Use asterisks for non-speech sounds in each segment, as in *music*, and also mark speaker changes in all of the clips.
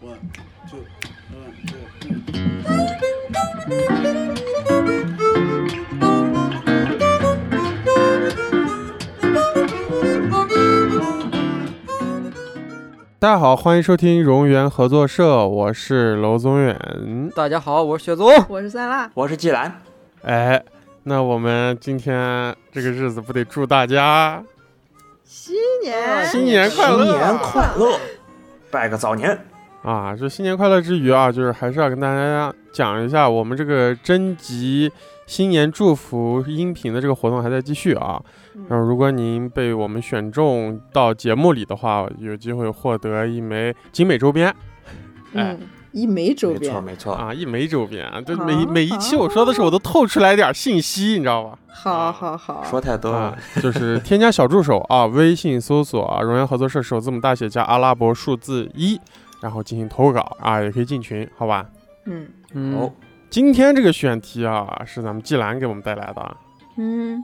Speaker 1: One, two, one, two, three.
Speaker 2: 大家好，欢迎收听荣源合作社，我是娄宗远。
Speaker 3: 大家好，我是雪宗。
Speaker 4: 我是酸辣，
Speaker 5: 我是季兰，
Speaker 2: 哎，那我们今天这个日子不得祝大家
Speaker 4: 新年
Speaker 3: 哎
Speaker 2: 新年快乐？
Speaker 5: 新年快乐，拜个早年。
Speaker 2: 啊！这新年快乐之余啊，就是还是要跟大家讲一下，我们这个征集新年祝福音频的这个活动还在继续啊。
Speaker 4: 嗯
Speaker 2: 然后，如果您被我们选中到节目里的话，有机会获得一枚精美周边。哎
Speaker 4: 嗯，一枚周
Speaker 5: 没错
Speaker 4: 边，
Speaker 5: 没错，
Speaker 2: 啊，一枚周边啊，就
Speaker 4: 啊
Speaker 2: 每、每一期我说的时候，我都透出来点儿信息，你知道吧？
Speaker 4: 好好好，
Speaker 5: 说太多
Speaker 2: 啊
Speaker 5: 了。，
Speaker 2: *laughs* 就是添加小助手啊， *laughs* 微信搜索啊“荣耀合作社”首字母大写加阿拉伯数字一，然后进行投稿啊，也可以进群，好吧？
Speaker 4: 嗯
Speaker 5: 哦，
Speaker 2: 今天这个选题啊，是咱们季兰给我们带来的啊。嗯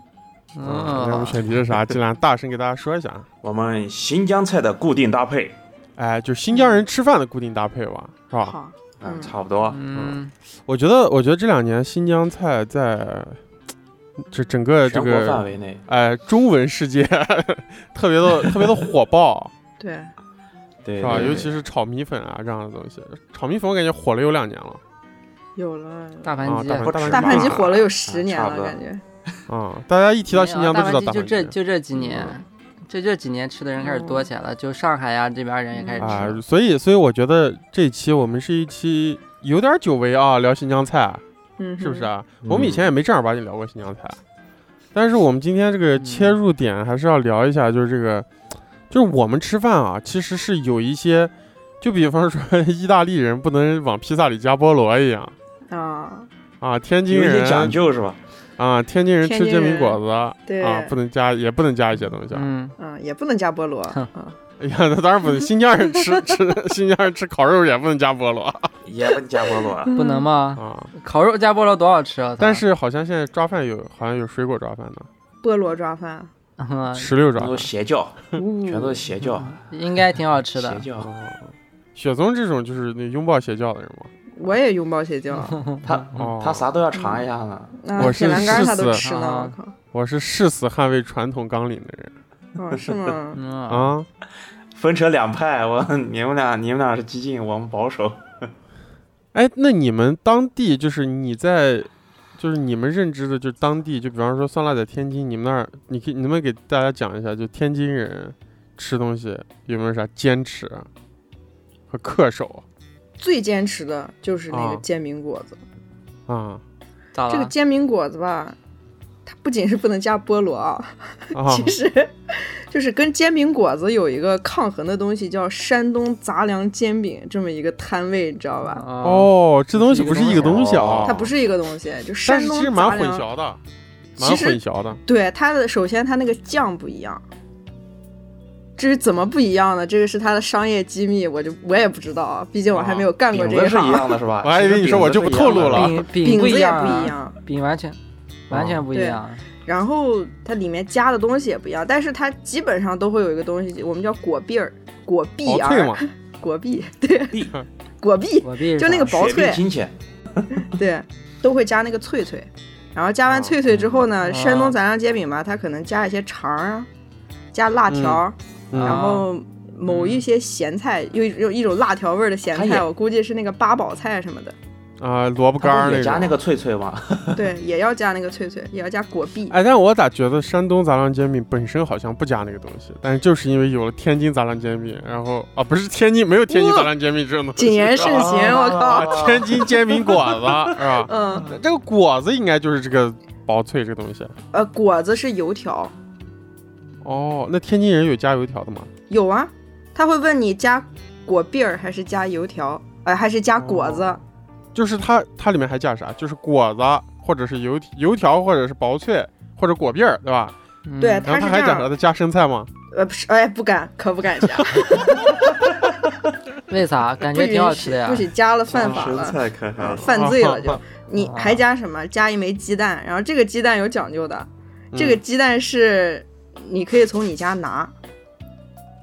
Speaker 4: 嗯，
Speaker 3: 嗯
Speaker 2: 那我们选题是
Speaker 5: *laughs*
Speaker 2: 啥？季兰大声给大家说一下啊。
Speaker 5: 我们新疆菜的固定搭配，
Speaker 2: 哎，就是新疆人吃饭的固定搭配吧，是吧？
Speaker 4: 好，
Speaker 5: 嗯，
Speaker 4: 嗯
Speaker 5: 差不多。
Speaker 3: 嗯，
Speaker 2: 我觉得，我觉得这两年新疆菜在这整个嗯这
Speaker 5: 全国范
Speaker 2: 个
Speaker 5: 围内，
Speaker 2: 哎中文世界 *laughs* 特别的特别的火爆。啊
Speaker 4: 对，
Speaker 5: 对，
Speaker 2: 是吧？
Speaker 5: 对
Speaker 2: 尤其是炒米粉啊这样的东西，炒米粉我感觉火了有两年了
Speaker 4: 有了，
Speaker 3: 大
Speaker 2: 啊
Speaker 3: 盘！鸡，
Speaker 2: 大盘
Speaker 5: 不
Speaker 2: 大
Speaker 5: 吃
Speaker 4: 大
Speaker 2: 盘
Speaker 4: 盘鸡火了有十
Speaker 5: 啊
Speaker 4: 年
Speaker 5: 差
Speaker 4: 了，
Speaker 5: 不多
Speaker 4: 感觉，
Speaker 2: 啊！大家一提到新疆都知道
Speaker 3: 大
Speaker 2: 大
Speaker 3: 就
Speaker 2: 盘嗯
Speaker 3: 这
Speaker 2: 鸡
Speaker 3: 就这几年，就这几年吃的人开始多起来了，就上海呀这边人也开始
Speaker 2: 啊，
Speaker 3: 吃。
Speaker 2: 所以所以我觉得这期我们是一期有点久违啊，聊新疆菜
Speaker 4: 嗯，
Speaker 2: 是不是？啊？
Speaker 5: 嗯
Speaker 2: 我们以前也没正儿八经聊过新疆菜，啊但是我们今天这个切入点还是要聊一下，就是这个，就是我们吃饭啊，其实是有一些，就比方说 *laughs* 意大利人不能往披萨里加菠萝一样
Speaker 4: 啊，
Speaker 2: 啊，天津
Speaker 5: 有一
Speaker 2: 人
Speaker 5: 些讲究是吧？
Speaker 2: 啊，天津人
Speaker 4: 天
Speaker 2: 吃
Speaker 4: 津
Speaker 2: 煎饼
Speaker 4: 人
Speaker 2: 果子
Speaker 4: 对
Speaker 2: 啊，不能加，也不能加一些东西啊。
Speaker 3: 嗯，
Speaker 4: 嗯，也不能加菠萝，
Speaker 3: 哼
Speaker 4: 啊，
Speaker 2: 哎呀，那当然不能，新疆人
Speaker 4: *laughs*
Speaker 2: 吃吃新疆人吃烤肉也不能加菠萝
Speaker 5: 也不加菠
Speaker 2: *laughs*
Speaker 5: 萝，
Speaker 3: 不能吗？
Speaker 2: 啊。
Speaker 3: 烤肉加菠萝多好吃啊！
Speaker 2: 但是好像现在抓饭有，好像有水果抓饭的，
Speaker 4: 菠萝抓饭，
Speaker 3: 嗯
Speaker 2: 石榴抓
Speaker 5: 那
Speaker 2: 饭
Speaker 5: 都。邪教，
Speaker 2: 嗯
Speaker 4: 全
Speaker 5: 全都是邪教，
Speaker 3: *laughs* 应该挺好吃
Speaker 5: 邪
Speaker 3: 的。
Speaker 5: 教。
Speaker 2: 哦啊雪松这种就是那拥抱邪教的人嘛。
Speaker 4: 我也拥抱邪教，
Speaker 5: 他嗯
Speaker 2: 哦
Speaker 5: 他啥都要尝一下呢。
Speaker 4: 啊
Speaker 2: 我是
Speaker 4: 铁栏杆他
Speaker 2: 誓
Speaker 4: 都
Speaker 2: 死
Speaker 4: 吃呢，我
Speaker 3: 啊
Speaker 4: 靠，
Speaker 2: 我是誓死捍卫传统纲领的人
Speaker 4: 哦，是吗？
Speaker 3: 嗯，
Speaker 2: 啊。
Speaker 5: 分成两派，我你们俩你们俩是激进，我们保守。
Speaker 2: 哎，那你们当地就是你在，就是你们认知的，就当地，就比方说酸辣在天津，你们那儿，你可以你能不能给大家讲一下，就天津人吃东西有没有啥坚持啊和恪守
Speaker 4: 最坚持的就是那
Speaker 2: 啊
Speaker 4: 个煎饼果子，
Speaker 2: 啊？
Speaker 3: 咋
Speaker 4: 这个
Speaker 3: 了？
Speaker 4: 煎饼果子吧，它不仅是不能加菠萝啊，
Speaker 2: 啊
Speaker 4: 其实就是跟煎饼果子有一个抗衡的东西，叫山东杂粮煎饼这么一个摊位，你知道吧？
Speaker 3: 啊，
Speaker 2: 哦，这东西不是一个东西啊
Speaker 5: 哦，
Speaker 4: 它不是一个东西，就
Speaker 2: 但
Speaker 4: 山
Speaker 2: 是
Speaker 4: 东
Speaker 2: 其实
Speaker 4: 杂
Speaker 2: 蛮混
Speaker 4: 粮。
Speaker 2: 淆的，蛮
Speaker 4: 其实
Speaker 2: 混淆的。
Speaker 4: 对它的，首先它那个酱不一样，这是怎么不一样呢？这个是它的商业机密，我就我也不知道啊，毕竟我还没有干过
Speaker 5: 饼
Speaker 4: 这
Speaker 5: 子
Speaker 4: 一
Speaker 5: 是一
Speaker 4: 行。
Speaker 5: 样的是吧？
Speaker 2: *laughs* 我还以为你说我就不透露了哦
Speaker 3: 饼饼
Speaker 4: 饼
Speaker 3: 不
Speaker 4: 子
Speaker 3: 一
Speaker 4: 也
Speaker 3: 样，啊
Speaker 4: 不一，样，
Speaker 3: 饼完全完全不一样。
Speaker 4: 然后它里面加的东西也不一样，但是它基本上都会有一个东西，我们叫果篦儿、果篦
Speaker 2: 薄
Speaker 4: 儿、
Speaker 2: 脆嘛，
Speaker 4: 果篦， *laughs* 对
Speaker 5: 篦，
Speaker 4: 果
Speaker 3: *laughs*
Speaker 4: 篦，
Speaker 3: 我必
Speaker 4: 就
Speaker 2: 嗯
Speaker 4: 那个薄
Speaker 5: 雪
Speaker 4: 脆
Speaker 5: 碧，亲戚，
Speaker 4: 对，都会加那个脆脆。然后加完脆脆之后呢，
Speaker 3: 嗯
Speaker 4: 山
Speaker 3: 啊
Speaker 4: 东杂粮煎饼吧，它可能加一些肠儿啊，加辣条儿，然
Speaker 2: 嗯
Speaker 4: 后某
Speaker 3: 嗯
Speaker 4: 一些咸菜，有一有一种辣条味儿的咸
Speaker 5: 它也
Speaker 4: 菜，我估计是那个八宝菜什么
Speaker 3: *laughs*
Speaker 4: 的，
Speaker 2: 啊，萝卜干
Speaker 5: 他
Speaker 2: 儿
Speaker 5: 不也加
Speaker 2: 种
Speaker 5: 那。个脆脆
Speaker 2: *laughs*
Speaker 5: 吗？
Speaker 4: 对，也要加那个脆脆，也要加果篦。
Speaker 2: 哎，但我咋觉得山东杂粮煎饼本身好像不加那个东西，但是就是因为有了天津杂粮煎饼，然后啊，不是天津没有天津杂粮煎饼这种东西，
Speaker 4: 谨言慎行，
Speaker 3: *laughs*
Speaker 4: 我
Speaker 2: 啊
Speaker 4: 靠，，
Speaker 2: 天津煎饼果
Speaker 4: *laughs*
Speaker 2: 子啊是吧？
Speaker 4: 嗯，
Speaker 2: 这个果子应该就是这个薄脆这个东西。
Speaker 4: 呃，果子是油条，
Speaker 2: 哦，那天津人有加油条的吗？
Speaker 4: 有啊，他会问你加果篦儿还是加油条，呃，还是加果子，
Speaker 3: 哦
Speaker 2: 就是它它里面还加啥？就是果子或者是油油条或者是薄脆或者果篦儿，对吧？
Speaker 4: 对，
Speaker 3: 嗯
Speaker 2: 然
Speaker 4: 他
Speaker 2: 后
Speaker 4: 是
Speaker 2: 它
Speaker 4: 这
Speaker 2: 还加啥
Speaker 4: 样，
Speaker 2: 的？加生菜吗？
Speaker 4: 呃，不是，哎，不敢，可不敢加。
Speaker 3: 为啥？感觉挺好吃的呀嗯
Speaker 4: 不。许加了犯
Speaker 5: *laughs*
Speaker 4: 法了，
Speaker 5: 菜看
Speaker 2: *laughs*
Speaker 4: 呃犯罪了
Speaker 2: 哦
Speaker 4: 就。你
Speaker 3: 啊
Speaker 4: 还加什么？加一枚鸡蛋，然后这个鸡蛋有讲究的，这
Speaker 2: 嗯
Speaker 4: 个鸡蛋是你可以从你家拿，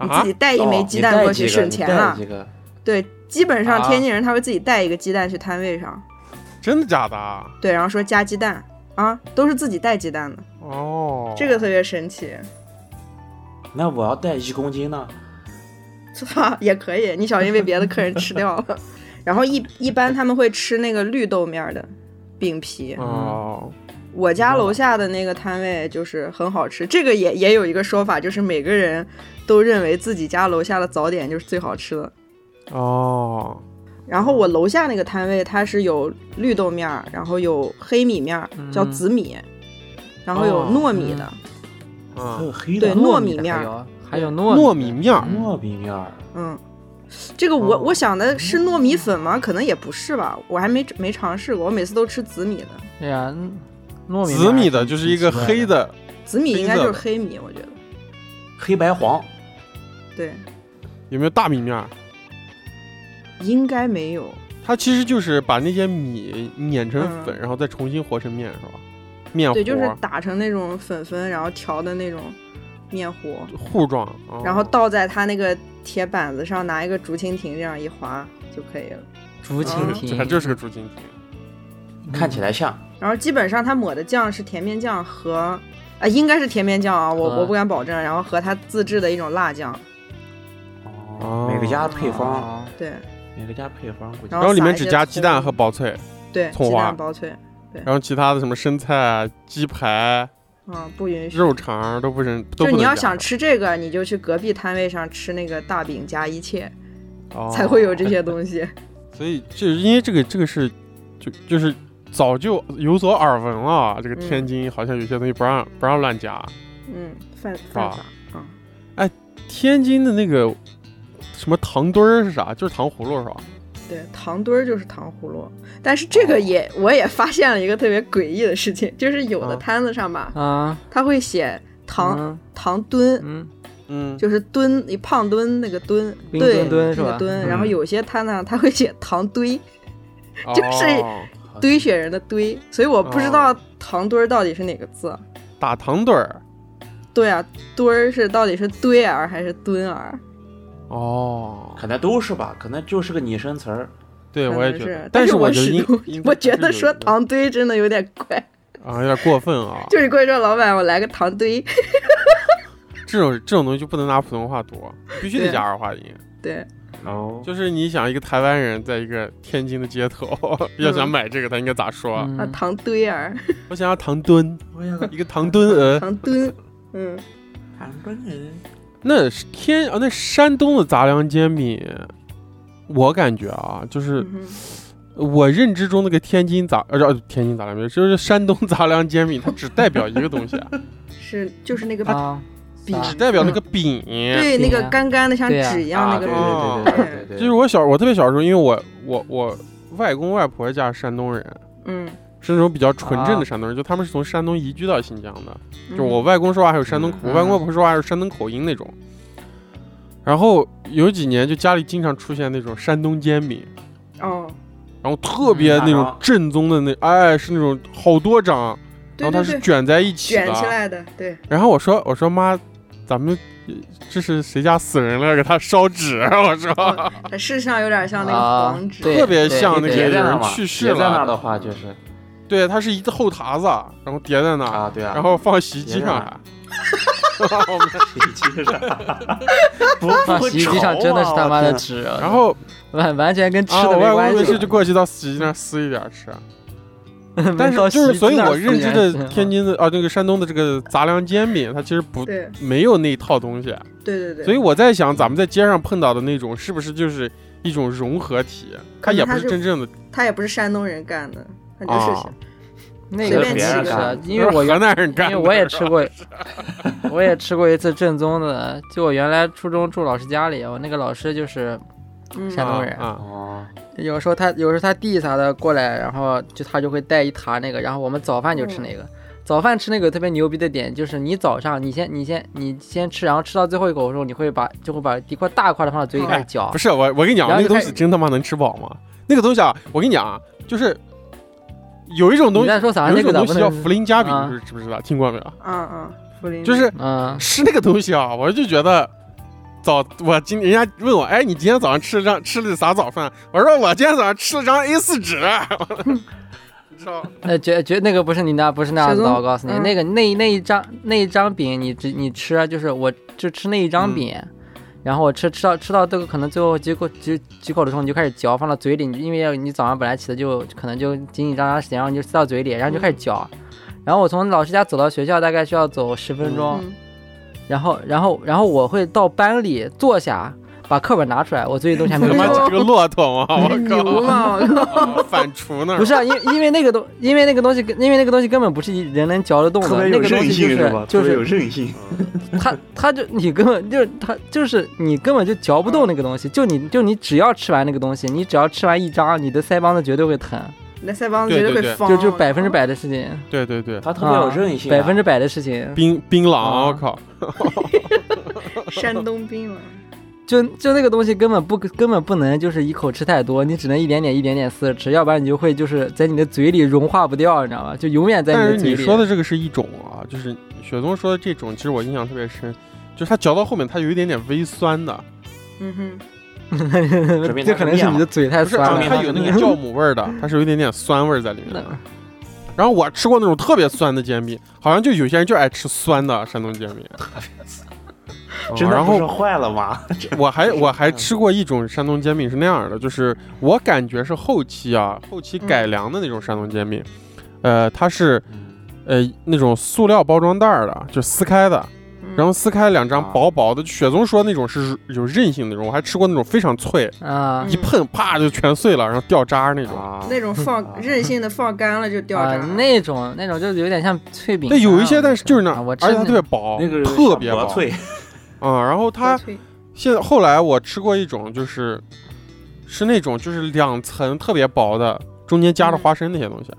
Speaker 4: 你
Speaker 2: 啊
Speaker 4: 自己带一枚
Speaker 5: 哦
Speaker 4: 鸡蛋过去
Speaker 5: 你带几个
Speaker 4: 省钱了
Speaker 5: 你带几。个
Speaker 4: 对，基本上
Speaker 3: 啊
Speaker 4: 天津人他会自己带一个鸡蛋去摊位上，
Speaker 2: 真的假的啊？
Speaker 4: 对，然后说加鸡蛋啊，都是自己带鸡蛋的，
Speaker 2: 哦，
Speaker 4: 这个特别神奇。
Speaker 5: 那我要带一公斤呢？
Speaker 4: 操，也可以，你小心被别的客人吃掉了。 *laughs* 然后一一般他们会吃那个绿豆面儿的饼皮，
Speaker 2: 哦，
Speaker 4: 我家楼下的那个摊位就是很好吃。这个也也有一个说法，就是每个人都认为自己家楼下的早点就是最好吃的。
Speaker 2: 哦，
Speaker 4: 然后我楼下那个摊位，它是有绿豆面儿，然后有黑米面儿，叫紫米，然后有
Speaker 2: 哦
Speaker 4: 糯米的，
Speaker 5: 还
Speaker 2: 啊，
Speaker 5: 有黑
Speaker 4: 对
Speaker 5: 的
Speaker 4: 糯
Speaker 3: 米
Speaker 4: 米面
Speaker 3: 还
Speaker 4: 儿，
Speaker 3: 有还有糯
Speaker 2: 糯米面儿，
Speaker 5: 糯米面儿，
Speaker 4: 嗯。这个我
Speaker 2: 哦
Speaker 4: 我想的是糯米粉吗？可能也不是吧，我还没没尝试过。我每次都吃紫米的，
Speaker 3: 对呀，嗯糯米
Speaker 2: 紫
Speaker 3: 面
Speaker 2: 米
Speaker 3: 儿
Speaker 2: 的就是一个
Speaker 3: 挺奇怪
Speaker 2: 黑
Speaker 3: 的，
Speaker 2: 的，
Speaker 4: 紫米应该
Speaker 2: 黑
Speaker 4: 就
Speaker 2: 色
Speaker 4: 是
Speaker 2: 的
Speaker 4: 黑米，我觉得。
Speaker 5: 黑白黄，
Speaker 4: 对，
Speaker 2: 有没有大米面儿？
Speaker 4: 应该没有。
Speaker 2: 它其实就是把那些米碾成
Speaker 4: 嗯
Speaker 2: 粉，然后再重新和成面，是吧？面
Speaker 4: 对，
Speaker 2: 糊
Speaker 4: 就是打成那种粉粉，然后调的那种面糊，
Speaker 2: 糊状，哦
Speaker 4: 然后倒在它那个铁板子上，拿一个竹蜻蜓这样一划就可以了。
Speaker 3: 竹蜻
Speaker 4: 嗯
Speaker 2: 这
Speaker 3: 蜓嗯
Speaker 2: 还，就是个竹蜻蜓。
Speaker 5: 看起来像。
Speaker 4: 然后基本上它抹的酱是甜面酱和啊、应该是甜面酱啊，我
Speaker 3: 和
Speaker 4: 我不敢保证。然后和它自制的一种辣酱，
Speaker 5: 哦每个家配方，
Speaker 3: 哦
Speaker 4: 对
Speaker 5: 每个家配方估计
Speaker 4: 然
Speaker 2: 然后里面
Speaker 4: 撒一
Speaker 2: 只
Speaker 4: 些嗯
Speaker 2: 加鸡蛋
Speaker 4: 葱
Speaker 2: 和薄脆，
Speaker 4: 对，
Speaker 2: 葱
Speaker 4: 鸡
Speaker 2: 花
Speaker 4: 蛋薄脆，
Speaker 2: 然后其他的什么生菜、啊鸡排、
Speaker 4: 嗯，不允许。
Speaker 2: 肉肠都不能，都
Speaker 4: 就
Speaker 2: 不能
Speaker 4: 你
Speaker 2: 加
Speaker 4: 要想吃这个，你就去隔壁摊位上吃那个大饼加一切，
Speaker 2: 哦
Speaker 4: 才会有这些东西。
Speaker 2: 所以就是因为这个这个是就就是早就有所耳闻了啊，这个
Speaker 4: 嗯
Speaker 2: 天津好像有些东西不让不让乱加。
Speaker 4: 嗯， *laughs* 犯犯
Speaker 2: 啊
Speaker 4: 法。嗯，
Speaker 2: 天津的那个什么糖墩儿是啥？就是糖葫芦是吧？
Speaker 4: 对，糖墩儿就是糖葫芦，但是
Speaker 2: 哦
Speaker 4: 这个也、我也发现了一个特别诡异的事情，就是有的
Speaker 2: 啊
Speaker 4: 摊子上吧，
Speaker 3: 啊，
Speaker 4: 他会写糖、
Speaker 3: 嗯
Speaker 4: 糖墩，
Speaker 3: 嗯，
Speaker 2: 嗯，
Speaker 4: 就是墩一胖墩那个墩，
Speaker 3: 冰
Speaker 4: 对，
Speaker 3: 墩墩是
Speaker 4: 那个
Speaker 3: 吧
Speaker 4: 墩。
Speaker 5: 嗯
Speaker 4: 然后有些摊子上他会写糖堆，
Speaker 2: 嗯
Speaker 4: 就是
Speaker 2: 哦
Speaker 4: 堆雪人的堆，所以我不知道糖墩儿到底是哪个字。
Speaker 2: 打糖墩儿。
Speaker 4: 对啊，墩儿是到底是堆儿还是墩儿？
Speaker 2: 哦，
Speaker 5: 可能都是吧，可能就是个拟声词儿。
Speaker 2: 对，
Speaker 4: 可
Speaker 2: 我也
Speaker 4: 能
Speaker 2: 觉得
Speaker 4: 是，，
Speaker 2: 但
Speaker 4: 是
Speaker 2: 我
Speaker 4: 我
Speaker 2: 觉得
Speaker 4: 始
Speaker 2: 应
Speaker 4: 终
Speaker 2: 应该
Speaker 4: 我觉
Speaker 2: 是有
Speaker 4: 得说
Speaker 2: 一个
Speaker 4: 糖堆真的有点怪，
Speaker 2: 啊有点过分啊，
Speaker 4: *laughs* 就是跟我说老板我来个糖堆，
Speaker 2: 这种这种东西就不能拿普通话读，必须得
Speaker 4: 对啊
Speaker 2: 加儿化音。
Speaker 4: 对，
Speaker 5: 哦，
Speaker 2: 就是你想一个台湾人在一个天津的街头，
Speaker 4: 嗯
Speaker 2: 要想买这个，他应该咋说？
Speaker 4: 啊
Speaker 3: 嗯
Speaker 4: 糖堆儿，
Speaker 2: 我想要糖墩，
Speaker 5: 我也个
Speaker 2: 一个糖墩呃鹅。
Speaker 4: 糖墩，嗯。
Speaker 5: 韩国人，
Speaker 2: 那是天啊，那山东的杂粮煎饼，我感觉啊，就是
Speaker 4: 嗯哼
Speaker 2: 我认知中那个天津杂呃、啊、天津杂粮煎饼，就是山东杂粮煎饼，它只代表一个东
Speaker 4: *laughs*
Speaker 2: 西，啊
Speaker 4: 是就是那个
Speaker 3: 啊，
Speaker 4: 饼，
Speaker 2: 只代表那个饼。
Speaker 4: 对
Speaker 3: 饼
Speaker 4: 那个
Speaker 3: 啊
Speaker 4: 干干的像
Speaker 3: 对呀
Speaker 4: 纸一样那个
Speaker 2: 对
Speaker 4: 饼，
Speaker 5: 啊对对对对对对对，
Speaker 2: 就是我小我特别小时候，因为我我我外公外婆家是山东人，
Speaker 4: 嗯，
Speaker 2: 是那种比较纯正
Speaker 3: 啊
Speaker 2: 的山东人，就他们是从山东移居到新疆的。
Speaker 4: 嗯
Speaker 2: 就我外公说话还有山东口，
Speaker 3: 嗯
Speaker 2: 我外公外婆说话还有山东口音那种。然后有几年就家里经常出现那种山东煎饼，
Speaker 4: 哦，
Speaker 2: 然后特别那
Speaker 5: 嗯
Speaker 2: 种
Speaker 5: 啊
Speaker 2: 正宗的那，哎，是那种好多张，
Speaker 4: 对
Speaker 2: 然后它
Speaker 4: 对
Speaker 2: 是
Speaker 4: 对，
Speaker 2: 卷在一起的。
Speaker 4: 卷起来的，对，
Speaker 2: 然后我说我说妈，咱们呃这是谁家死人了，给他烧纸？啊我说
Speaker 4: 它事实上有点像那个
Speaker 3: 啊
Speaker 4: 黄纸，
Speaker 3: 对
Speaker 2: 特别像那
Speaker 3: 对
Speaker 2: 个
Speaker 3: 对
Speaker 5: 叠
Speaker 2: 有
Speaker 5: 在那儿
Speaker 2: 人
Speaker 5: 嘛，
Speaker 2: 去世
Speaker 5: 叠在那儿
Speaker 2: 了，
Speaker 5: 的话就是
Speaker 2: 对，它是一个厚沓子，然后叠在那儿，
Speaker 5: 啊，对啊，
Speaker 2: 然后放洗衣机
Speaker 5: 叠在那
Speaker 2: 上
Speaker 5: 儿
Speaker 2: 来。
Speaker 5: 洗衣机上， *laughs* 不啊
Speaker 3: 放洗衣机上真的是他妈的，纸，
Speaker 2: *laughs*
Speaker 3: 啊
Speaker 2: 然后
Speaker 3: 完完全跟吃
Speaker 2: 啊，
Speaker 3: 的
Speaker 2: 我
Speaker 3: 没
Speaker 2: 外
Speaker 3: 关
Speaker 2: 公没
Speaker 3: 系
Speaker 2: 事就
Speaker 3: 了，
Speaker 2: 过去到洗衣机那儿撕一点儿吃。
Speaker 3: 没
Speaker 2: 但是
Speaker 3: 到
Speaker 2: 就是，
Speaker 3: 洗衣
Speaker 2: 所以
Speaker 3: 机那儿
Speaker 2: 我认知
Speaker 3: 洗 *laughs*
Speaker 2: 的
Speaker 3: 完
Speaker 2: 天津的啊，那个山东的这个杂粮煎饼，它其实不
Speaker 4: 对
Speaker 2: 没有那一套东西。
Speaker 4: 对对对，
Speaker 2: 所以我在想，咱们在街上碰到的那种，是不是就是一种融合体？它
Speaker 4: 可能
Speaker 2: 也
Speaker 4: 它
Speaker 2: 不是
Speaker 4: 是
Speaker 2: 真正的
Speaker 4: 它也不是山东人干的，它就是
Speaker 2: 啊，
Speaker 3: 那
Speaker 4: 随
Speaker 3: 个
Speaker 4: 便
Speaker 3: 不
Speaker 4: 吃
Speaker 3: 是
Speaker 4: 一个
Speaker 3: 啊
Speaker 5: 干，
Speaker 2: *laughs*
Speaker 3: 因为我
Speaker 2: 是河南人干
Speaker 3: 因
Speaker 2: 的，
Speaker 3: 为我也吃过，我也吃过一次正宗的。就我原来初中住老师家里，我那个老师就是
Speaker 4: 嗯
Speaker 3: 山东人
Speaker 2: 啊啊
Speaker 5: 哦，
Speaker 3: 有时候他有时候他弟啥的过来，然后就他就会带一沓那个，然后我们早饭就吃那个。早饭吃那个特别牛逼的点就是，你早上你先你先你先吃，然后吃到最后一口的时候，你会把就会把一块大块的放到嘴里开始嚼
Speaker 2: 不。是我，我跟你讲，
Speaker 3: 然
Speaker 2: 那个
Speaker 3: 后就
Speaker 2: 东
Speaker 3: 开
Speaker 2: 西真他妈能吃饱吗？那个东西啊，我跟你讲啊，就是有一种东
Speaker 3: 你
Speaker 2: 西，
Speaker 3: 在说啥？
Speaker 2: 有
Speaker 3: 那
Speaker 2: 一
Speaker 3: 个
Speaker 2: 种东
Speaker 3: 咋不
Speaker 2: 西叫
Speaker 3: 能
Speaker 2: 茯？苓夹饼，
Speaker 3: 啊
Speaker 2: 你知不知道？听过没有？
Speaker 4: 啊啊，
Speaker 2: 就是
Speaker 3: 嗯，
Speaker 2: 吃那个东西啊，我就觉得早，我今人家问我，哎，你今天早上吃了张吃了啥早饭？我说我今天早上吃了张 A 四
Speaker 3: *laughs*
Speaker 2: 纸，知道吧
Speaker 3: 呃，绝绝 *laughs* 那个不是你那不是那样子的，
Speaker 4: 小宗
Speaker 3: 我告诉你，
Speaker 4: 嗯
Speaker 3: 那个那那一张那一张饼你，只你吃啊就是我就吃那一张
Speaker 2: 嗯
Speaker 3: 饼，然后我吃吃到吃到这个可能最后几口几几口的时候你就开始嚼，放到嘴里，因为你早上本来起的就可能就紧紧张张时间，然后你就吃到嘴里，然后就开
Speaker 4: 嗯
Speaker 3: 始嚼。然后我从老师家走到学校大概需要走十分钟，
Speaker 4: 嗯
Speaker 3: 然后然后然后我会到班里坐下，把课本拿出来，我最近东西还没
Speaker 2: 他
Speaker 3: 有
Speaker 2: 妈
Speaker 3: 看
Speaker 4: 哎
Speaker 3: 完
Speaker 4: 呦
Speaker 2: 这个骆驼吗？
Speaker 3: *laughs*
Speaker 4: 牛
Speaker 2: 我
Speaker 4: 嘛，我靠
Speaker 2: 靠， *laughs* 反刍
Speaker 5: 嗯
Speaker 2: 呢？
Speaker 3: 不是啊，因因为那个东，因为那个东西，因为那个东西根本不是人能嚼得动
Speaker 5: 特
Speaker 3: 的，
Speaker 5: 别
Speaker 3: 那
Speaker 5: 有
Speaker 3: 个东
Speaker 5: 韧
Speaker 3: 西
Speaker 5: 性
Speaker 3: 就是
Speaker 5: 吧？
Speaker 3: 就
Speaker 5: 特别有
Speaker 3: 是
Speaker 5: 韧性，
Speaker 3: 它它就你根本就是它就是你根本就嚼不动那个东西，就你就你只要吃完那个东西，你只要吃完一张，你的腮帮子绝对会疼，
Speaker 4: 你的腮帮子绝
Speaker 2: 对对
Speaker 4: 会
Speaker 2: 对
Speaker 4: 方，
Speaker 3: 就就百分之百的事情，
Speaker 2: 对对对，
Speaker 5: 它特别有韧性啊，
Speaker 3: 百分之百的事情，
Speaker 2: 槟槟榔，
Speaker 3: 啊
Speaker 2: 我靠，
Speaker 4: 我靠 *laughs* 山东槟榔，
Speaker 3: 就就那个东西根本不根本不能就是一口吃太多，你只能一点点一点点撕着吃，要不然你就会就是在你的嘴里融化不掉，你知道吧？就永远在
Speaker 2: 但
Speaker 3: 你的
Speaker 2: 是
Speaker 3: 嘴
Speaker 2: 你
Speaker 3: 里。 *laughs*
Speaker 2: 说的这个是一种啊，就是雪松说的这种，其实我印象特别深，就是它嚼到后面它有一点点微酸的，
Speaker 4: 嗯哼，
Speaker 5: 准备拿
Speaker 3: 这可能是
Speaker 5: 面
Speaker 3: 你
Speaker 5: 嘛
Speaker 3: 的嘴太
Speaker 2: 不是，
Speaker 3: 酸
Speaker 2: 啊，
Speaker 5: 面
Speaker 3: 了。
Speaker 2: 它有那个酵母味儿的，它是有一点点酸味儿在里面
Speaker 3: 那
Speaker 2: 的。然后我吃过那种特别酸的煎饼，好像就有些人就爱吃酸的山东煎饼。
Speaker 3: *laughs*
Speaker 2: 嗯
Speaker 5: 真的
Speaker 2: 然
Speaker 5: 不是
Speaker 2: 后
Speaker 5: 坏了吗？
Speaker 2: 我还
Speaker 5: 不是
Speaker 2: 我还
Speaker 5: 嗯
Speaker 2: 吃过一种山东煎饼是那样的，就是我感觉是后期啊，后期
Speaker 3: 嗯
Speaker 2: 改良的那种山东煎饼，呃，它是
Speaker 5: 嗯
Speaker 2: 呃那种塑料包装袋儿的，就撕开的，
Speaker 4: 嗯
Speaker 2: 然后撕开两张
Speaker 5: 啊
Speaker 2: 薄薄的。雪宗说那种是有韧性的那种，我还吃过那种非常脆，
Speaker 3: *laughs* 啊
Speaker 2: 一碰啪就全碎了，然后掉渣儿那种。
Speaker 5: 啊，
Speaker 4: 那种放韧性的放干了就掉渣
Speaker 3: 啊
Speaker 4: 了，
Speaker 3: 那种那种就有点像脆饼
Speaker 2: 那
Speaker 3: 干啊。
Speaker 2: 有一些，但是就是那，
Speaker 3: 啊我
Speaker 2: 而
Speaker 3: 吃
Speaker 2: 且它
Speaker 3: 那
Speaker 2: 特别薄，
Speaker 5: 那个
Speaker 2: 特别
Speaker 5: 薄
Speaker 2: 薄
Speaker 5: 脆，
Speaker 2: 啊、然后它
Speaker 4: 多脆
Speaker 2: 现在后来我吃过一种，就是是那种就是两层特别薄的，中间夹着花生那些东西，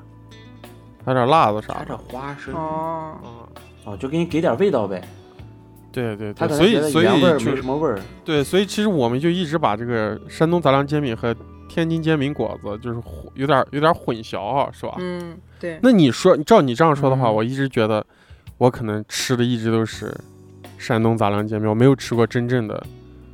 Speaker 2: 还有点辣子啥
Speaker 5: 加
Speaker 2: 的
Speaker 5: 点。花生
Speaker 4: 哦，
Speaker 2: 啊，
Speaker 5: 哦，就给你给点味道呗。
Speaker 2: 对对
Speaker 5: 他可
Speaker 2: 对，所
Speaker 5: 能觉
Speaker 2: 以
Speaker 5: 得
Speaker 2: 所
Speaker 5: 原味儿
Speaker 2: 以
Speaker 5: 没
Speaker 2: 就
Speaker 5: 什么味儿，
Speaker 2: 对，所以其实我们就一直把这个山东杂粮煎饼和天津煎饼果子就是混有点有点混淆啊，是吧？
Speaker 4: 嗯，对，
Speaker 2: 那你说，照你这样说的话，
Speaker 3: 嗯
Speaker 2: 我一直觉得我可能吃的一直都是山东杂粮煎饼，我没有吃过真正的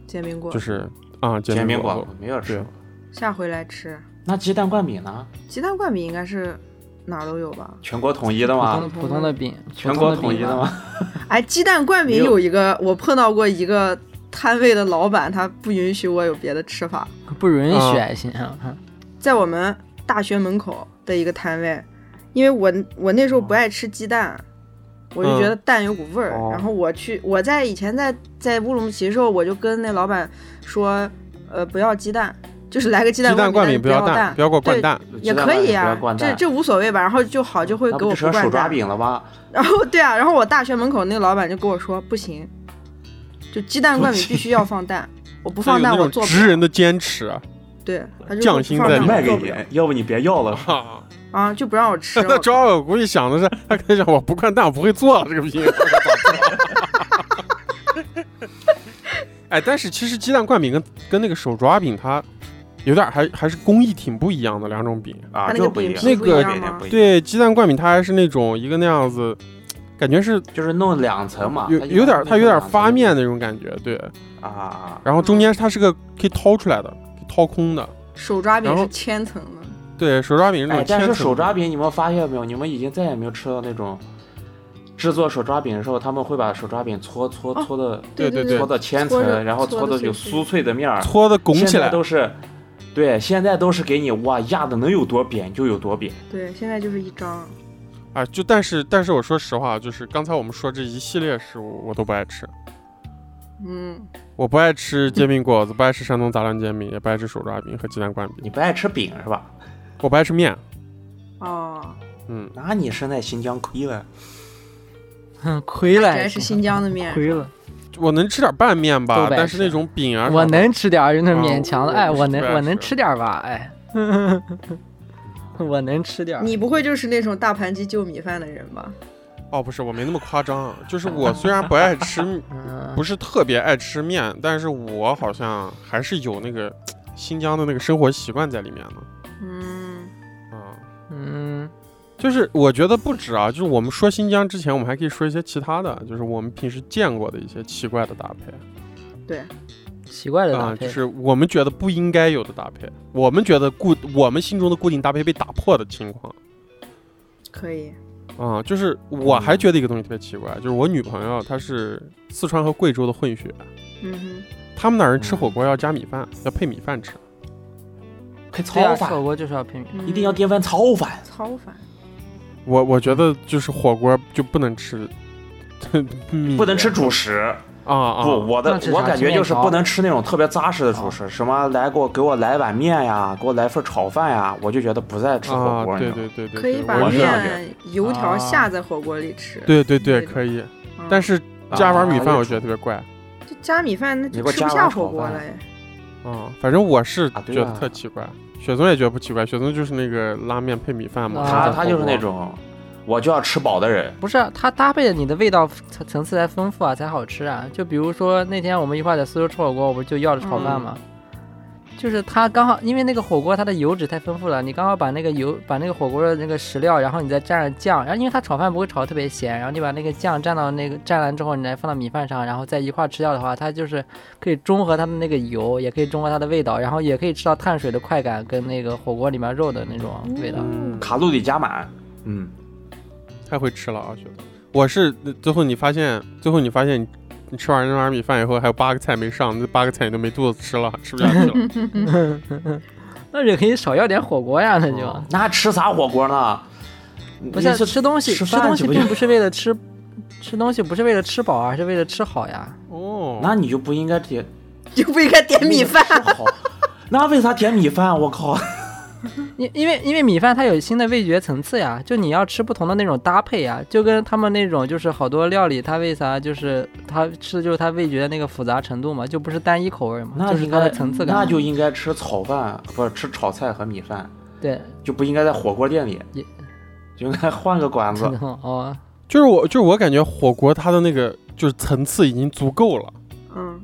Speaker 4: 煎饼果
Speaker 2: 就，是啊煎
Speaker 5: 煎饼
Speaker 2: 果
Speaker 5: 果子没有吃
Speaker 2: 对
Speaker 5: 过。
Speaker 4: 下回来吃
Speaker 5: 那鸡蛋灌饼呢？
Speaker 4: 鸡蛋灌饼应该是哪儿都有吧？
Speaker 5: 全国统一的
Speaker 3: 普通的
Speaker 5: 吗？
Speaker 3: 普通的饼，
Speaker 5: 全
Speaker 3: 普通
Speaker 5: 国
Speaker 3: 的
Speaker 5: 统一
Speaker 3: 饼
Speaker 5: 的
Speaker 3: 嘛。
Speaker 5: 吗？
Speaker 4: 哎，鸡蛋灌饼
Speaker 5: 没有
Speaker 4: 有一个，我碰到过一个摊位的老板，他不允许我有别的吃法。
Speaker 3: 不允许
Speaker 2: 啊
Speaker 3: 还行啊。
Speaker 4: 在我们大学门口的一个摊位，因为我我那时候不爱吃鸡蛋，我就觉得蛋有股味儿。
Speaker 2: 哦
Speaker 4: 然后我去，我在以前在在乌鲁木齐的时候，我就跟那老板说，呃，不要鸡蛋，就是来个鸡
Speaker 2: 鸡
Speaker 4: 蛋
Speaker 2: 蛋灌
Speaker 4: 灌
Speaker 2: 饼不
Speaker 4: 不要
Speaker 2: 要蛋，不要给我灌蛋。
Speaker 4: 也可以
Speaker 5: 不
Speaker 4: 啊
Speaker 5: 要灌，
Speaker 4: 这
Speaker 5: 蛋，
Speaker 4: 这无所谓吧。然后就好就会
Speaker 5: 那
Speaker 4: 给
Speaker 5: 不
Speaker 4: 我
Speaker 5: 就成
Speaker 4: 不
Speaker 5: 手
Speaker 4: 灌
Speaker 5: 抓
Speaker 4: 蛋。
Speaker 5: 饼了吗？
Speaker 4: *laughs* 然后对啊，然后我大学门口那个老板就跟我说，不行，就鸡
Speaker 2: *laughs*
Speaker 4: 蛋灌饼必须要放蛋，我不
Speaker 2: 这有
Speaker 4: 放
Speaker 2: 那
Speaker 4: 蛋我
Speaker 2: 种
Speaker 4: 做不
Speaker 2: 直
Speaker 4: 了
Speaker 2: 人的坚持啊，
Speaker 4: 对，他就
Speaker 2: 匠
Speaker 4: 说
Speaker 2: 心
Speaker 4: 不放
Speaker 2: 在
Speaker 4: 蛋
Speaker 2: 里
Speaker 5: 卖
Speaker 4: 我
Speaker 5: 给
Speaker 4: 做不
Speaker 5: 你
Speaker 4: 了，
Speaker 5: 要不你别要了。
Speaker 4: *laughs*
Speaker 2: *laughs*
Speaker 4: 啊，就不让我吃。
Speaker 2: 那
Speaker 4: 我
Speaker 2: 主要我估计想的是，他可能想我不灌蛋，我不会做了这个饼。哎，但是其实鸡蛋灌饼跟跟那个手抓饼它有点儿还还是工艺挺不一样的两种饼。
Speaker 5: 啊，
Speaker 4: *laughs* 它那
Speaker 5: 这
Speaker 4: 个
Speaker 5: 不一
Speaker 4: 饼
Speaker 5: 样，
Speaker 4: 皮
Speaker 2: 不一样
Speaker 5: 这一点
Speaker 4: 吗
Speaker 5: 不一样，
Speaker 2: 对，鸡蛋灌饼它还是那种一个那样子，感觉是
Speaker 5: 就是弄两层嘛，
Speaker 2: 有
Speaker 5: 它一般
Speaker 2: 有点儿
Speaker 5: 弄
Speaker 2: 它有点儿
Speaker 5: 两层
Speaker 2: 发面那种感觉，对。
Speaker 5: 啊啊，啊
Speaker 2: 然后中间它是个可以掏出来的，可以掏空的。
Speaker 4: 手抓饼
Speaker 2: 然后
Speaker 4: 是千层的，
Speaker 2: 对，手抓饼是那
Speaker 5: 哎
Speaker 2: 种，千
Speaker 5: 但
Speaker 2: 层
Speaker 5: 是
Speaker 2: 的。
Speaker 5: 手抓饼你们发现没有？你们已经再也没有吃到那种制作手抓饼的时候，他们会把手抓饼搓搓
Speaker 4: 哦
Speaker 5: 搓的
Speaker 2: 对
Speaker 4: 对
Speaker 2: 对
Speaker 5: 搓到千层
Speaker 4: 搓着，
Speaker 5: 然后
Speaker 4: 搓
Speaker 5: 搓
Speaker 4: 得
Speaker 5: 的有
Speaker 4: 碎
Speaker 5: 酥脆的面儿，
Speaker 2: 搓的拱
Speaker 5: 现
Speaker 2: 起
Speaker 5: 在
Speaker 2: 来，
Speaker 5: 都是。对，现在都是给你哇压的能有多扁就有多扁，
Speaker 4: 对，现在就是一张，
Speaker 2: 啊，就但是但是我说实话，就是刚才我们说这一系列食物我都不爱吃，
Speaker 4: 嗯，
Speaker 2: 我不爱吃煎饼果子，不爱吃山东杂粮煎饼，也不爱吃手抓饼和鸡蛋灌饼，
Speaker 5: 你不爱吃饼是吧？
Speaker 2: 我不爱吃面。
Speaker 4: 哦，
Speaker 2: 嗯，
Speaker 5: 那你身在新疆亏了。
Speaker 3: 哼，亏
Speaker 4: 这
Speaker 3: 了
Speaker 4: 还
Speaker 3: 还
Speaker 4: 是
Speaker 3: 行，
Speaker 4: 新疆的面，
Speaker 3: 亏了。
Speaker 2: 我能吃点拌面
Speaker 3: 都
Speaker 2: 吧，
Speaker 3: 不爱
Speaker 2: 但是
Speaker 3: 吃
Speaker 2: 那种饼啊，
Speaker 3: 我能吃点儿，有点勉强了。
Speaker 2: 啊
Speaker 3: 哎，
Speaker 2: 我
Speaker 3: 我
Speaker 2: 不是
Speaker 3: 能
Speaker 2: 特别爱
Speaker 3: 我能
Speaker 2: 吃
Speaker 3: 吃点儿吧？哎， *laughs* 我能吃
Speaker 2: 啊
Speaker 3: 点儿。
Speaker 4: 你不会就是那种大盘鸡就米饭的人吧？
Speaker 2: 哦，不是，我没那么夸张啊，就是我虽然不爱吃，
Speaker 3: 嗯
Speaker 2: 不是特别爱吃面，但是我好像还是有那个新疆的那个生活习惯在里面的
Speaker 4: 嗯，
Speaker 2: 啊。
Speaker 3: 嗯，
Speaker 2: 就是我觉得不止啊，就是我们说新疆之前，我们还可以说一些其他的，就是我们平时见过的一些奇怪的搭配。
Speaker 4: 对，
Speaker 3: 奇怪的搭
Speaker 2: 啊，
Speaker 3: 配，
Speaker 2: 就是我们觉得不应该有的搭配，我们觉得固我们心中的固定搭配被打破的情况
Speaker 4: 可以。
Speaker 2: 啊，就是我还觉得一个东西特别奇怪，就是我女朋友她是四川和贵州的混血，
Speaker 4: 嗯
Speaker 2: 他们那儿人吃火锅要加米饭，要配米饭吃。
Speaker 5: 配
Speaker 3: 对
Speaker 5: 糙
Speaker 3: 啊，吃火
Speaker 5: 饭，
Speaker 3: 锅就是要配米饭。
Speaker 4: 哼，
Speaker 5: 一定要点碗糙饭。
Speaker 4: 超凡。
Speaker 2: 我我觉得就是火锅就不能吃， *laughs* 米
Speaker 5: 不能吃主食，
Speaker 2: 啊啊！
Speaker 5: 不，我
Speaker 3: 那
Speaker 5: 的
Speaker 3: 吃啥
Speaker 5: 我感觉就是
Speaker 3: 吃面条
Speaker 5: 不能吃那种特别扎实的
Speaker 2: 哦
Speaker 5: 主食，什么来给我给我来碗面呀，给我来份炒饭呀，我就觉得不再吃火
Speaker 2: 啊，
Speaker 5: 锅
Speaker 2: 对
Speaker 5: 了。
Speaker 2: 对对对，
Speaker 4: 可以
Speaker 2: 对
Speaker 4: 把
Speaker 2: 我
Speaker 5: 是
Speaker 2: 是
Speaker 5: 这样
Speaker 4: 面油条
Speaker 5: 啊
Speaker 4: 下在火锅里吃，
Speaker 2: 对对对
Speaker 4: 对
Speaker 2: 可以，
Speaker 4: 嗯
Speaker 2: 但是加碗米
Speaker 5: 啊
Speaker 2: 饭我觉得特别怪
Speaker 4: 就加米饭那
Speaker 5: 你
Speaker 4: 就
Speaker 5: 给我
Speaker 4: 吃
Speaker 5: 加
Speaker 4: 不下
Speaker 5: 碗炒
Speaker 4: 火锅
Speaker 5: 饭
Speaker 4: 了呀。 *laughs*
Speaker 2: 啊，反正我是
Speaker 5: 啊
Speaker 2: 觉
Speaker 5: 对
Speaker 2: 得
Speaker 5: 啊
Speaker 2: 特奇怪。雪松也觉得不奇怪，雪松就是那个拉面配米饭嘛，
Speaker 3: 啊
Speaker 5: 他
Speaker 2: 在
Speaker 5: 他
Speaker 2: 火
Speaker 5: 就是
Speaker 2: 锅
Speaker 5: 那种我就要吃饱的人，
Speaker 3: 不是啊，它搭配的你的味道层层次才丰富啊，才好吃啊。就比如说那天我们一块儿在苏州吃火锅，我不就要了炒饭吗？就是它刚好，因为那个火锅它的油脂太丰富了，你刚好把那个油把那个火锅的那个食料，然后你再蘸上酱，然后因为它炒饭不会炒得特别咸，然后你把那个酱蘸到那个蘸完之后，你再放到米饭上，然后再一块儿吃掉的话，它就是可以中和它的那个油，也可以中和它的味道，然后也可以吃到碳水的快感跟那个火锅里面肉的那种味道。
Speaker 2: 嗯
Speaker 5: 卡路里加满。嗯，
Speaker 2: 太会吃了啊，雪松。我是最后你发现，最后你发现你你吃完那碗米饭以后，还有八个菜没上，那八个菜你都没肚子吃了，吃不下去
Speaker 5: *laughs*
Speaker 2: 了。
Speaker 3: 那也可以少要点火锅呀，那就。
Speaker 2: 哦
Speaker 5: 那吃啥火锅呢？
Speaker 3: 不是
Speaker 5: 你
Speaker 3: 吃东西，
Speaker 5: 吃
Speaker 3: 吃
Speaker 5: 饭
Speaker 3: 东
Speaker 5: 去
Speaker 3: 西
Speaker 5: 不
Speaker 3: 并
Speaker 5: 就
Speaker 3: 不是为了吃，吃东西不是为了吃饱啊，是为了吃好呀。
Speaker 2: 哦，
Speaker 5: 那你就不应该
Speaker 3: *laughs*
Speaker 5: 点
Speaker 4: 就不应该点米饭。
Speaker 5: 好，那为啥点米饭？我靠！
Speaker 3: 因因为因为米饭它有新的味觉层次呀，就你要吃不同的那种搭配呀，就跟他们那种就是好多料理，它为啥就是它吃的就是它味觉的那个复杂程度嘛，就不是单一口味嘛，
Speaker 5: 那
Speaker 3: 就是
Speaker 5: 应
Speaker 3: 它
Speaker 5: 该
Speaker 3: 的层次感嘛。啊
Speaker 5: 那就应该吃炒饭，不是吃炒菜和米饭，
Speaker 3: 对，
Speaker 5: 就不应该在火锅店里
Speaker 3: 也，
Speaker 5: 就应该换个馆子。
Speaker 3: *laughs* 哦，
Speaker 2: 就是我就是我感觉火锅它的那个就是层次已经足够了
Speaker 4: 嗯，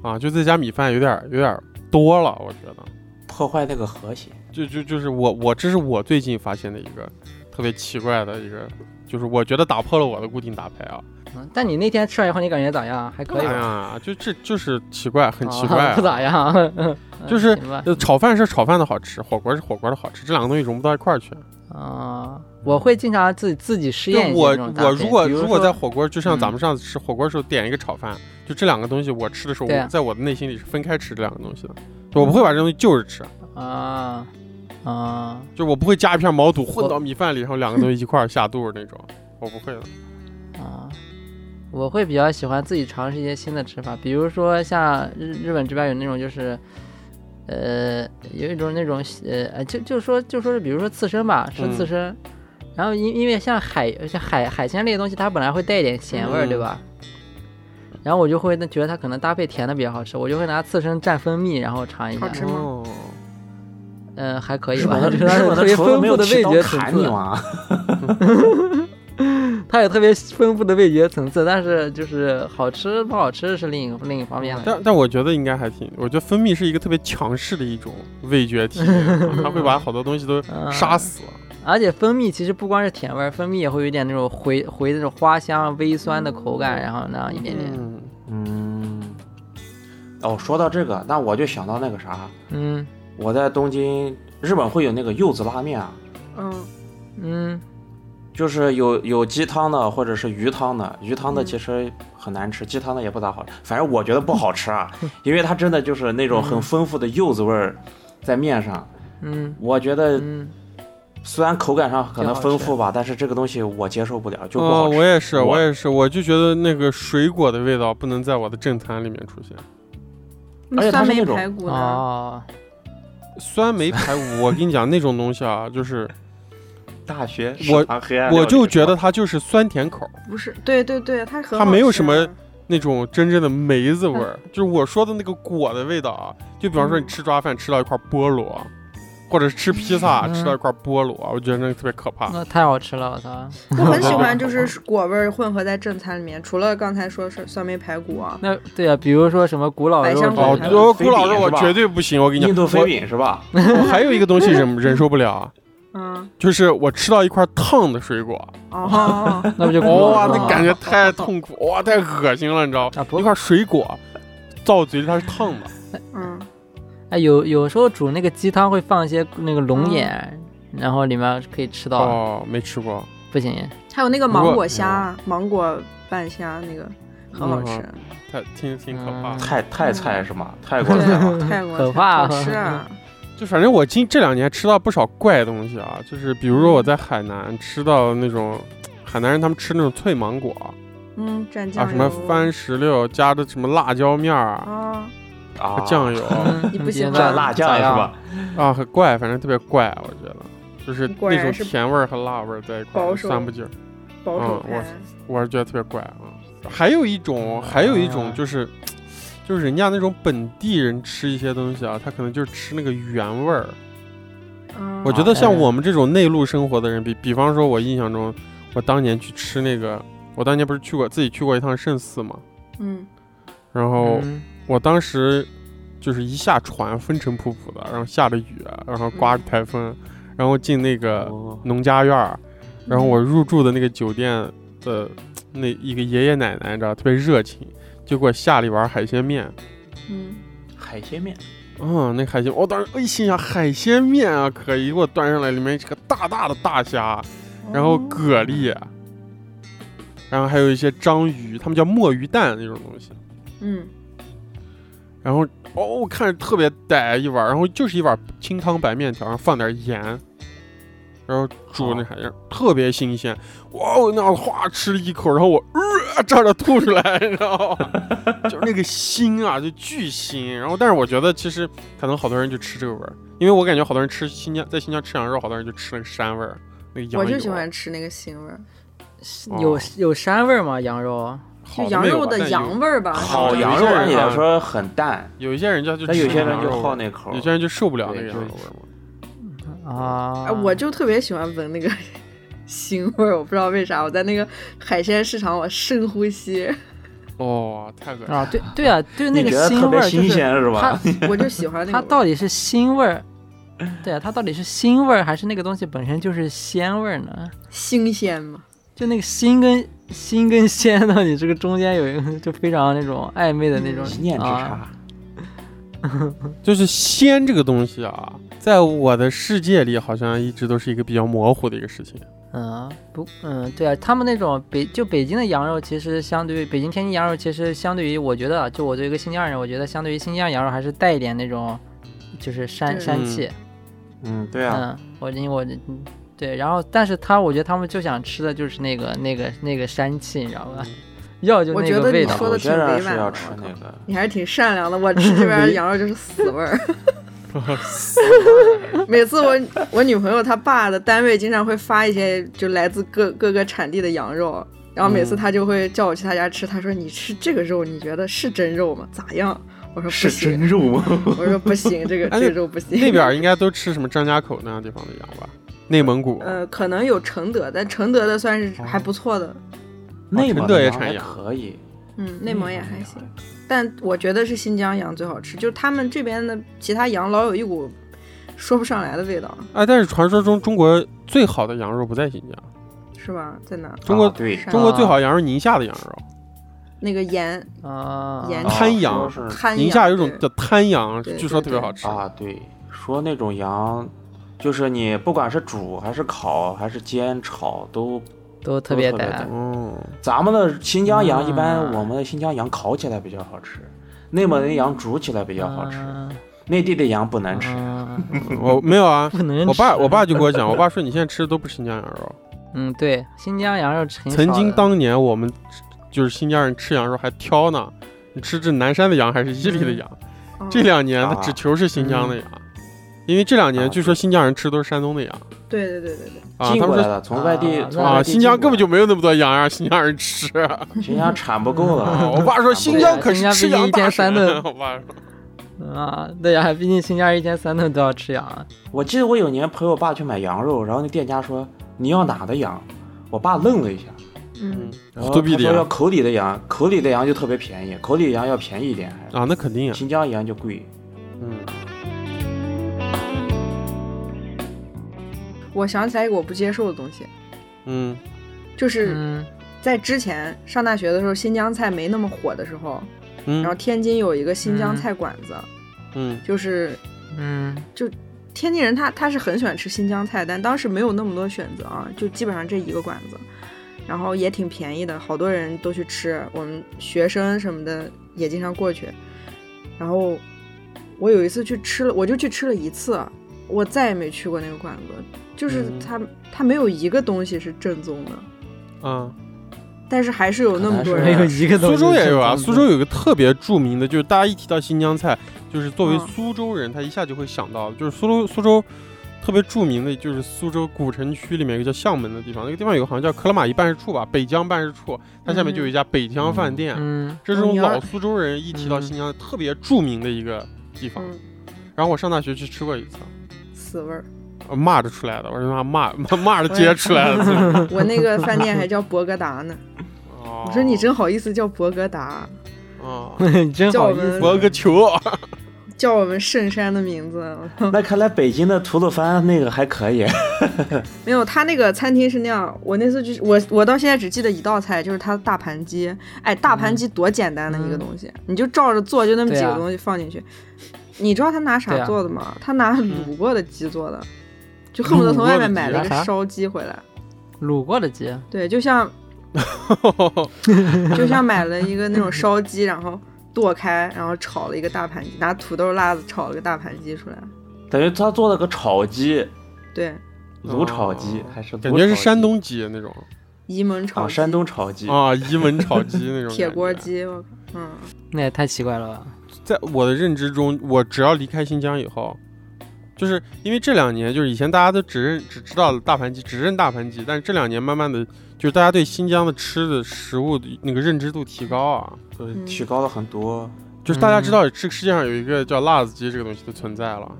Speaker 2: 啊，就再加米饭有点有点多了，我觉得。
Speaker 5: 破坏那个和谐。
Speaker 2: 就就就是我我这是我最近发现的一个特别奇怪的一个，就是我觉得打破了我的固定搭配啊。
Speaker 3: 嗯但你那天吃完以后，你感觉咋样？还可以
Speaker 2: 哎
Speaker 3: 吧，
Speaker 2: 呀，就这就是奇怪，很奇
Speaker 3: 哦
Speaker 2: 怪啊、
Speaker 3: 不咋样， *laughs* 嗯
Speaker 2: 就是
Speaker 3: 行吧
Speaker 2: 呃炒饭是炒饭的好吃，火锅是火锅的好吃，这两个东西融不到一块儿去。
Speaker 3: 啊，我会经常自己自己试
Speaker 2: 就
Speaker 3: 验一些
Speaker 2: 我
Speaker 3: 这种搭
Speaker 2: 我
Speaker 3: 配
Speaker 2: 如果
Speaker 3: 比
Speaker 2: 如
Speaker 3: 说
Speaker 2: 果在火锅，就像咱
Speaker 3: 嗯
Speaker 2: 们上次吃火锅的时候点一个炒饭，就这两个东西我吃的时候，
Speaker 3: 对
Speaker 2: 我
Speaker 3: 啊
Speaker 2: 在我的内心里是分开吃这两个东西的，就我不会把这东西就着吃，
Speaker 3: 啊啊。
Speaker 2: 就我不会加一片毛肚混
Speaker 3: 我
Speaker 2: 到米饭里，然后两个东西一块儿下肚那种，我不
Speaker 3: *laughs*
Speaker 2: 会的。
Speaker 3: 啊，我会比较喜欢自己尝试一些新的吃法，比如说像日日本这边有那种就是，呃，有一种那种呃，呃就就说就说是比如说刺身吧，吃
Speaker 2: 嗯
Speaker 3: 刺身，然后因因为像海像海海鲜类的东西，它本来会带一点咸味儿，对
Speaker 2: 嗯
Speaker 3: 吧？然后我就会那觉得它可能搭配甜的比较好吃，我就会拿刺身蘸蜂蜜，然后尝一
Speaker 4: 好
Speaker 3: 下，
Speaker 4: 吃吗
Speaker 2: 哦
Speaker 3: 嗯、还可以
Speaker 5: 日
Speaker 3: 吧
Speaker 5: 本的，*laughs*
Speaker 3: 就
Speaker 5: 日
Speaker 3: 是它有
Speaker 5: 本
Speaker 3: 特
Speaker 5: 的
Speaker 3: 别
Speaker 5: 厨子
Speaker 3: 丰
Speaker 5: 没
Speaker 3: 富
Speaker 5: 有
Speaker 3: 的味
Speaker 5: 提
Speaker 3: 觉
Speaker 5: 刀
Speaker 3: 层
Speaker 5: 砍
Speaker 3: 次
Speaker 5: 你。
Speaker 3: *laughs*
Speaker 5: 吗？
Speaker 3: 它有特别丰富的味觉层次，但是就是好吃不好吃是另一另一方面了。
Speaker 2: 嗯但但我觉得应该还挺，我觉得分泌是一个特别强势的一种味觉体
Speaker 3: *laughs*
Speaker 2: 验啊，它会把好多东西都
Speaker 3: 嗯
Speaker 2: 杀死。
Speaker 3: 而且蜂蜜其实不光是甜味儿，蜂蜜也会有一点那种回回那种花香、微酸的口感，然后那样一点点。
Speaker 2: 嗯，
Speaker 5: 嗯，哦，说到这个，那我就想到那个啥，
Speaker 3: 嗯
Speaker 5: 我在东京，日本会有那个柚子拉面啊，
Speaker 4: 嗯，
Speaker 3: 嗯
Speaker 5: 就是有有鸡汤的，或者是鱼汤的。鱼汤
Speaker 2: 嗯
Speaker 5: 的其实很难吃，鸡汤的也不咋好吃。反正我觉得不好吃
Speaker 2: *laughs*
Speaker 5: 啊，因为它真的就是那种
Speaker 2: 嗯
Speaker 5: 很丰富的柚子味儿在面上。
Speaker 3: 嗯
Speaker 5: 我觉得
Speaker 3: 嗯，
Speaker 5: 虽然口感上可能
Speaker 3: 挺好吃
Speaker 5: 丰富吧，但是这个东西我接受不了，就不
Speaker 2: 哦，
Speaker 5: 好吃。
Speaker 2: 我也是，
Speaker 5: 我
Speaker 2: 我也是，我就觉得那个水果的味道不能在我的正餐里面出现。
Speaker 5: 而且它
Speaker 4: 酸
Speaker 5: 是
Speaker 4: 梅
Speaker 5: 那种
Speaker 4: 排骨
Speaker 5: 啊
Speaker 4: 呢？
Speaker 3: 哦，
Speaker 5: *laughs*
Speaker 2: 酸梅排骨，我跟你讲，那种东西啊，就是
Speaker 5: 大学
Speaker 2: 我
Speaker 5: 食堂黑暗料
Speaker 2: 我
Speaker 5: 理
Speaker 2: 就
Speaker 5: 是吧
Speaker 2: 觉得它就是酸甜口儿，
Speaker 4: 不是，对对对，它很
Speaker 2: 它没有
Speaker 4: 好吃
Speaker 2: 什么
Speaker 4: 啊
Speaker 2: 那种真正的梅子味儿，
Speaker 3: *laughs*
Speaker 2: 就是我说的那个果的味道啊。就比方
Speaker 3: 嗯
Speaker 2: 说你吃抓饭吃到一块菠萝，或者是吃披萨
Speaker 3: 嗯
Speaker 2: 吃到一块菠萝，我觉得那个特别可怕。
Speaker 3: 那太好吃了，我操！
Speaker 4: 啊
Speaker 2: *laughs*
Speaker 4: 我很喜欢，就是果味儿混合在正餐里面。除了刚才说是酸梅排骨啊，
Speaker 3: 那对啊，比如说什么古老
Speaker 4: 百
Speaker 3: 肉
Speaker 4: 香
Speaker 3: 之
Speaker 2: 哦
Speaker 5: 嗯
Speaker 3: 类的，
Speaker 4: 果
Speaker 5: 还，
Speaker 2: 我
Speaker 5: 飞
Speaker 2: 古老
Speaker 5: 饼
Speaker 2: 肉我
Speaker 5: 是吧
Speaker 2: 绝对不行，我跟你讲，
Speaker 5: 印度
Speaker 2: 我嗯
Speaker 5: 飞饼是吧？
Speaker 2: 我还有一个东西忍忍受不了啊，
Speaker 4: 嗯，
Speaker 2: 就是我吃到一块烫的水果， *laughs*
Speaker 4: 哦，
Speaker 3: 那不就古老
Speaker 5: 哎
Speaker 2: 哇、
Speaker 3: 肉
Speaker 2: 那
Speaker 3: 吗
Speaker 2: 感觉太痛苦，哇，太恶心了，你知道吗？
Speaker 3: 啊不
Speaker 2: 一块水果到嘴里它是烫的。
Speaker 4: 嗯，
Speaker 3: 哎，有有时候煮那个鸡汤会放一些那个龙眼，然后里面可以吃到，
Speaker 2: 哦，没吃过。
Speaker 3: 不行，
Speaker 4: 还有那个
Speaker 2: 不过嗯
Speaker 4: 芒果虾，芒果拌虾那个很好吃，
Speaker 5: 嗯
Speaker 2: 它听着挺可怕的。
Speaker 5: 泰泰菜是吗？泰国菜
Speaker 2: *laughs*
Speaker 5: 吗？
Speaker 4: 对，泰
Speaker 3: *laughs*
Speaker 4: 国
Speaker 3: 可
Speaker 4: 菜
Speaker 3: 怕
Speaker 4: 好吃啊，
Speaker 2: 就反正我今这两年吃到不少怪东西啊，就是比如说我在海南吃到那种海南人他们吃那种脆芒果
Speaker 4: 嗯，蘸
Speaker 2: 啊，
Speaker 4: 酱
Speaker 2: 什
Speaker 4: 油
Speaker 2: 么番石榴加的什么辣椒面儿啊、
Speaker 4: 啊，
Speaker 5: 啊，
Speaker 2: 酱油
Speaker 5: *laughs*
Speaker 4: 你不喜
Speaker 3: 嗯行
Speaker 4: 欢
Speaker 5: 蘸辣酱是吧？？
Speaker 2: 啊，很怪，反正特别怪，我觉得就是
Speaker 4: 果
Speaker 2: 那
Speaker 4: 然
Speaker 2: 种
Speaker 4: 是
Speaker 2: 甜味儿和辣味儿在一块
Speaker 4: 保
Speaker 2: 儿
Speaker 4: 守
Speaker 2: 三不劲儿。
Speaker 4: 保守
Speaker 2: 嗯我
Speaker 4: 派，
Speaker 2: 我是觉得特别怪啊。还有一种，还有一种就是，就是人家那种本地人吃一些东西啊，他可能就是吃那个原味儿。
Speaker 4: 嗯
Speaker 2: 我觉得像
Speaker 3: 哎
Speaker 2: 我们这种内陆生活的人，比比方说，我印象中，我当年去吃那个，我当年不是去过自己去过一趟圣寺嘛，
Speaker 4: 嗯
Speaker 2: 然后
Speaker 3: 嗯
Speaker 2: 我当时就是一下船，风尘仆仆的，然后下着雨，啊然后刮着台风，然后进那个
Speaker 5: 哦
Speaker 2: 农家院儿，
Speaker 4: 嗯
Speaker 2: 然后我入住的那个酒店的那一个爷爷奶奶，你知道特别热情，就给我下了一碗海鲜面。
Speaker 4: 嗯，
Speaker 5: 海鲜面，
Speaker 2: 嗯，那海鲜，我当时哎心想海鲜面啊，可以，给我端上来，里面是个大大的大虾，然后
Speaker 4: 哦
Speaker 2: 蛤蜊，然后还有一些章鱼，他们叫墨鱼蛋那种东西。
Speaker 4: 嗯
Speaker 2: 然后哦，我看着特别呆一碗，然后就是一碗清汤白面条，然后放点盐，然后煮那海鲜，特别新鲜。哇，我那样哗吃了一口，然后我呃差点吐出来，你知道吗？ *laughs* 就是那个腥啊，就巨腥。然后，但是我觉得其实可能好多人就吃这个味儿，因为我感觉好多人吃新疆，在新疆吃羊肉，好多人就吃那个膻味儿，那个羊
Speaker 4: 我
Speaker 2: 油。啊
Speaker 4: 就喜欢吃那个腥味儿，
Speaker 3: 有
Speaker 2: 哦
Speaker 3: 有膻味儿吗？羊肉？
Speaker 2: 好的
Speaker 4: 就羊
Speaker 2: 没有
Speaker 4: 肉
Speaker 2: 吧
Speaker 4: 的
Speaker 2: 但
Speaker 4: 羊味儿吧，
Speaker 5: 烤
Speaker 2: 有
Speaker 5: 羊肉
Speaker 2: 些人
Speaker 5: 按理
Speaker 2: 啊
Speaker 5: 来说很淡，
Speaker 2: 有有一些人家就
Speaker 5: 但有
Speaker 2: 吃
Speaker 5: 些人
Speaker 2: 羊
Speaker 5: 就
Speaker 2: 肉
Speaker 5: 好
Speaker 2: 味
Speaker 5: 那口
Speaker 2: 儿，有些人就受不了那个
Speaker 5: 对
Speaker 2: 羊
Speaker 5: 就
Speaker 2: 肉
Speaker 5: 是
Speaker 2: 味儿嘛。
Speaker 3: 啊
Speaker 4: 哎，，我就特别喜欢闻那个 *laughs* 腥味儿，我不知道为啥。我在那个海鲜市场，我深呼吸， *laughs*
Speaker 2: 哦，太恶心了。
Speaker 3: 啊，对对啊，对那
Speaker 5: 你
Speaker 3: 个
Speaker 5: 觉得特
Speaker 3: 腥味
Speaker 5: 别
Speaker 3: 儿，就
Speaker 5: 新
Speaker 3: 是
Speaker 5: 鲜是
Speaker 3: 它
Speaker 5: 吧？
Speaker 4: 我就
Speaker 5: *laughs*
Speaker 4: 喜欢那个味
Speaker 3: 它
Speaker 4: 儿。
Speaker 3: 到底是腥味儿，对啊，它到底是腥味儿还是那个东西本身就是鲜味儿呢？
Speaker 4: 新鲜嘛，
Speaker 3: 就那个腥跟腥跟鲜到底这个中间有一个就非常那种暧昧的那种
Speaker 5: 一嗯 *laughs* 念之
Speaker 3: 啊，
Speaker 5: 差，
Speaker 2: 就是鲜这个东西啊，在我的世界里好像一直都是一个比较模糊的一个事情。
Speaker 4: *laughs*
Speaker 3: 嗯，不，嗯，对啊，他们那种北就北京的羊肉，其实相对于北京天津羊肉，其实相对于我觉得，啊，就我作为一个新疆人，我觉得相对于新疆羊肉还是带一点那种就是膻
Speaker 4: 对
Speaker 3: 膻气，
Speaker 5: 嗯，对啊，
Speaker 3: 嗯，我因为我嗯对，然后但是他我觉得他们就想吃的就是那个那个那个膻气，你知道吧？要就
Speaker 4: 嗯我
Speaker 3: 那
Speaker 4: 觉
Speaker 3: 个
Speaker 4: 得
Speaker 3: 味
Speaker 4: 你
Speaker 3: 道，
Speaker 4: 说的
Speaker 5: 有
Speaker 4: 挺
Speaker 5: 些人
Speaker 4: 委
Speaker 5: 是
Speaker 4: 婉
Speaker 5: 要
Speaker 4: 的
Speaker 5: 吃
Speaker 4: 我靠
Speaker 5: 那个，
Speaker 4: 你还是挺善良的。我吃这边羊肉就是死味儿。 *laughs* 每次我我女朋友她爸的单位经常会发一些就来自各各个产地的羊肉，然后每次她就会叫我去她家吃，她说你吃这个肉，你觉得是真肉吗？咋样？我说不
Speaker 5: 是真
Speaker 4: 行，
Speaker 5: 肉吗？ *laughs*
Speaker 4: 我说不行，这个
Speaker 2: 哎
Speaker 4: 这个肉不行。
Speaker 2: 那边儿应该都吃什么张家口那样地方的羊吧？内蒙古，
Speaker 4: 呃，可能有承德，但承德的算是还不错的，
Speaker 5: 内蒙
Speaker 2: 承德
Speaker 5: 的
Speaker 2: 也
Speaker 5: 羊
Speaker 2: 产
Speaker 5: 还
Speaker 2: 羊
Speaker 5: 可以，
Speaker 4: 嗯，内蒙也还行
Speaker 5: 内。蒙
Speaker 4: 但我觉得是新疆羊最好吃，就是他们这边的其他羊老有一股说不上来的味道，
Speaker 2: 哎，但是传说中中国最好的羊肉不在新疆，
Speaker 4: 哦是吧？在哪？
Speaker 2: 中国
Speaker 5: 啊对
Speaker 4: 山
Speaker 2: 中国最好的羊肉宁夏的羊肉，
Speaker 4: 那个盐
Speaker 3: 啊，
Speaker 4: 盐
Speaker 5: 啊
Speaker 2: 滩羊
Speaker 5: 说是
Speaker 4: 滩羊，
Speaker 2: 嗯宁夏有一种叫
Speaker 4: 对
Speaker 2: 滩羊，
Speaker 4: 对
Speaker 2: 据说特别好吃。
Speaker 5: 啊，对，说那种羊，就是你不管是煮还是烤还是煎炒都，
Speaker 3: 都特别
Speaker 5: 都特别
Speaker 3: 带
Speaker 5: 带。
Speaker 2: 哦，
Speaker 5: 咱们的新疆羊一般，
Speaker 3: 啊
Speaker 5: 我们的新疆羊烤起来比较好吃，内蒙的羊煮起来比较好吃，
Speaker 3: 嗯
Speaker 5: 内地的羊不能吃。 *laughs*
Speaker 3: 嗯
Speaker 2: 我没有啊，
Speaker 3: 不能吃。
Speaker 2: 我爸我爸就跟我讲，我爸说你现在吃的都不是新疆羊肉。
Speaker 3: 嗯，对，新疆羊肉挺少的
Speaker 2: 曾经当年我们吃就是新疆人吃羊肉还挑呢，你吃这南山的羊还是伊犁的
Speaker 3: 嗯
Speaker 2: 羊？
Speaker 4: 哦
Speaker 2: 这两年他
Speaker 5: 啊
Speaker 2: 只求是新疆的羊，因为这两年
Speaker 5: 啊
Speaker 2: 据说新疆人吃的都是山东的羊
Speaker 4: 对对对对对，
Speaker 2: 啊，
Speaker 5: 进
Speaker 2: 他
Speaker 5: 过
Speaker 2: 们
Speaker 5: 来
Speaker 2: 说
Speaker 5: 的，从外地
Speaker 3: 嗯啊
Speaker 5: 从
Speaker 2: 啊，
Speaker 5: 外地
Speaker 2: 新疆
Speaker 5: 进
Speaker 2: 根
Speaker 5: 过
Speaker 2: 本就没有那么多羊让啊新疆人吃。
Speaker 5: 来新疆产不够 *laughs*
Speaker 2: 啊
Speaker 5: 了。
Speaker 2: 我爸说
Speaker 5: 啊
Speaker 2: 新疆可
Speaker 3: 对啊
Speaker 2: 是吃
Speaker 3: 新疆毕
Speaker 2: 羊
Speaker 3: 竟一天
Speaker 2: 大
Speaker 3: 三
Speaker 2: 省
Speaker 3: 顿。
Speaker 2: 我爸说
Speaker 3: 啊，对呀、毕竟新疆人一天三顿都要吃羊啊。
Speaker 5: 我记得我有年陪我爸去买羊肉，然后那店家说你要哪的羊，我爸愣了一下，
Speaker 4: 嗯，
Speaker 5: 然后
Speaker 2: 虎头皮
Speaker 5: 他
Speaker 2: 的
Speaker 5: 说
Speaker 2: 羊
Speaker 5: 要口里的羊，口里的羊就特别便宜，口里的羊要便宜一点，还
Speaker 2: 啊，那肯定呀，
Speaker 5: 新疆羊就贵。
Speaker 2: 嗯，
Speaker 4: 我想起来一个我不接受的东西，
Speaker 2: 嗯
Speaker 4: 就是
Speaker 3: 嗯，
Speaker 4: 在之前上大学的时候，新疆菜没那么火的时候，
Speaker 2: 嗯
Speaker 4: 然后天津有一个新疆
Speaker 3: 嗯
Speaker 4: 菜馆子，
Speaker 2: 嗯
Speaker 4: 就是
Speaker 3: 嗯，
Speaker 4: 天津人他他是很喜欢吃新疆菜，但当时没有那么多选择啊，就基本上这一个馆子，然后也挺便宜的，好多人都去吃，我们学生什么的也经常过去。然后我有一次去吃了，我就去吃了一次，啊我再也没去过那个馆子，就是
Speaker 2: 嗯
Speaker 4: 他他没有一个东西是正宗的，
Speaker 2: 啊，
Speaker 4: 但是还是有那么多
Speaker 5: 可能
Speaker 4: 人
Speaker 5: 是
Speaker 3: 一个
Speaker 2: 苏州也有啊，苏州
Speaker 3: 有
Speaker 2: 有一个特别著名的，就是大家一提到新疆菜，就是作为
Speaker 4: 嗯
Speaker 2: 苏州人，他一下就会想到，就是苏州苏州特别著名的，就是苏州古城区里面有一个叫象门的地方，那个地方有个好像叫克拉玛依办事处吧，北疆办事处，啊它下面就有一家北疆饭店，
Speaker 3: 嗯
Speaker 2: 这是我
Speaker 4: 嗯
Speaker 2: 们
Speaker 4: 你
Speaker 2: 老
Speaker 4: 要
Speaker 2: 苏州人一提到新疆特别著名的一个地方。
Speaker 4: 嗯
Speaker 2: 然后我上大学去吃过一次，
Speaker 4: 死味儿。
Speaker 2: 我骂着出来的，我他妈骂骂骂着街出来的。
Speaker 4: 我那个饭店还叫博
Speaker 2: *laughs*
Speaker 4: 格达呢，
Speaker 2: 哦
Speaker 4: *laughs* 我说你真好意思叫博格达，
Speaker 2: 哦，
Speaker 3: 真
Speaker 4: 叫
Speaker 3: 好
Speaker 4: 我
Speaker 3: 意思，
Speaker 4: 们
Speaker 2: 我个球 *laughs* 啊！
Speaker 4: 叫我们圣山的名字，
Speaker 5: 那看来北京的吐鲁番那个还可
Speaker 2: *laughs*
Speaker 5: 以，
Speaker 4: 没有，他那个餐厅是那样。我那次就是我，我到现在只记得一道菜，就是他的大盘鸡。哎，大盘
Speaker 3: 嗯
Speaker 4: 鸡多简单的一个东西，你就照着做，就那么几
Speaker 3: 对
Speaker 4: 个
Speaker 3: 啊
Speaker 4: 东西放进去。你知道他拿
Speaker 3: 对
Speaker 4: 啥
Speaker 3: 啊嗯
Speaker 4: 做的吗？他拿卤过的鸡做的，就恨不得从外面买了
Speaker 3: 卤过的鸡
Speaker 4: 一个
Speaker 3: 啊
Speaker 4: 烧鸡回来。
Speaker 3: 卤过的鸡，
Speaker 4: 对，就像就像买了一个那种烧鸡，然后剁开，然后炒了一个大盘鸡，拿土豆辣子炒了个大盘鸡出来。
Speaker 5: 等于他做了个炒鸡，
Speaker 4: 对，
Speaker 3: 哦
Speaker 5: 卤炒鸡还是卤
Speaker 2: 哦感觉是
Speaker 5: 炒鸡
Speaker 2: 山东鸡那种
Speaker 4: 沂蒙炒
Speaker 5: 啊，
Speaker 4: 鸡
Speaker 5: 山东炒鸡，
Speaker 4: *laughs*
Speaker 2: 啊，伊文炒鸡那种感觉
Speaker 4: 铁锅。鸡，我靠嗯。
Speaker 3: 那也太奇怪了吧？
Speaker 2: 在我的认知中，我只要离开新疆以后，就是因为这两年，就是以前大家都只认只知道大盘鸡，只认大盘鸡，但是这两年慢慢的，就是大家对新疆的吃的食物的那个认知度提高啊，
Speaker 5: 就是提高了很多
Speaker 2: 就是大家知道这个世界上有一个叫辣子鸡这个东西的存在了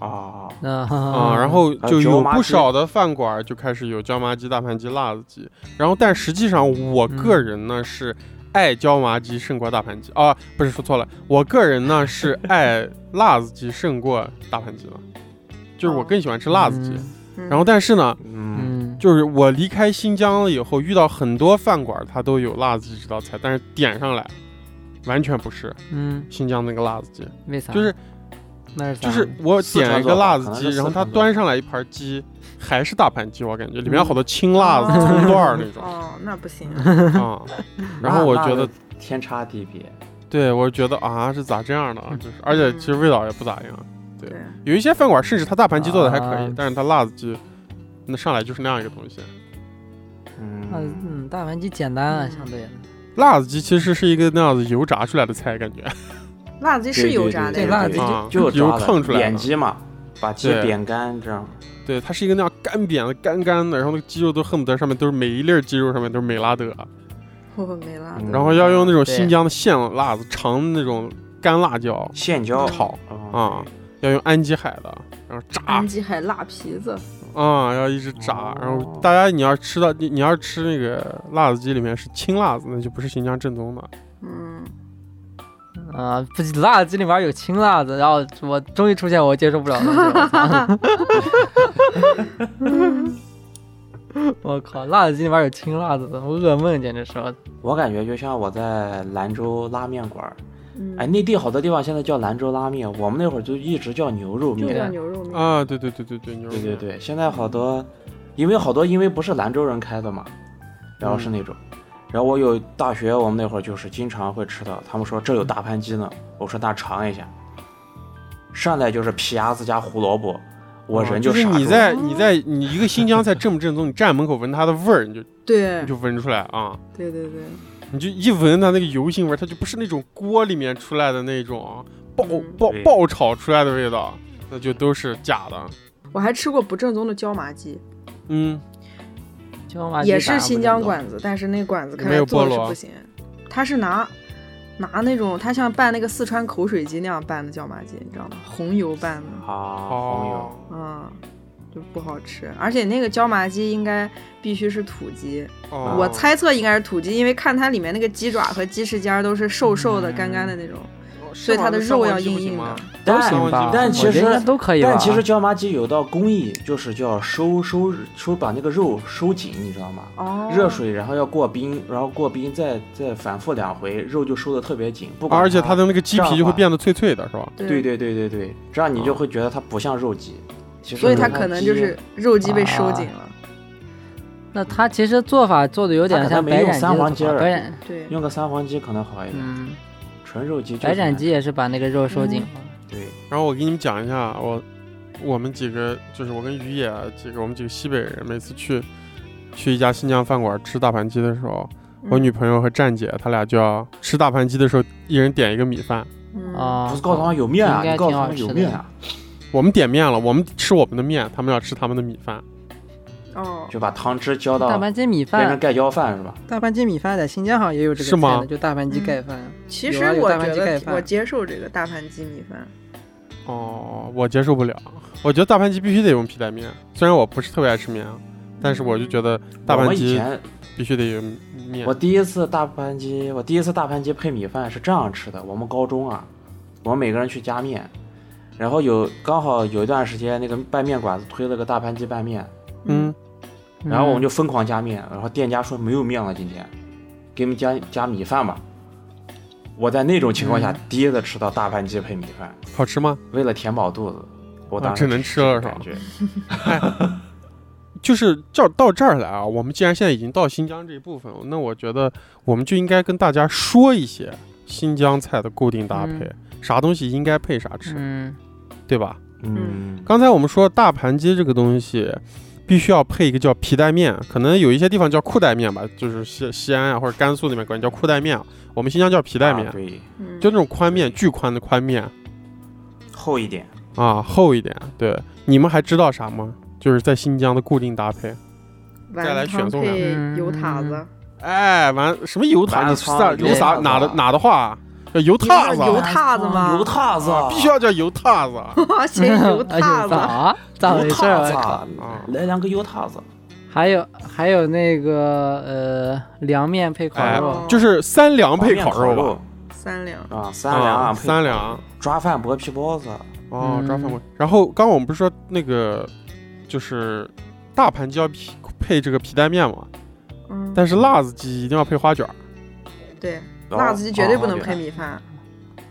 Speaker 5: 啊。
Speaker 3: 那
Speaker 4: 嗯
Speaker 2: 啊、
Speaker 3: 啊
Speaker 2: 然后
Speaker 5: 还有
Speaker 2: 就
Speaker 5: 椒
Speaker 2: 有
Speaker 5: 麻
Speaker 2: 不
Speaker 5: 鸡
Speaker 2: 少的饭馆就开始有椒麻鸡、大盘鸡、辣子鸡，然后但实际上我
Speaker 4: 嗯
Speaker 2: 个人呢是爱椒麻鸡胜过大盘鸡啊，不是说错了，我个人呢
Speaker 4: *laughs*
Speaker 2: 是爱辣子鸡胜过大盘鸡的，就是我
Speaker 4: 哦
Speaker 2: 更喜欢吃辣子鸡，
Speaker 4: 嗯
Speaker 2: 然后但是呢，
Speaker 5: 嗯，
Speaker 3: 嗯，
Speaker 2: 就是我离开新疆了以后，遇到很多饭馆它都有辣子鸡这道菜，但是点上来完全不是
Speaker 3: 嗯，
Speaker 2: 新疆那个辣子鸡，
Speaker 3: 为啥？
Speaker 2: 就是
Speaker 3: 嗯那是啥
Speaker 2: 就是我
Speaker 5: 啊四
Speaker 2: 点
Speaker 5: 川
Speaker 2: 一个
Speaker 5: 做法
Speaker 2: 辣
Speaker 5: 可
Speaker 2: 子
Speaker 5: 能
Speaker 2: 鸡，
Speaker 5: 是
Speaker 2: 然后
Speaker 5: 四
Speaker 2: 他
Speaker 5: 川做
Speaker 2: 端上来一盘鸡，还是大盘鸡，我感觉里面有好多青辣子、
Speaker 4: 嗯
Speaker 2: 葱段儿那种
Speaker 4: 哦，那不行，
Speaker 3: *laughs*
Speaker 5: *laughs*
Speaker 2: 啊。然后我
Speaker 5: 那
Speaker 2: 觉
Speaker 5: 那
Speaker 2: 得
Speaker 5: 个，天差地别，
Speaker 2: 对我觉得啊，是咋这样的啊？就是，而且其实味道也不咋样。
Speaker 4: 对，
Speaker 2: 有一些饭馆甚至他大盘鸡做的还可以
Speaker 3: 啊，
Speaker 2: 但是他辣子鸡，那上来就是那样一个东西。
Speaker 3: 啊
Speaker 5: 嗯，
Speaker 3: 嗯，大盘鸡简单啊，
Speaker 4: 嗯
Speaker 3: 相对
Speaker 2: 辣子鸡其实是一个那样子油炸出来的菜，感觉 *laughs*
Speaker 4: 辣子鸡是油炸的
Speaker 3: 对
Speaker 4: 呀，
Speaker 3: 辣子鸡
Speaker 2: 啊，
Speaker 5: 就
Speaker 2: 油
Speaker 5: 抓了
Speaker 2: 炕出来
Speaker 5: 煸
Speaker 2: 的。
Speaker 5: 鸡嘛，把鸡
Speaker 2: 对
Speaker 5: 煸干这样。
Speaker 2: 对，它是一个那样干扁的、干干的，然后那个鸡肉都恨不得上面都是每一粒儿鸡肉上面都是美拉德。啊
Speaker 4: 我可没辣
Speaker 5: 嗯
Speaker 2: 然后要用那种新
Speaker 3: 对
Speaker 2: 疆的现辣子，长的那种干辣椒
Speaker 5: 现椒
Speaker 2: 炒，
Speaker 5: 啊
Speaker 2: 啊，，要用安吉海的，然后炸
Speaker 4: 嗯安吉海辣皮子，
Speaker 2: 啊，要一直炸
Speaker 5: 哦。
Speaker 2: 然后大家你要吃到你你要吃那个辣子鸡里面是青辣子，那就不是新疆正宗的。
Speaker 4: 嗯，
Speaker 3: 的啊，不，辣子鸡里面有青辣子，然后我终于出现我接受不了的东
Speaker 4: 嗯
Speaker 3: 西，我操我靠，辣子鸡里面有青辣子，我噩梦简直是，
Speaker 5: 我感觉就像我在兰州拉面馆儿，
Speaker 4: 嗯
Speaker 5: 哎，内地好多地方现在叫兰州拉面，我们那会儿就一直叫牛肉
Speaker 4: 就叫
Speaker 5: 面。
Speaker 4: 牛肉面，
Speaker 2: 啊，对对对对对，牛肉
Speaker 5: 对对
Speaker 2: 面啊
Speaker 5: 对，现在好多，因为好多因为不是兰州人开的嘛，然后是那种，
Speaker 4: 嗯
Speaker 5: 然后我有大学我们那会儿就是经常会吃到，他们说这有大盘鸡呢，我说那尝一下，上来就是皮鸭子加胡萝卜，我
Speaker 2: 啊
Speaker 5: 人
Speaker 2: 就是
Speaker 5: 傻住了。
Speaker 2: 你在你在你一个新疆菜正不正宗，你站门口闻它的味儿，你就
Speaker 4: 对
Speaker 2: 你就闻出来啊，
Speaker 4: 对对对，
Speaker 2: 你就一闻它那个油腥味儿，它就不是那种锅里面出来的那种爆
Speaker 4: 嗯
Speaker 2: 爆
Speaker 5: 对
Speaker 2: 爆炒出来的味道，那就都是假的。
Speaker 4: 我还吃过不正宗的椒麻鸡，
Speaker 2: 嗯，
Speaker 3: 椒
Speaker 2: 啊
Speaker 3: 麻鸡
Speaker 4: 也
Speaker 3: 打
Speaker 4: 是
Speaker 3: 不
Speaker 4: 新疆
Speaker 3: 正宗
Speaker 4: 馆子，但是那馆子看
Speaker 2: 没
Speaker 4: 来
Speaker 2: 有
Speaker 4: 做
Speaker 2: 菠
Speaker 4: 的是
Speaker 2: 萝
Speaker 4: 不行，他是拿。拿那种，他像拌那个四川口水鸡那样拌的椒麻鸡，你知道吗？红油拌的，
Speaker 5: 啊，朋
Speaker 2: 哦
Speaker 5: 友，，
Speaker 4: 嗯，就不好吃。而且那个椒麻鸡应该必须是土鸡，
Speaker 2: 哦
Speaker 4: 我
Speaker 2: 嗯
Speaker 4: 猜测应该是土鸡，因为看它里面那个鸡爪和鸡翅尖儿都是瘦瘦的、干干的那种。
Speaker 5: 哦
Speaker 4: 所以它的肉要硬
Speaker 2: 烧
Speaker 4: 硬
Speaker 2: 烤
Speaker 4: 的
Speaker 2: 鸡。
Speaker 5: 但
Speaker 2: 行吧
Speaker 5: 但
Speaker 3: 我
Speaker 5: 其
Speaker 3: 觉得
Speaker 5: 实
Speaker 3: 应该都可以吧。
Speaker 5: 但其实椒麻鸡有道工艺，就是叫收收收，把那个肉收紧，你知道吗？
Speaker 4: 哦，
Speaker 5: 热水，然后要过冰，然后过冰再再反复两回，肉就收的特别紧，不管
Speaker 2: 而且它的那个鸡皮就会变得脆脆的，是吧？
Speaker 5: 对，对对对对，这样你就会觉得它不像肉鸡，其实
Speaker 4: 所以它
Speaker 5: 它
Speaker 4: 可能
Speaker 5: 鸡
Speaker 4: 就是肉鸡被收紧了。
Speaker 3: 那它其实做法做的有点像
Speaker 5: 它可
Speaker 3: 白斩鸡
Speaker 5: 能没用三黄
Speaker 3: 的
Speaker 5: 鸡
Speaker 3: 做
Speaker 5: 儿
Speaker 3: 法，白斩，
Speaker 4: 对，
Speaker 5: 用个三黄鸡可能好一点，
Speaker 3: 嗯，
Speaker 5: 纯肉鸡就是
Speaker 3: 白斩
Speaker 5: 难
Speaker 3: 鸡也是把那个肉收紧了。
Speaker 5: 对，
Speaker 2: 然后我给你们讲一下，我我们几个就是我跟于野啊几个我们几个西北人，每次去去一家新疆饭馆吃大盘鸡的时候，我女朋友和站姐她俩就要吃大盘鸡的时候，一人点一个米饭。
Speaker 4: 嗯，
Speaker 3: 啊
Speaker 5: 不是告诉他们有面啊，
Speaker 3: 应该
Speaker 5: 你告诉
Speaker 3: 挺好
Speaker 5: 他们有
Speaker 3: 吃的
Speaker 5: 面啊，
Speaker 2: 我们点面了，我们吃我们的面，他们要吃他们的米饭。
Speaker 4: 哦，
Speaker 5: 就把汤汁浇到
Speaker 3: 大盘鸡米
Speaker 5: 变成
Speaker 3: 饭，
Speaker 5: 盖浇饭是吧？
Speaker 3: 大盘鸡米饭在新疆好像也有这个
Speaker 2: 是吗
Speaker 3: 菜呢就大盘鸡盖饭。
Speaker 4: 其
Speaker 3: 有
Speaker 4: 实
Speaker 3: 啊有
Speaker 4: 我
Speaker 3: 大盘
Speaker 4: 觉
Speaker 3: 鸡盖
Speaker 4: 得
Speaker 3: 饭
Speaker 4: 我接受这个大盘鸡米饭，
Speaker 2: 哦，我接受不了，我觉得大盘鸡必须得用皮带面，虽然我不是特别爱吃面啊，但是我就觉得大
Speaker 5: 我
Speaker 2: 盘
Speaker 5: 们以
Speaker 2: 鸡
Speaker 5: 前
Speaker 2: 必须得有面
Speaker 5: 我。第一次大盘鸡，我第一次大盘鸡配米饭是这样吃的。我们高中啊，我们每个人去加面，然后有刚好有一段时间那个拌面馆子推了个大盘鸡拌面，
Speaker 2: 嗯，
Speaker 5: 然后我们
Speaker 3: 就
Speaker 5: 就疯狂加面，然后店家说没有面了，今天给我们加加米饭吧。我在那种情况下
Speaker 3: 嗯
Speaker 5: 第一次吃到大盘鸡配米饭，
Speaker 2: 好吃吗？
Speaker 5: 为了填饱肚子，我当
Speaker 2: 啊
Speaker 5: 时
Speaker 2: 这能
Speaker 5: 是
Speaker 2: 吃了
Speaker 5: 这种
Speaker 2: 是吧
Speaker 5: 感觉
Speaker 2: 就是叫到这儿来啊，我们既然现在已经到新疆这一部分，那我觉得我们就应该跟大家说一些新疆菜的固定搭配，啥东西应该配啥吃，
Speaker 3: 嗯，
Speaker 2: 对吧？
Speaker 5: 嗯，
Speaker 2: 刚才我们说大盘鸡这个东西，必须要配一个叫皮带面，可能有一些地方叫裤带面吧，就是西西安啊或者甘肃那边管叫裤带面啊，我们新疆叫皮带面，
Speaker 5: 啊对，
Speaker 4: 嗯，
Speaker 2: 就那种宽面巨宽的宽面
Speaker 5: 厚一点。
Speaker 2: 啊，厚一点。对，你们还知道啥吗？就是在新疆的固定搭配，再来
Speaker 4: 丸
Speaker 2: 选
Speaker 4: 嗯汤
Speaker 2: 送两
Speaker 4: 配
Speaker 3: 个
Speaker 4: 油挞
Speaker 2: *laughs*
Speaker 4: 子，
Speaker 2: 哎，完什么油
Speaker 5: 丸
Speaker 2: 塔？
Speaker 5: 子
Speaker 2: 你吃
Speaker 5: 汤
Speaker 2: 啥
Speaker 5: 油
Speaker 2: 油啥
Speaker 5: 塔子
Speaker 2: 哪的
Speaker 5: 啊
Speaker 2: 哪的话？叫油
Speaker 4: 你不
Speaker 2: 塔子
Speaker 4: 是叫
Speaker 2: 啊，
Speaker 4: 油挞子吗？
Speaker 5: 油挞子
Speaker 2: 啊，必须要叫油塔子啊
Speaker 4: 哇，写
Speaker 3: *laughs*
Speaker 4: 油
Speaker 3: 哎
Speaker 4: 挞
Speaker 3: 咋
Speaker 4: 子，
Speaker 3: 啊咋回
Speaker 5: 油
Speaker 3: 事
Speaker 5: 挞子
Speaker 3: 儿？
Speaker 5: 啊，
Speaker 2: 啊！
Speaker 5: 来两个油挞子。
Speaker 3: 还有还有那个呃凉面配烤
Speaker 2: 哎
Speaker 3: 肉，
Speaker 2: 就是三凉配
Speaker 5: 面
Speaker 2: 烤肉吧，
Speaker 4: 三两，
Speaker 5: 啊，三两啊，
Speaker 2: 啊
Speaker 5: 配
Speaker 2: 三两。
Speaker 5: 抓饭薄皮包子，
Speaker 2: 哦，抓饭
Speaker 3: 嗯
Speaker 2: 味。然后刚刚我们不是说那个就是大盘鸡要皮配这个皮带面嘛，
Speaker 4: 嗯，
Speaker 2: 但是辣子鸡一定要配花卷儿。
Speaker 4: 对，
Speaker 5: 然后
Speaker 4: 辣子鸡绝对不能
Speaker 5: 啊
Speaker 4: 配米饭。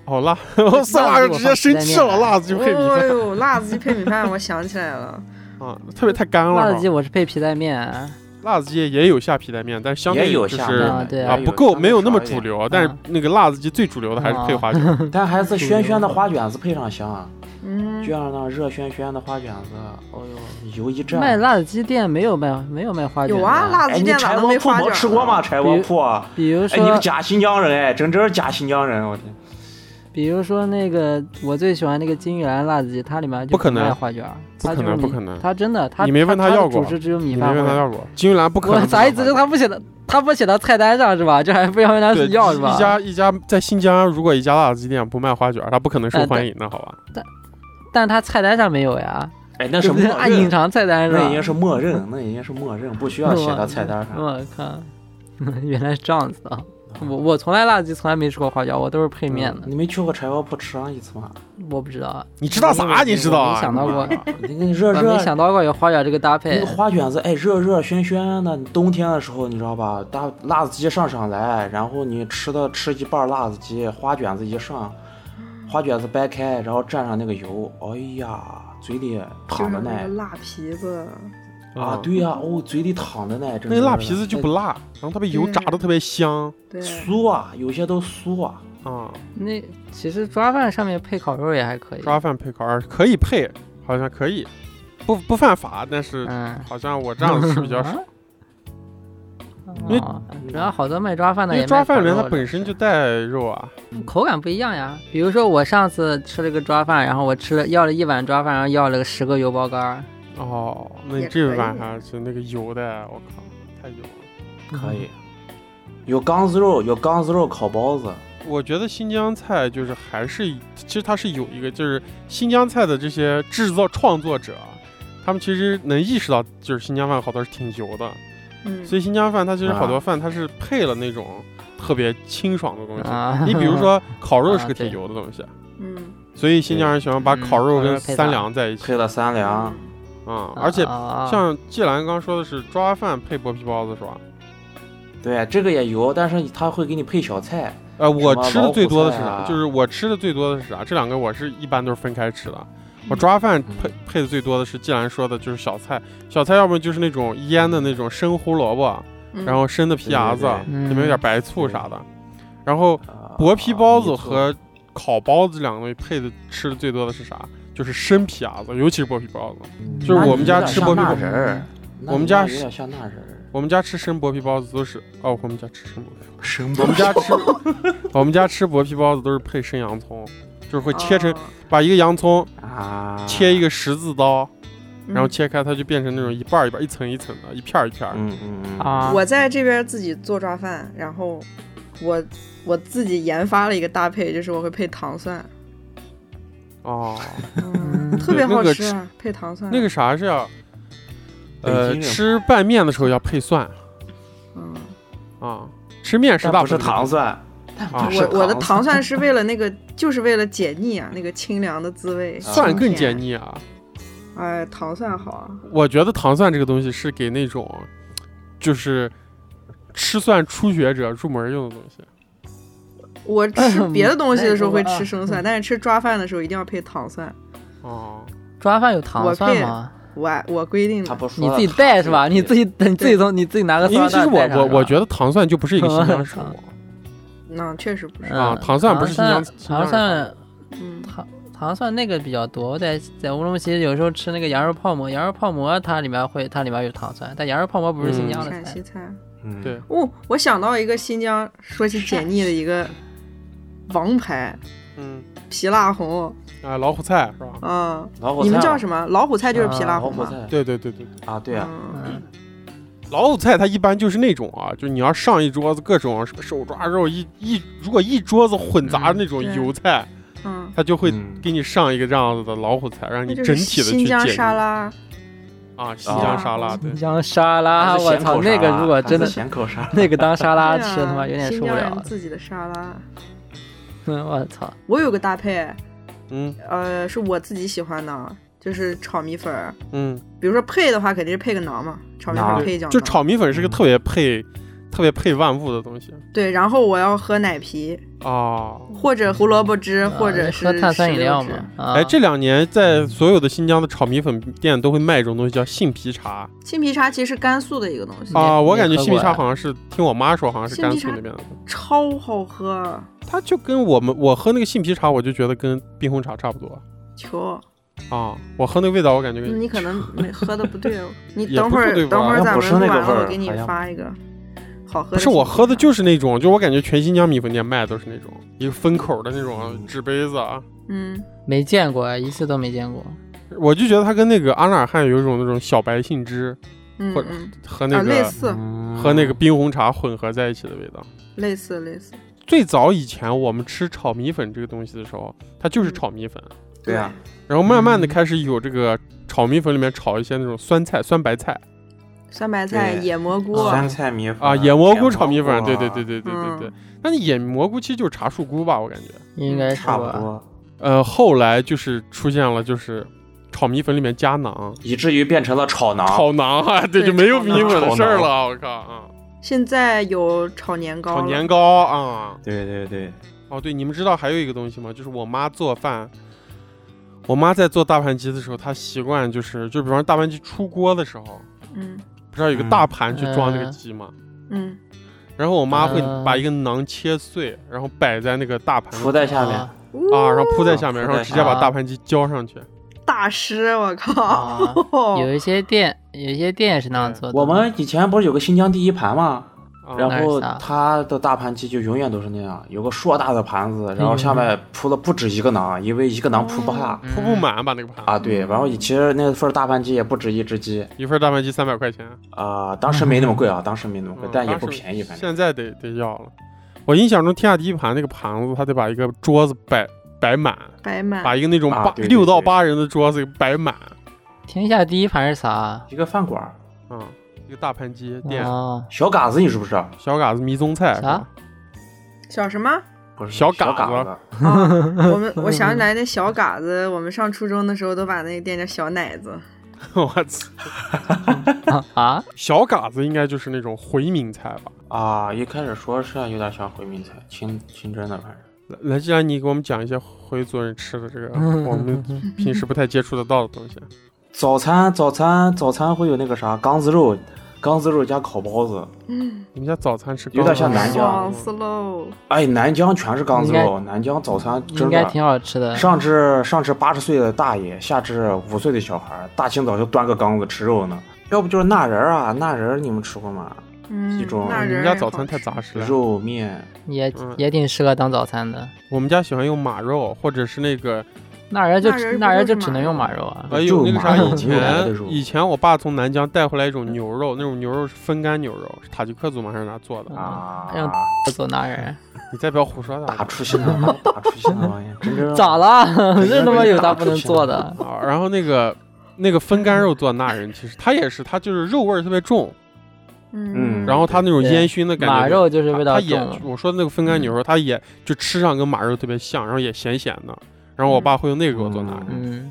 Speaker 2: 哦，辣， *laughs* 我算辣就直接生气了，辣
Speaker 3: 辣
Speaker 2: 子鸡配米
Speaker 4: 哦
Speaker 2: 饭
Speaker 4: 呦，辣子鸡配米饭，我想起来
Speaker 2: *laughs*
Speaker 4: 了，
Speaker 2: 啊，特别太干了。
Speaker 3: 辣
Speaker 2: 是
Speaker 3: 子
Speaker 2: 吧
Speaker 3: 鸡我是配皮带面啊，
Speaker 2: 辣子鸡也有下皮带面，但是相对
Speaker 5: 也有
Speaker 2: 就
Speaker 5: 下
Speaker 2: 是
Speaker 5: 面
Speaker 3: 啊对
Speaker 2: 啊
Speaker 5: 也
Speaker 2: 不够，
Speaker 5: 相对
Speaker 2: 没有那么
Speaker 5: 少一
Speaker 2: 主
Speaker 5: 点。
Speaker 2: 流。但是那个辣子鸡最主流的还是配花卷儿。
Speaker 5: 但还是暄暄的花卷子配上香啊，
Speaker 4: 嗯
Speaker 5: 这，样呢，热暄暄的花卷子，哦呦，油一蘸。
Speaker 3: 卖辣子鸡店没有卖没有卖花卷
Speaker 4: 有
Speaker 3: 的
Speaker 4: 啊，辣
Speaker 5: 哎，
Speaker 4: 子鸡
Speaker 5: 你
Speaker 4: 店
Speaker 5: 柴锅
Speaker 4: 咋能没
Speaker 5: 铺
Speaker 4: 花
Speaker 5: 没
Speaker 4: 卷？啊
Speaker 5: 吃过吗？？柴锅铺啊，
Speaker 3: 比如
Speaker 5: 哎，你
Speaker 3: 说
Speaker 5: 个假新疆人哎，整真是假新疆人，我天！
Speaker 3: 比如说那个我最喜欢那个金源辣子鸡，它里面就
Speaker 2: 不可能
Speaker 3: 卖花卷儿，
Speaker 2: 不
Speaker 3: 它
Speaker 2: 可
Speaker 3: 就是
Speaker 2: 能不
Speaker 3: 米
Speaker 2: 可能
Speaker 3: 它真的它
Speaker 2: 你没问
Speaker 3: 它
Speaker 2: 他
Speaker 3: 它的
Speaker 2: 要过
Speaker 3: 主食只有米
Speaker 2: 你没
Speaker 3: 饭
Speaker 2: 问他
Speaker 3: 花卷。
Speaker 2: 要过，金玉兰不可能
Speaker 3: 我
Speaker 2: 不
Speaker 3: 啥
Speaker 2: 买
Speaker 3: 意思？
Speaker 2: 花卷儿
Speaker 3: 就是它不写到它不写到菜单上是吧？就还非要让
Speaker 2: 对，
Speaker 3: 人要是吧
Speaker 2: 一？家一家在新疆，如果一家辣子鸡店不卖花卷儿，他不可能受
Speaker 3: 哎
Speaker 2: 欢
Speaker 3: 对
Speaker 2: 迎的，好吧？
Speaker 3: 但它菜单上没有
Speaker 2: *laughs*
Speaker 3: 呀，
Speaker 5: 哎，那
Speaker 3: 对
Speaker 5: 是
Speaker 3: 不
Speaker 5: 默
Speaker 3: 对？按隐
Speaker 5: 认，
Speaker 3: 藏菜单
Speaker 4: 啊
Speaker 5: 那已经
Speaker 3: 上。
Speaker 5: 是默认，那已经是默认，不需要写到菜单
Speaker 4: *laughs*
Speaker 5: 上。
Speaker 3: *laughs* 我靠，原来是这样子啊！我我从来辣子鸡从来没吃过花椒，我都是配面的
Speaker 5: 嗯。你没去过柴锅铺吃上一次吗？
Speaker 2: 嗯
Speaker 3: 我不知道，
Speaker 2: 你知道
Speaker 3: 我
Speaker 2: 啥？你知道
Speaker 3: 我
Speaker 2: *laughs* 啊？
Speaker 3: 没想到过，
Speaker 4: 哎
Speaker 5: 那个热
Speaker 3: 我
Speaker 5: 热
Speaker 3: 啊没想到过有花椒这个搭
Speaker 5: 那
Speaker 3: 配
Speaker 5: 个。花卷子，哎，热热暄暄的，冬天的时候，你知道吧？大辣子鸡上上来，然后你吃的吃一半辣子鸡，花卷子一上，花卷子掰开，然后蘸上那个油，哎呀，嘴里
Speaker 4: 就是
Speaker 5: 淌着
Speaker 4: 那
Speaker 5: 呢。
Speaker 4: 个辣皮子，
Speaker 5: 啊，对呀、哦，嘴里淌着呢，
Speaker 2: 那个辣皮子就
Speaker 3: 对
Speaker 2: 不辣，然后它被油炸的特别香
Speaker 4: 对，
Speaker 5: 酥啊，有些都酥啊。
Speaker 2: 啊。
Speaker 3: 那其实抓饭上面配烤肉也还可以。
Speaker 2: 抓饭配烤儿可以配，好像可以，不不犯法，但是
Speaker 3: 嗯，
Speaker 2: 好像我这样子吃比较
Speaker 3: *laughs*
Speaker 2: 少，因为
Speaker 3: 哦主要好多卖抓饭
Speaker 2: 因
Speaker 3: 的也
Speaker 2: 为
Speaker 3: 卖
Speaker 2: 抓饭里面
Speaker 3: 烤
Speaker 2: 它
Speaker 3: 肉
Speaker 2: 本身就带肉啊。
Speaker 3: 口感不一样呀。比如说我上次吃了个抓饭，然后我吃了要了一碗抓饭，然后要了个十个油包干儿，
Speaker 2: 哦，那你
Speaker 4: 也
Speaker 2: 这
Speaker 4: 可以
Speaker 2: 碗还是那个油的，我靠，太油了。
Speaker 5: 可以，
Speaker 2: 嗯
Speaker 5: 有缸子肉，有缸子肉烤包子，
Speaker 2: 我觉得新疆菜就是还是，其实它是有一个，就是新疆菜的这些制作创作者，他们其实能意识到，就是新疆饭好多是挺油的，
Speaker 4: 嗯，
Speaker 2: 所以新疆饭它其实好多
Speaker 5: 啊
Speaker 2: 饭它是配了那种特别清爽的东西。
Speaker 3: 啊，
Speaker 2: 你比
Speaker 3: *laughs*
Speaker 2: 如说烤肉是
Speaker 3: 啊
Speaker 2: 个挺
Speaker 3: 对
Speaker 2: 油的东西，
Speaker 4: 嗯，
Speaker 2: 所以新疆人喜欢把
Speaker 3: 嗯
Speaker 2: 烤肉
Speaker 3: 烤肉
Speaker 2: 跟
Speaker 3: 配
Speaker 2: 三
Speaker 3: 饭
Speaker 2: 凉在一起
Speaker 5: 配了三两，
Speaker 2: 啊。
Speaker 3: 啊，
Speaker 2: 而且
Speaker 3: 啊啊
Speaker 2: 像季兰刚刚说的是抓饭配剥皮包子是吧？
Speaker 5: 对，这个也有，但是他会给你配小菜，
Speaker 2: 呃，我
Speaker 5: 么
Speaker 2: 吃的
Speaker 5: 老
Speaker 2: 最
Speaker 5: 虎
Speaker 2: 多的是
Speaker 5: 菜
Speaker 2: 啥？
Speaker 5: 啊
Speaker 2: 就是我吃的最多的是啥？这两个我是一般都是分开吃的。我抓饭配配的最多的是季兰说的就是小菜，小菜要不然就是那种腌的那种生胡萝卜，
Speaker 4: 嗯
Speaker 2: 然后生的皮牙子，
Speaker 5: 对
Speaker 3: 对对
Speaker 2: 里面有点白醋啥的。然后
Speaker 5: 啊
Speaker 2: 薄皮包子
Speaker 5: 米醋
Speaker 2: 和烤包子两个东西配的吃的最多的是啥？就是生皮牙子，尤其是薄皮包子。
Speaker 5: 嗯
Speaker 2: 就是我们家吃剥皮
Speaker 5: 那
Speaker 2: 包
Speaker 5: 有点像纳仁
Speaker 4: 嗯
Speaker 5: 儿，那
Speaker 2: 我们家
Speaker 5: 有
Speaker 2: 是
Speaker 5: 点像纳仁儿，
Speaker 2: 我们家吃生薄皮包子都是哦，我们家吃生薄皮，
Speaker 5: 生
Speaker 2: 我们家吃
Speaker 4: *laughs*
Speaker 2: 我们家吃薄皮包子都是配生洋葱，就是会切成、
Speaker 4: 哦
Speaker 2: 把一个洋葱
Speaker 5: 啊，
Speaker 2: 切一，个十字刀，
Speaker 4: 嗯
Speaker 2: 然后切开它就变成那种一半儿一半儿一层一层的，一片儿一片儿的。
Speaker 5: 嗯嗯嗯
Speaker 3: 啊，
Speaker 4: 我在这边自己做抓饭，然后我我自己研发了一个搭配，就是我会配糖
Speaker 2: *laughs*
Speaker 4: 蒜，
Speaker 2: 哦，
Speaker 4: 嗯
Speaker 3: 嗯
Speaker 4: 特别
Speaker 2: 那
Speaker 4: 好
Speaker 2: 个
Speaker 4: 吃啊，配糖蒜。
Speaker 2: 那个啥是要，呃，
Speaker 5: 北京人
Speaker 2: 吃拌面的时候要配蒜
Speaker 4: 嗯，
Speaker 2: 啊，吃面是
Speaker 5: 但
Speaker 2: 大
Speaker 5: 不是糖蒜，
Speaker 2: 啊
Speaker 5: 不，是
Speaker 4: 我我的
Speaker 5: 糖
Speaker 4: 糖蒜是为了那个，就是为了解腻啊，那个清凉的滋
Speaker 2: *laughs*
Speaker 4: 味。
Speaker 2: 蒜更解
Speaker 4: 甜。
Speaker 2: 腻啊。
Speaker 4: 哎，糖蒜好啊，
Speaker 2: 我觉得糖蒜这个东西是给那种，就是吃蒜初学者入门用的东西。
Speaker 4: 我
Speaker 2: 哎
Speaker 4: 吃别的东西的时候会
Speaker 3: 那
Speaker 2: 啊
Speaker 3: 也
Speaker 4: 吃
Speaker 3: 不
Speaker 2: 嗯
Speaker 4: 生蒜，但是吃抓饭的时候一定要配糖蒜。
Speaker 2: 哦，
Speaker 3: 抓饭有糖蒜吗？
Speaker 4: 我我规定
Speaker 5: 他
Speaker 4: 的，
Speaker 5: 不说
Speaker 3: 你
Speaker 5: 了
Speaker 3: 自己
Speaker 5: 糖
Speaker 3: 带是吧？你自己你自己
Speaker 4: 对
Speaker 3: 从你自己拿个塑
Speaker 2: 因为
Speaker 3: 料
Speaker 2: 其
Speaker 3: 袋
Speaker 2: 实我
Speaker 3: 带上
Speaker 2: 我
Speaker 3: 是吧
Speaker 2: 我觉得糖蒜就不是一
Speaker 5: *laughs*
Speaker 2: 个新疆食物
Speaker 4: 那确实不是。
Speaker 2: 啊，
Speaker 3: 嗯
Speaker 2: 糖蒜不是新疆
Speaker 3: 糖
Speaker 2: 新疆人发明
Speaker 3: 糖蒜
Speaker 2: 的
Speaker 4: 嗯，
Speaker 3: 糖蒜那个比较多，在在乌鲁木齐有时候吃那个羊肉泡馍，羊肉泡馍它里面会它里面有糖蒜，但羊肉泡馍不是新疆的
Speaker 4: 陕
Speaker 3: 菜
Speaker 4: 西，菜。
Speaker 5: 嗯
Speaker 2: 对
Speaker 4: 哦，我想到一个新疆，说起解腻的一个王牌
Speaker 2: 嗯
Speaker 4: 皮辣红
Speaker 5: 嗯
Speaker 2: 啊，老虎菜是吧？
Speaker 4: 啊，
Speaker 5: 老虎菜
Speaker 4: 你们
Speaker 5: 嘛
Speaker 4: 叫什么？老虎菜就是皮辣
Speaker 5: 老
Speaker 4: 红
Speaker 5: 虎
Speaker 4: 嘛。
Speaker 5: 菜
Speaker 2: 对对对对。
Speaker 5: 啊，对啊，
Speaker 4: 嗯
Speaker 3: 嗯，
Speaker 2: 老虎菜它一般就是那种啊，就是你要上一桌子各种什么手抓肉，一一如果一桌子混杂
Speaker 3: 嗯
Speaker 2: 那种
Speaker 4: 对
Speaker 2: 油菜，
Speaker 4: 嗯，
Speaker 2: 它就会
Speaker 5: 嗯
Speaker 2: 给你上一个这样子的老虎菜，让 *laughs*
Speaker 4: 那
Speaker 2: 你
Speaker 4: 就
Speaker 2: 整
Speaker 4: 是
Speaker 2: 体的
Speaker 4: 新
Speaker 2: 去解
Speaker 4: 疆
Speaker 2: 腻
Speaker 4: 沙拉，
Speaker 2: 啊，新疆沙拉对
Speaker 3: 新。疆沙拉，
Speaker 5: 它是
Speaker 3: 啊我
Speaker 5: 咸
Speaker 3: 操，
Speaker 5: 口
Speaker 3: 那个
Speaker 5: 沙拉
Speaker 3: 如 *laughs* 果
Speaker 5: 它
Speaker 3: 真
Speaker 5: 是
Speaker 3: 的
Speaker 5: 咸口沙拉，
Speaker 3: 那个当沙 *laughs* 拉
Speaker 4: 对啊
Speaker 3: 吃，他妈有点受
Speaker 4: 新
Speaker 3: 不
Speaker 4: 疆
Speaker 3: 了
Speaker 4: 人
Speaker 3: 了，
Speaker 4: 自己的沙拉。
Speaker 3: 嗯我操，
Speaker 4: 我有个搭配，
Speaker 2: 嗯
Speaker 4: 呃，是我自己喜欢的，就是炒米粉儿。
Speaker 2: 嗯，
Speaker 4: 比如说配的话，肯定是配个馕嘛，炒米粉
Speaker 5: 馕
Speaker 4: 儿
Speaker 2: 对
Speaker 4: 啊配一角
Speaker 2: 就
Speaker 4: 馕
Speaker 2: 炒米粉是个
Speaker 5: 嗯
Speaker 2: 特别配、特别配万物的东西
Speaker 4: 对，然后我要喝奶皮，
Speaker 2: 啊。
Speaker 4: 或者胡萝卜汁，或者
Speaker 3: 啊
Speaker 4: 是
Speaker 3: 喝碳酸饮
Speaker 4: 石榴
Speaker 3: 料
Speaker 4: 汁
Speaker 3: 嘛，啊
Speaker 2: 哎，这两年在所有的新疆的炒米粉店都会卖一种东西叫杏皮茶
Speaker 4: 杏皮茶其实是甘肃的一个东西，
Speaker 3: 你
Speaker 2: 啊，我
Speaker 3: 你
Speaker 2: 感觉
Speaker 3: 喝
Speaker 2: 杏皮
Speaker 3: 过
Speaker 2: 茶
Speaker 3: 呀
Speaker 2: 好像是听我妈说好像是
Speaker 4: 嗯杏
Speaker 2: 甘
Speaker 4: 皮
Speaker 2: 肃
Speaker 4: 茶
Speaker 2: 那边的，
Speaker 4: 超好喝，
Speaker 2: 它就跟我们我喝那个杏皮茶，我就觉得跟冰红茶差不多。
Speaker 4: 球，
Speaker 2: 啊，我喝那个味道，我感觉跟
Speaker 4: 你可能没喝的不对
Speaker 2: *laughs*
Speaker 4: 哦，你
Speaker 2: 也
Speaker 4: 等
Speaker 2: 不
Speaker 4: 会
Speaker 2: 是
Speaker 4: 儿
Speaker 2: 对吧
Speaker 4: 等会儿
Speaker 5: 好
Speaker 4: 咱
Speaker 5: 像
Speaker 4: 们
Speaker 5: 不是
Speaker 4: 录
Speaker 5: 那
Speaker 4: 完
Speaker 5: 个味
Speaker 4: 了，
Speaker 5: 儿
Speaker 4: 我给你
Speaker 5: 好像
Speaker 4: 发一个好喝的。
Speaker 2: 不是我喝的就是是那种，就我感觉全新疆米粉店卖的都是那种一个封口的那种
Speaker 5: 嗯
Speaker 2: 纸杯子啊，
Speaker 4: 嗯，
Speaker 3: 没见过，一次都没见过，
Speaker 2: 我就觉得它跟那个阿勒尔汗有一种那种小白杏汁
Speaker 4: 嗯
Speaker 2: 或者
Speaker 4: 嗯
Speaker 2: 和
Speaker 4: 啊
Speaker 2: 那
Speaker 4: 类
Speaker 2: 个、
Speaker 4: 似
Speaker 5: 嗯
Speaker 2: 嗯和那个冰红茶混合在一起的味道。
Speaker 4: 类似类似，
Speaker 2: 最早以前我们吃炒米粉这个东西的时候，它就是
Speaker 4: 嗯
Speaker 2: 炒米粉，
Speaker 5: 对啊，
Speaker 2: 然后慢慢的
Speaker 3: 嗯
Speaker 2: 开始有这个炒米粉里面炒一些那种酸菜、酸白菜
Speaker 4: 酸白菜、
Speaker 5: 对
Speaker 4: 野蘑菇，
Speaker 3: 啊
Speaker 5: 酸菜米粉
Speaker 2: 啊，野蘑菇炒米粉，对对对
Speaker 5: 对，
Speaker 2: 对对对对
Speaker 4: 啊嗯。
Speaker 2: 那你野蘑菇其实就是茶树菇吧，我感觉。
Speaker 3: 应该是
Speaker 5: 差不
Speaker 3: 吧？
Speaker 5: 多，
Speaker 2: 呃，后来就是出现了，就是炒米粉里面加馕，
Speaker 5: 以至于变成了炒馕，
Speaker 2: 炒馕啊，对，
Speaker 4: 啊对
Speaker 2: 就没有
Speaker 4: 炒
Speaker 2: 米
Speaker 4: 馕
Speaker 2: 粉的
Speaker 5: 炒
Speaker 2: 事儿
Speaker 5: 馕
Speaker 2: 了。我靠啊，
Speaker 4: 现在有炒年糕
Speaker 2: 炒
Speaker 4: 了
Speaker 2: 年糕啊，
Speaker 5: 对对对，
Speaker 2: 哦对，你们知道还有一个东西吗？就是我妈做饭，我妈在做大盘鸡的时候，她习惯就是，就比方说大盘鸡出锅的时候，
Speaker 4: 嗯
Speaker 2: 不是要有个
Speaker 5: 嗯
Speaker 2: 大盘去装那个
Speaker 3: 嗯
Speaker 2: 鸡吗？
Speaker 4: 嗯，
Speaker 2: 然后我妈会
Speaker 3: 嗯
Speaker 2: 把一个馕切碎，然后摆在那个大盘
Speaker 5: 浮在下面
Speaker 3: 啊
Speaker 2: 啊，然后铺在下面，
Speaker 5: 铺
Speaker 2: 然后
Speaker 5: 在
Speaker 2: 直
Speaker 5: 下
Speaker 2: 接把
Speaker 3: 面
Speaker 2: 大盘鸡浇上去。
Speaker 4: 大师，我靠，哦
Speaker 3: 啊，有一些店有一些店也是那样做的，
Speaker 5: 我们以前不是有个新疆第一盘吗？
Speaker 2: 啊
Speaker 5: 然后
Speaker 3: 那是啥
Speaker 5: 它的大盘鸡就永远都是那样，有个硕大的盘
Speaker 3: 嗯
Speaker 5: 子，然后下面铺了不止一个馕，因为一个馕铺不下
Speaker 3: 嗯
Speaker 2: 铺不满把那个盘
Speaker 5: 啊。对，然后其实那份大盘鸡也不止一只鸡
Speaker 2: 一份大盘鸡三百块钱，
Speaker 5: 啊，当时没那么贵啊，当时没那么贵
Speaker 2: 嗯，
Speaker 5: 但也
Speaker 2: 当
Speaker 5: 不
Speaker 2: 时
Speaker 5: 便宜，反正
Speaker 2: 现在得得要了。我印象中天下第一盘那个盘子，他得把一个桌子摆摆满，
Speaker 4: 白满
Speaker 2: 把一个那种
Speaker 5: 啊
Speaker 2: 八
Speaker 5: 对对
Speaker 2: 六到
Speaker 5: 对
Speaker 2: 八人的桌子给摆满，
Speaker 3: 天下第一盘是啥？
Speaker 5: 一个饭馆儿
Speaker 2: 嗯，一个大盘鸡店，
Speaker 3: 哦， *laughs*
Speaker 5: 小嘎子，你是不是？
Speaker 2: 小嘎子迷踪菜是吧
Speaker 3: 啥？
Speaker 4: 小什么？
Speaker 5: 不是
Speaker 2: 小
Speaker 5: 嘎
Speaker 2: 嘎子
Speaker 5: 子，
Speaker 4: 啊，我们我想起来那小嘎子，我们上初中的时候都把那个店叫小奶子。
Speaker 2: *laughs* 我操，
Speaker 3: 啊啊！
Speaker 2: 小嘎子应该就是那种回民菜吧？
Speaker 5: 啊，一开始说是有点像回民菜，清清真的，反正
Speaker 2: 来，来，既然你给我们讲一些回族人吃的这个我们平时不太接触得到的东西，
Speaker 5: 早餐早餐早餐会有那个啥缸子肉，缸子肉加烤包子，
Speaker 4: 嗯，
Speaker 2: 你们家早餐吃
Speaker 5: 有点像南
Speaker 2: 缸
Speaker 5: 啊
Speaker 2: 子
Speaker 4: 爽
Speaker 5: 疆
Speaker 4: 死喽！
Speaker 5: 哎，南疆全是缸子
Speaker 3: 应
Speaker 5: 肉，南疆早餐
Speaker 3: 应
Speaker 5: 真
Speaker 3: 该
Speaker 5: 的
Speaker 3: 挺好吃
Speaker 2: 嗯
Speaker 3: 的。
Speaker 5: 上至上至八十岁的大爷，下至五岁的小孩儿，大清早就端个缸子吃肉呢。要不就是纳仁儿啊，纳仁儿你们吃过吗？
Speaker 4: 嗯
Speaker 5: 一种，
Speaker 4: 那
Speaker 2: 你们
Speaker 4: 人儿
Speaker 2: 家
Speaker 4: 也
Speaker 2: 早
Speaker 4: 好
Speaker 2: 餐太
Speaker 4: 吃
Speaker 2: 杂食了。
Speaker 5: 肉面
Speaker 3: 也
Speaker 2: 嗯
Speaker 3: 也挺适合当早餐的。
Speaker 2: 我们家喜欢用马肉，或者是那个，
Speaker 3: 那人就
Speaker 4: 那人不
Speaker 3: 那人
Speaker 4: 就是
Speaker 3: 就只能
Speaker 4: 马
Speaker 3: 用
Speaker 4: 肉
Speaker 3: 马肉啊。
Speaker 2: 哎呦，那个啥，
Speaker 5: 就马
Speaker 2: 以
Speaker 5: 肉牛来的
Speaker 2: 前
Speaker 5: 肉
Speaker 2: 以前我爸从南疆带回来一种牛肉，那种牛肉是风干牛肉，是塔吉克族嘛还是哪做的？
Speaker 5: 啊，
Speaker 3: 让嗯做那人
Speaker 2: 你再不要胡说
Speaker 5: 大
Speaker 2: 大
Speaker 5: 出新的玩意， *laughs* 大出新
Speaker 2: *laughs*
Speaker 5: 的玩意，真
Speaker 2: 哎
Speaker 5: 正
Speaker 3: 咋了？
Speaker 5: 人
Speaker 3: 这
Speaker 5: 家
Speaker 3: 他妈
Speaker 5: 被
Speaker 3: 有
Speaker 5: 打
Speaker 3: 啥
Speaker 5: 出
Speaker 3: 不能
Speaker 5: 去
Speaker 3: 做
Speaker 5: 了
Speaker 3: 的？
Speaker 2: 啊！然后那个那个风干肉做那人，其实他也是，他就是肉味儿特别重，
Speaker 4: 嗯，
Speaker 2: 然后他那种
Speaker 3: 对
Speaker 2: 烟熏的感觉，
Speaker 3: *laughs* 马肉就是味道
Speaker 2: 他也
Speaker 3: 重了，嗯
Speaker 2: 我说的那个风干牛肉，它也就吃上跟马肉特别像，然后也咸咸的。然后我爸会用那个给我做纳人，
Speaker 3: 嗯，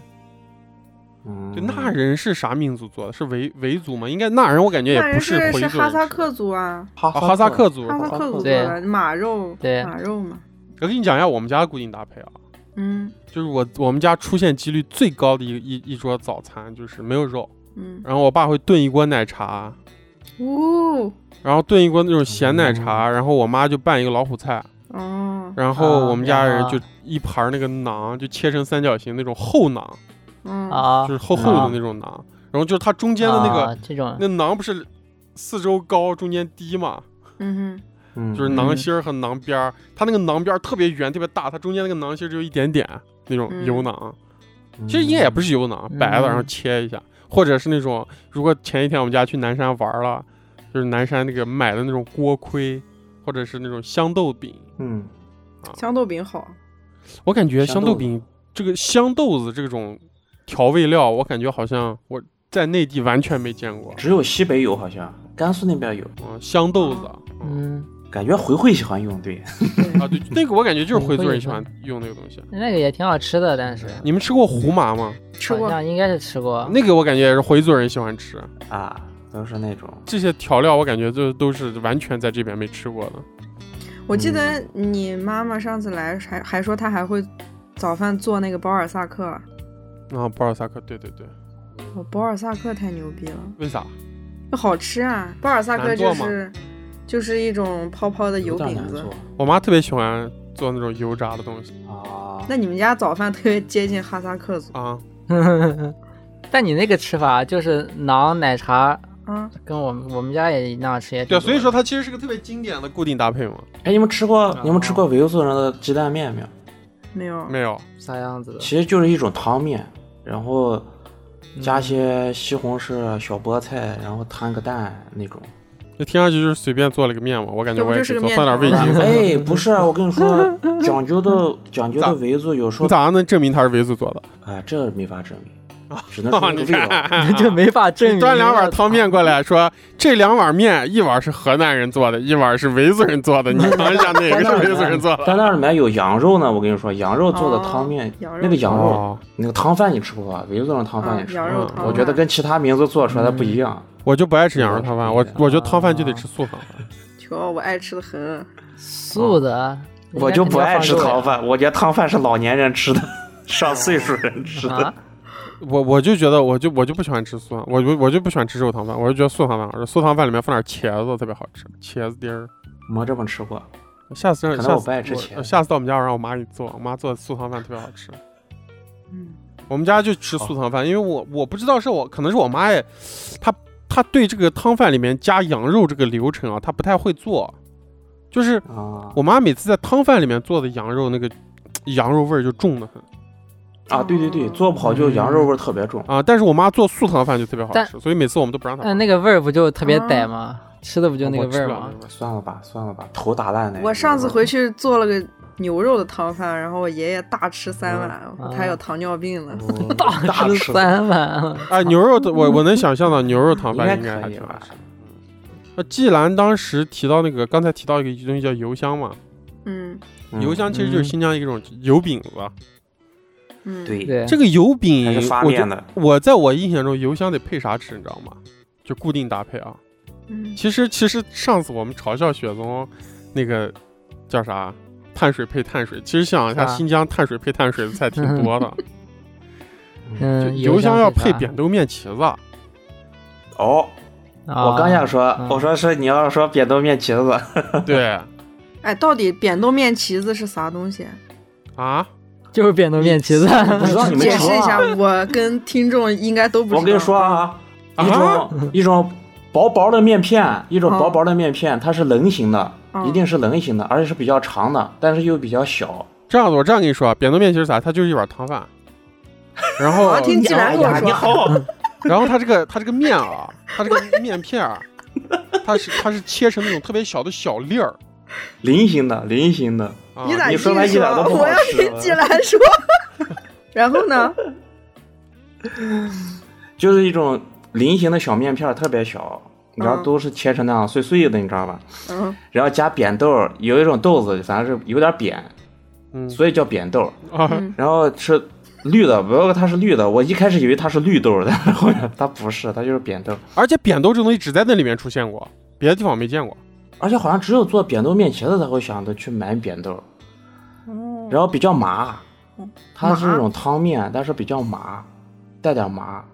Speaker 5: 嗯
Speaker 2: 就纳人是啥民族做的？是维维族吗？应该纳人我感觉也
Speaker 4: 那
Speaker 2: 不
Speaker 4: 人是
Speaker 2: 回族人吃的
Speaker 4: 哈萨克族啊，
Speaker 5: 哈
Speaker 2: 啊哈萨克族。
Speaker 4: 哈萨克族做
Speaker 3: 对
Speaker 4: 的马肉，
Speaker 3: 对
Speaker 4: 马肉嘛，
Speaker 2: 我跟你讲一下我们家的固定搭配啊，
Speaker 4: 嗯
Speaker 2: 就是我我们家出现几率最高的一一一桌早餐就是没有肉，
Speaker 4: 嗯，
Speaker 2: 然后我爸会炖一锅奶茶，
Speaker 4: 哦
Speaker 2: 然后炖一锅那种咸奶茶，然后我妈就拌一个老虎菜，
Speaker 4: 哦
Speaker 2: 然后我们家人
Speaker 3: 啊
Speaker 2: 就一盘儿那个馕就切成三角形那种厚馕，
Speaker 4: 嗯
Speaker 3: 啊
Speaker 2: 就是厚厚的那种馕，然后就是它中间的那个、
Speaker 3: 啊这种
Speaker 2: 那馕不是四周高中间低嘛，
Speaker 4: 嗯
Speaker 5: 嗯，
Speaker 2: 就是馕心儿和馕边儿，它那个馕边儿特别圆特别大，它中间那个馕心儿只有一点点那种
Speaker 4: 嗯
Speaker 2: 油馕，
Speaker 5: 嗯
Speaker 2: 其实应该也不是油馕，
Speaker 3: 嗯
Speaker 2: 白的然后切一下，或者是那种如果前一天我们家去南山玩了，就是南山那个买的那种锅盔，或者是那种香豆饼，
Speaker 5: 嗯，
Speaker 4: 哼，香豆饼好，
Speaker 2: 我感觉香
Speaker 5: 香
Speaker 2: 豆
Speaker 5: 豆
Speaker 2: 饼这个香豆子这种调味料，我感觉好像我在内地完全没见过。
Speaker 5: 只有西北有，好像甘肃那边有，
Speaker 2: 嗯，香豆子，嗯
Speaker 3: 嗯，
Speaker 5: 感觉回回喜欢用，对，
Speaker 4: 嗯
Speaker 2: 啊，对，那个我感觉就是回族人喜欢
Speaker 3: 嗯
Speaker 2: 用那个东西。
Speaker 3: 那个也挺好吃的，但是
Speaker 2: 你们吃过胡麻吗？
Speaker 4: 吃
Speaker 3: 好
Speaker 4: 过
Speaker 3: 像应该是吃过。
Speaker 2: 那个我感觉也是回族人喜欢吃。
Speaker 5: 啊，都是那种
Speaker 2: 这些调料我感觉就都是完全在这边没吃过的。
Speaker 4: 我记得你妈妈上次来还还说她还会早饭做那个保尔萨克，
Speaker 2: 啊，巴尔萨克，对对对，
Speaker 4: 我保尔萨克太牛逼了，
Speaker 2: 为啥？
Speaker 4: 好吃啊！保尔萨克就
Speaker 2: 难做
Speaker 4: 是就是一种泡泡的油
Speaker 5: 点难
Speaker 4: 饼子
Speaker 5: 做。
Speaker 2: 我妈特别喜欢做那种油炸的东西
Speaker 5: 啊。
Speaker 4: 那你们家早饭特别接近哈萨克族
Speaker 2: 啊。
Speaker 3: 但你那个吃法就是馕奶茶，
Speaker 4: 啊？
Speaker 3: 跟我们我们家也那样吃也挺
Speaker 2: 对啊，
Speaker 3: 多的。
Speaker 2: 所以说它其实是个特别经典的固定搭配嘛。
Speaker 5: 哎，你们吃过
Speaker 2: 啊
Speaker 5: 你们吃过维族人的鸡蛋面没有？
Speaker 4: 没有，
Speaker 2: 没有，
Speaker 3: 啥样子的？
Speaker 5: 其实就是一种汤面，然后加些西红柿、啊小菠菜，然后摊个蛋那
Speaker 2: *laughs*
Speaker 5: 种。
Speaker 2: 就听上去就是随便做了个面嘛。我感觉
Speaker 4: 这不
Speaker 2: 我也
Speaker 4: 就是
Speaker 2: 只
Speaker 4: 个
Speaker 2: 做
Speaker 4: 面
Speaker 2: 放点味
Speaker 4: 条
Speaker 2: 精。
Speaker 5: 哎，不是，我跟你说，讲究
Speaker 2: *laughs*
Speaker 5: 的讲究的维族有时
Speaker 2: 你
Speaker 5: 候
Speaker 2: 咋样能证明它是维族做的？
Speaker 5: 啊，这没法证明，只
Speaker 2: *laughs*
Speaker 5: 能说这
Speaker 2: 哦你
Speaker 5: 个味道。
Speaker 2: 看
Speaker 3: *laughs* 就没法证明。
Speaker 2: 端两碗汤面过来说，这两碗面一碗是河南人做的，一碗是维族人做的，你尝一下哪个
Speaker 5: 在
Speaker 2: 是
Speaker 5: 那
Speaker 2: 维族人
Speaker 5: 里
Speaker 2: 做
Speaker 5: 面，
Speaker 2: 的？
Speaker 5: 在那里面有羊肉呢，我跟你说，羊肉做的
Speaker 3: 哦
Speaker 5: 汤面，
Speaker 4: 羊肉
Speaker 5: 那个 *laughs* 羊肉，
Speaker 2: 哦，
Speaker 5: 那个汤饭你吃过吧？维族人汤饭
Speaker 4: 啊
Speaker 5: 你，
Speaker 3: 哦
Speaker 5: 吃过
Speaker 4: 羊
Speaker 5: 吗？
Speaker 4: 肉
Speaker 2: 嗯
Speaker 4: 汤。
Speaker 5: 我觉得跟其他民族做出来的不一样。
Speaker 2: 我就不爱啊吃羊肉汤饭，我我觉得汤饭就得吃素汤饭。
Speaker 4: 求我爱吃的很，啊
Speaker 3: 素的，人
Speaker 5: 嗯我
Speaker 3: 家
Speaker 5: 就
Speaker 3: 嗯肯
Speaker 5: 不
Speaker 3: 定要
Speaker 5: 爱
Speaker 3: 放
Speaker 5: 吃
Speaker 3: 肉
Speaker 5: 汤
Speaker 3: 呀
Speaker 5: 饭，我觉得汤饭是老年人吃的， *laughs* 上岁数人吃的。
Speaker 3: 啊。
Speaker 2: 我我就觉得，我就我就不喜欢吃素，我就我就不喜欢吃肉汤饭，我就觉得素汤饭好吃。素汤饭里面放点茄子，特别好吃，茄子丁儿。
Speaker 5: 没这么吃过，
Speaker 2: 下次
Speaker 5: 可能
Speaker 2: 下
Speaker 5: 我
Speaker 2: 次
Speaker 5: 不爱吃茄子
Speaker 2: 下次到我们家让我妈给你做，我妈做的素汤饭特别好吃。
Speaker 5: 哎
Speaker 4: 嗯，
Speaker 2: 我们家就吃素汤饭，因为我我不知道是我，可能是我妈也，她她对这个汤饭里面加羊肉这个流程啊，她不太会做。就是
Speaker 5: 啊
Speaker 2: 我妈每次在汤饭里面做的羊肉，那个羊肉味儿就重的很
Speaker 5: 啊，对对
Speaker 4: 哦
Speaker 5: 对，做不好就羊肉味儿特别重。
Speaker 2: 啊。但是我妈做素汤饭就特别好
Speaker 3: 但
Speaker 2: 吃，所以每次我们都不让她
Speaker 3: 但
Speaker 2: 做。
Speaker 3: 啊那个味儿不就特别歹
Speaker 2: 啊
Speaker 3: 吗？吃的不就那
Speaker 2: 我
Speaker 3: 个
Speaker 2: 吃
Speaker 3: 味儿
Speaker 2: 不了那
Speaker 3: 吗
Speaker 2: 个？味儿
Speaker 5: 算了吧，算了吧，头打烂的。
Speaker 4: 我上次回去做了个牛肉的汤饭，然后我爷爷大吃三碗，
Speaker 3: 嗯
Speaker 4: 他有糖尿病呢。 *laughs*
Speaker 5: 嗯
Speaker 3: 大
Speaker 5: 大
Speaker 3: 吃三碗，
Speaker 2: 哎，牛肉的
Speaker 3: *laughs*
Speaker 2: 我我能想象到牛肉汤
Speaker 5: 应
Speaker 2: 饭
Speaker 5: 该
Speaker 2: 应该还
Speaker 5: 可以
Speaker 2: 挺好
Speaker 5: 吧
Speaker 2: 吃。那既然当时提到那个，刚才提到一个东西叫油香嘛，
Speaker 4: 嗯
Speaker 5: 嗯
Speaker 2: 油香其实就是新疆一种油饼子，
Speaker 4: 嗯，，
Speaker 5: 对，
Speaker 3: 对，
Speaker 2: 这个油饼
Speaker 5: 它是发
Speaker 2: 我觉
Speaker 5: 面
Speaker 2: 得
Speaker 5: 的，
Speaker 2: 我在我印象中油香得配啥吃，你知道吗？就固定搭配啊。
Speaker 4: 嗯
Speaker 2: 其实其实上次我们嘲笑雪松那个叫啥碳水配碳水，其实想一下，
Speaker 3: 是吧
Speaker 2: 新疆碳水配碳水的菜挺多的，就
Speaker 3: 嗯，
Speaker 2: 油香
Speaker 3: 香
Speaker 2: 要
Speaker 3: 是啥
Speaker 2: 配扁豆面旗子，
Speaker 5: 哦，
Speaker 3: 啊
Speaker 5: 我刚想说
Speaker 4: 啊
Speaker 3: 嗯，
Speaker 5: 我说是你要说扁豆面旗子，
Speaker 2: 对
Speaker 4: 哎，到底扁豆面旗子是啥东西？
Speaker 2: 啊，
Speaker 3: 就是扁豆面旗子， *laughs*
Speaker 5: 不知道你们
Speaker 4: *laughs* 啊解
Speaker 5: 吃
Speaker 4: 释一下，我跟听众应该都不知道。
Speaker 5: 我跟你说，啊，
Speaker 2: 啊
Speaker 5: 一种一种薄薄的面片，一种
Speaker 4: 嗯
Speaker 5: 薄薄的面片，它是棱形的，
Speaker 4: 嗯
Speaker 5: 一定是棱形的，而且是比较长的，但是又比较小。
Speaker 2: 这样子我这样跟你说，啊，扁豆面旗是啥？它就是一碗汤饭，然
Speaker 4: 我
Speaker 2: 后
Speaker 4: 要听济南跟我
Speaker 5: 你
Speaker 4: 说，
Speaker 5: 好，
Speaker 2: 然后它这个它这个面啊，它这个面片儿，它是它是切成那种特别小的小粒儿
Speaker 5: 菱形的，菱形的，
Speaker 2: 啊，
Speaker 4: 你咋
Speaker 5: 你
Speaker 4: 净
Speaker 5: 说
Speaker 4: 说？啊
Speaker 5: 完一点都不好吃啊
Speaker 4: 我要听济南说。 *laughs* 然后呢？
Speaker 5: 就是一种菱形的小面片儿，特别小，你知道
Speaker 4: 嗯
Speaker 5: 都是切成那样碎碎的，你知道吧？
Speaker 4: 嗯，
Speaker 5: 然后加扁豆儿，有一种豆子，反正是有点扁，
Speaker 2: 嗯
Speaker 5: 所以叫扁豆儿。
Speaker 2: 啊，
Speaker 4: 嗯
Speaker 5: 然后吃绿的，不过它是绿的，我一开始以为它是绿豆儿，但是 *laughs* 后面它不是，它就是扁豆儿。
Speaker 2: 而且扁豆这东西只在那里面出现过，别的地方没见过。
Speaker 5: 而且好像只有做扁豆面茄子才会想着去买扁豆儿，
Speaker 4: 嗯
Speaker 5: 然后比较麻，它是那种汤面，但是比较麻，带点麻，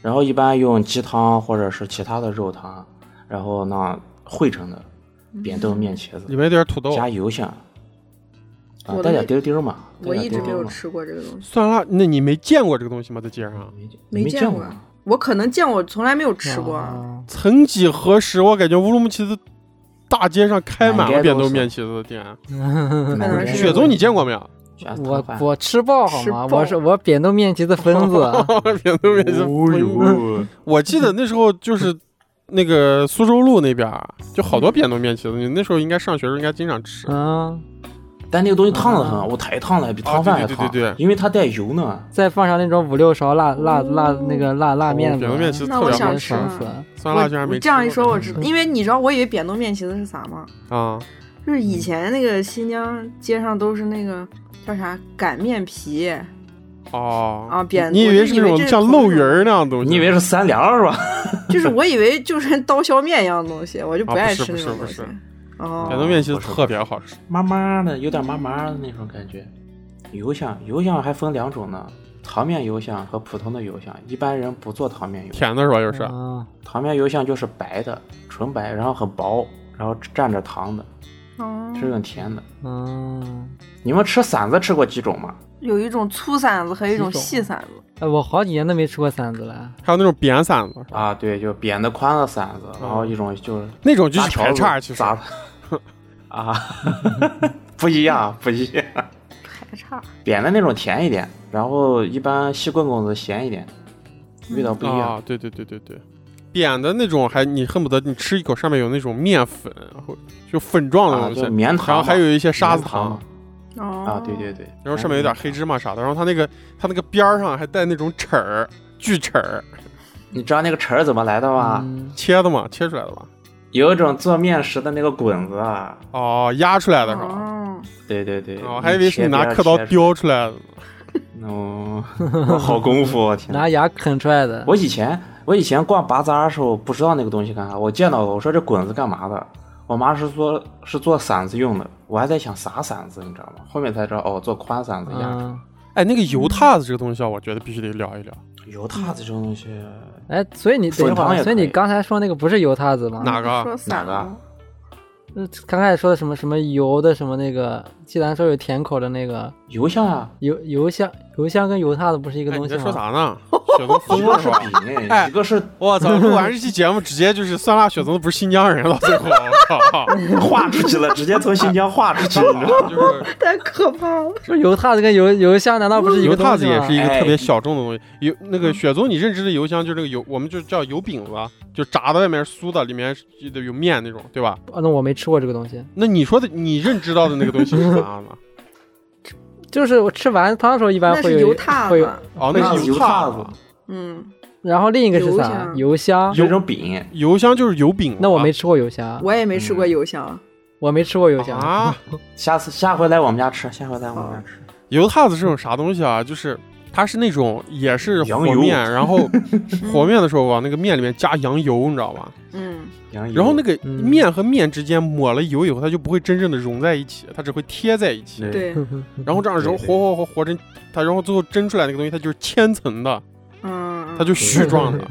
Speaker 5: 然后一般用鸡汤或者是其他的肉汤，然后呢烩成的
Speaker 4: 嗯
Speaker 5: 扁豆面茄
Speaker 2: 里
Speaker 5: 子，
Speaker 2: 面有点土豆、
Speaker 5: 加油香，啊
Speaker 4: 我的
Speaker 5: 带点滴溜嘛，
Speaker 4: 我一直没有
Speaker 5: 带点
Speaker 4: 吃过这个东西，
Speaker 2: 酸辣，那你没见过这个东
Speaker 4: 嗯
Speaker 2: 西吗？在街上？
Speaker 5: 滴溜嘛，
Speaker 4: 没
Speaker 5: 没
Speaker 4: 见
Speaker 5: 见啊哦
Speaker 4: 过我可能见过，从来没有吃过。
Speaker 3: 啊
Speaker 2: 曾几何时，我感觉乌鲁木齐的大街上开满
Speaker 5: 满
Speaker 2: 了
Speaker 5: 街
Speaker 2: 扁
Speaker 5: 都
Speaker 2: 豆
Speaker 5: 是
Speaker 2: 面旗子的店。
Speaker 5: 嗯
Speaker 4: 可能是
Speaker 2: 嗯雪宗，你见过
Speaker 4: *laughs*
Speaker 2: 没有？
Speaker 5: 啊
Speaker 3: 我我吃爆好
Speaker 4: 吃
Speaker 3: 吗？
Speaker 4: 爆
Speaker 3: 我是我扁豆面旗的分子，啊
Speaker 5: *laughs*
Speaker 2: 扁豆面旗子
Speaker 5: 哦
Speaker 2: 分。
Speaker 5: 呦，
Speaker 2: 我记得那时候就是那个苏州路那边儿就好多扁豆面旗子，你那时候应该上学的时候应该经常吃。
Speaker 3: 嗯，
Speaker 5: 但那个东西烫的很，我太烫了，比汤饭还烫，
Speaker 2: 啊对对对对
Speaker 5: 因为它带油呢。
Speaker 3: 再放上那种五六勺辣辣辣那个辣辣面子
Speaker 2: 哦扁豆，面旗子
Speaker 4: 那
Speaker 2: 特
Speaker 4: 我
Speaker 2: 别好
Speaker 4: 想
Speaker 3: 特别
Speaker 2: 吃
Speaker 4: 吃，嗯
Speaker 3: 爽死。
Speaker 2: 酸辣居然
Speaker 4: 我
Speaker 2: 没
Speaker 4: 我
Speaker 2: 吃
Speaker 4: 这样一说，
Speaker 2: 过
Speaker 4: 我知道，因为你知道，我以为扁豆面旗子是啥吗？
Speaker 2: 啊，
Speaker 4: 就是以前那个新疆街上都是那个叫啥擀面皮
Speaker 2: 哦
Speaker 4: 啊，扁，
Speaker 2: 你以
Speaker 4: 我
Speaker 2: 为
Speaker 4: 就是
Speaker 2: 那
Speaker 4: 以
Speaker 2: 种
Speaker 4: 这是
Speaker 2: 像
Speaker 4: 同
Speaker 2: 漏
Speaker 4: 一种
Speaker 2: 鱼儿那样的东西？
Speaker 5: 你以为是三粮是吧？
Speaker 4: 就是我以为就是 *laughs* 刀削面一样的东西，我就
Speaker 2: 啊不
Speaker 4: 爱
Speaker 2: 是不
Speaker 4: 吃那
Speaker 2: 是
Speaker 4: 种
Speaker 2: 不
Speaker 4: 东西
Speaker 2: 是。嗯扁
Speaker 4: 哦，
Speaker 2: 豆面其实
Speaker 5: 不是
Speaker 2: 特别好吃。
Speaker 5: 麻麻的，有点麻麻的那种感觉。油香，油香还分两种呢，糖面油香和普通的油香。一般人不做嗯糖面油香，
Speaker 2: 甜的是吧？又是
Speaker 3: 啊，
Speaker 5: 糖面油香就是白的，纯白，然后很薄，然后蘸着糖的，
Speaker 4: 哦
Speaker 5: 这种甜的。
Speaker 3: 嗯，
Speaker 5: 你们吃馓子吃过几种吗？
Speaker 4: 有一种粗馓子和一种
Speaker 3: 几种
Speaker 4: 细馓子。
Speaker 3: 哎，我好几年都没吃过馓子了。
Speaker 2: 还有那种扁馓子，
Speaker 5: 啊，对，就扁的宽的馓子，
Speaker 2: 嗯
Speaker 5: 然后一种就是
Speaker 2: 那种就
Speaker 5: 搭
Speaker 2: 是
Speaker 5: 条
Speaker 2: 排
Speaker 5: 子
Speaker 2: 叉，其实
Speaker 5: 砸 *laughs* 啊，不一样，不一样。
Speaker 4: 排叉，
Speaker 5: 扁的那种甜一点，然后一般细棍棍子咸一点，味道不一样。
Speaker 2: 啊，对对对对对，扁的那种还你恨不得你吃一口上面有那种面粉，啊或就粉状
Speaker 5: 啊，
Speaker 2: 的东
Speaker 5: 就
Speaker 2: 西，
Speaker 5: 棉糖嘛，
Speaker 2: 哦然后还有一些沙子
Speaker 5: 棉糖嘛，
Speaker 4: 哦
Speaker 5: 啊，对对对，
Speaker 2: 然后上面有点黑芝麻啥的，然后它那个它那个边儿上还带那种齿儿，锯齿儿，
Speaker 5: 你知道那个齿儿怎么来的吗？
Speaker 3: 嗯
Speaker 2: 切的嘛，切出来的嘛，
Speaker 5: 有一种做面食的那个滚子啊，
Speaker 2: 哦，压出来的是吧？
Speaker 4: 哦，
Speaker 5: 对对对，
Speaker 2: 哦，还以为是你拿刻刀
Speaker 5: 切嗯
Speaker 2: 雕出来的，
Speaker 5: 边儿切出来。哦，好功夫，我天！
Speaker 3: 拿牙啃出来的。
Speaker 5: 我以前我以前逛拔杂的时候不知道那个东西干啥，我见到过，我说这滚子干嘛的？我妈是做是做馓子用的，我还在想啥馓子，你知道吗？后面才知道哦，做宽馓子压
Speaker 3: 嗯，
Speaker 2: 哎，那个油挞子这个东西啊，我觉得必须得聊一聊，
Speaker 5: 油挞子这种东西，
Speaker 3: 哎，所以你等一
Speaker 5: 粉
Speaker 3: 会
Speaker 5: 糖
Speaker 3: 儿，
Speaker 5: 也
Speaker 3: 所以
Speaker 5: 可
Speaker 3: 你
Speaker 5: 以
Speaker 3: 刚才说那个不是油挞子吗？
Speaker 2: 哪
Speaker 4: 说
Speaker 2: 个？
Speaker 4: 馓
Speaker 5: 哪
Speaker 4: 子
Speaker 5: 个？
Speaker 3: 嗯刚开始说的什么什么油的什么那个，既然说有甜口的那个
Speaker 5: 油香啊，
Speaker 3: 油油香油香跟油挞子不是一个
Speaker 2: 哎，
Speaker 3: 东
Speaker 2: 你
Speaker 3: 西
Speaker 2: 在
Speaker 3: 吗？
Speaker 2: 说啥呢？ *laughs*
Speaker 5: *laughs*
Speaker 2: 雪都
Speaker 5: 一
Speaker 2: 疯
Speaker 5: 个
Speaker 2: 了
Speaker 5: 是
Speaker 2: 是吧？哎
Speaker 5: 饼，一个是
Speaker 2: 我操！录完这期节目，直接就是酸辣雪松都不是新疆人了，最后我靠，
Speaker 5: 画出去了，直接从新疆画出去，你知道吗？
Speaker 2: 就是
Speaker 4: 太可怕了！
Speaker 3: 不是油挞子跟油油香难道不是一
Speaker 2: 油
Speaker 3: 个东西啊
Speaker 2: 挞
Speaker 3: 吗？
Speaker 2: 子也是一个
Speaker 5: 哎
Speaker 2: 特别小众的东西。油那个雪宗，你认知的油香就是那个油，我们就叫油饼子，就炸的外面是酥的，里面是有面那种，对吧？
Speaker 3: 啊，那我没吃过这个东西，
Speaker 2: 那你说的，你认知到的那个东西是啥呢？
Speaker 3: 就是我吃丸子汤的时候一般
Speaker 4: 那
Speaker 3: 会
Speaker 4: 是
Speaker 3: 有
Speaker 4: 油
Speaker 3: 一
Speaker 4: 挞
Speaker 3: 会有，
Speaker 4: 子，
Speaker 2: 哦，那是
Speaker 5: 油
Speaker 2: 挞
Speaker 5: 挞
Speaker 2: 子
Speaker 5: 子，，
Speaker 4: 嗯，
Speaker 3: 然后另一个是
Speaker 4: 油
Speaker 3: 啥
Speaker 4: 香？
Speaker 3: 油香。
Speaker 5: 有一种饼，
Speaker 2: 油香就是油饼子。
Speaker 5: 啊
Speaker 3: 那我没吃过油香，
Speaker 2: 嗯
Speaker 4: 我也没吃过油香，
Speaker 3: 我没吃过油香，
Speaker 2: 啊，
Speaker 5: 下次下回来我们家吃，下回来我们家吃。
Speaker 2: 油塔子是种啥东西啊？就是它是那种也是
Speaker 5: 羊
Speaker 2: 和
Speaker 5: 油
Speaker 2: 面，然后和面的时候往那个面里面加羊油，你知道吧？
Speaker 4: 嗯，
Speaker 5: 羊
Speaker 2: 然后那
Speaker 5: 个
Speaker 2: 个
Speaker 3: 嗯
Speaker 2: 面和面之间抹了油以后，它就不会真正的融在一起，它只会贴在一起。
Speaker 4: 对，
Speaker 2: 然后这样揉
Speaker 5: 对对
Speaker 2: 和和和和成它，然后最后蒸出来那个东西，它就是千层的，
Speaker 4: 嗯，
Speaker 2: 它就絮状
Speaker 5: *laughs*
Speaker 2: 的。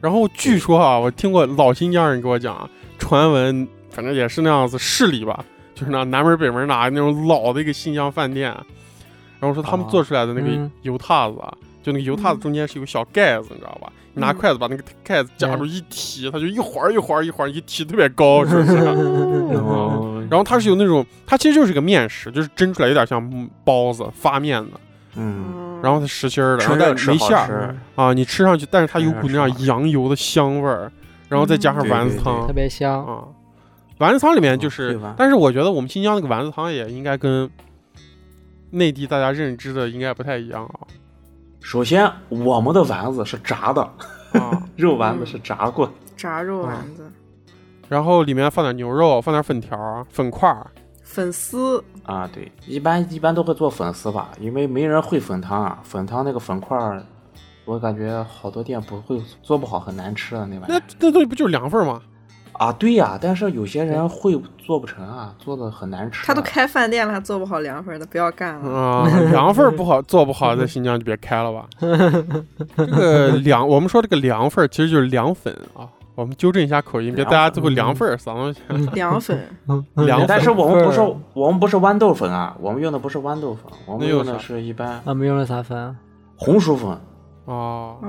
Speaker 2: 然后据说啊，我听过老新疆人给我讲啊，传闻反正也是那样子市里吧，就是那南门北门哪那种老的一个新疆饭店，然后说他们
Speaker 5: 啊
Speaker 2: 做出来的那个
Speaker 3: 嗯
Speaker 2: 油塔子啊，就那个油塔子中间是有个小盖子，你知道吧？你拿
Speaker 4: 嗯
Speaker 2: 筷子把那个盖子夹住一提，它就一环儿一环儿一环儿，一提特别高，是不是？
Speaker 5: 哦，
Speaker 2: 然后它是有那种，它其实就是个面食，就是蒸出来有点像包子发面的，
Speaker 5: 嗯，
Speaker 2: 然后它实心儿的，然
Speaker 5: 吃
Speaker 2: 后但
Speaker 5: 热
Speaker 2: 是
Speaker 5: 吃
Speaker 2: 没
Speaker 5: 好
Speaker 2: 馅儿，
Speaker 5: 吃，
Speaker 2: 啊，你吃上去，但是它有股那
Speaker 5: 吃
Speaker 2: 样
Speaker 5: 上
Speaker 2: 羊油的香味儿，然后再加上
Speaker 5: 嗯
Speaker 2: 丸子
Speaker 5: 对对
Speaker 2: 汤
Speaker 3: 特别香。
Speaker 2: 啊。丸子汤里面就
Speaker 5: 嗯
Speaker 2: 是
Speaker 5: 对吧，
Speaker 2: 但是我觉得我们新疆那个丸子汤也应该跟内地大家认知的应该不太一样啊。
Speaker 5: 首先我们的丸子是炸的，，
Speaker 2: 啊
Speaker 5: *laughs* 肉丸子是炸过的，
Speaker 4: 炸肉
Speaker 2: 嗯
Speaker 4: 丸子、
Speaker 2: 然后里面放点牛肉，放点粉条儿、粉块儿，
Speaker 4: 粉丝，
Speaker 2: 嗯
Speaker 5: 啊，对，一般一般都会做粉丝吧，因为没人会粉汤啊，粉汤那个粉块儿，我感觉好多店不会做不好，很难吃的那玩意
Speaker 2: 那
Speaker 5: 儿
Speaker 2: 那东西不就是凉粉儿吗？
Speaker 5: 啊，对呀、但是有些人会做不成啊，做的很难吃的。
Speaker 4: 他都开饭店了，还做不好凉粉儿的，不要干了。
Speaker 2: 啊，凉粉儿不好做不好，在新疆就别开了吧。这个凉，我们说这个凉粉儿其实就是凉粉啊。我们纠正一下口音，别大家最后凉粉儿嗓子
Speaker 3: *laughs*
Speaker 4: 凉粉，
Speaker 3: 嗯
Speaker 2: 凉粉
Speaker 5: 但是我们不是
Speaker 3: 粉
Speaker 5: 我们不是豌豆粉啊，我们用的不是豌豆粉，我
Speaker 2: 那
Speaker 5: 们
Speaker 2: 又
Speaker 5: 用
Speaker 2: 啥
Speaker 5: 的是一般
Speaker 3: 啊，没用了啥粉啊，
Speaker 5: 红薯粉，
Speaker 2: 哦，
Speaker 4: 哦，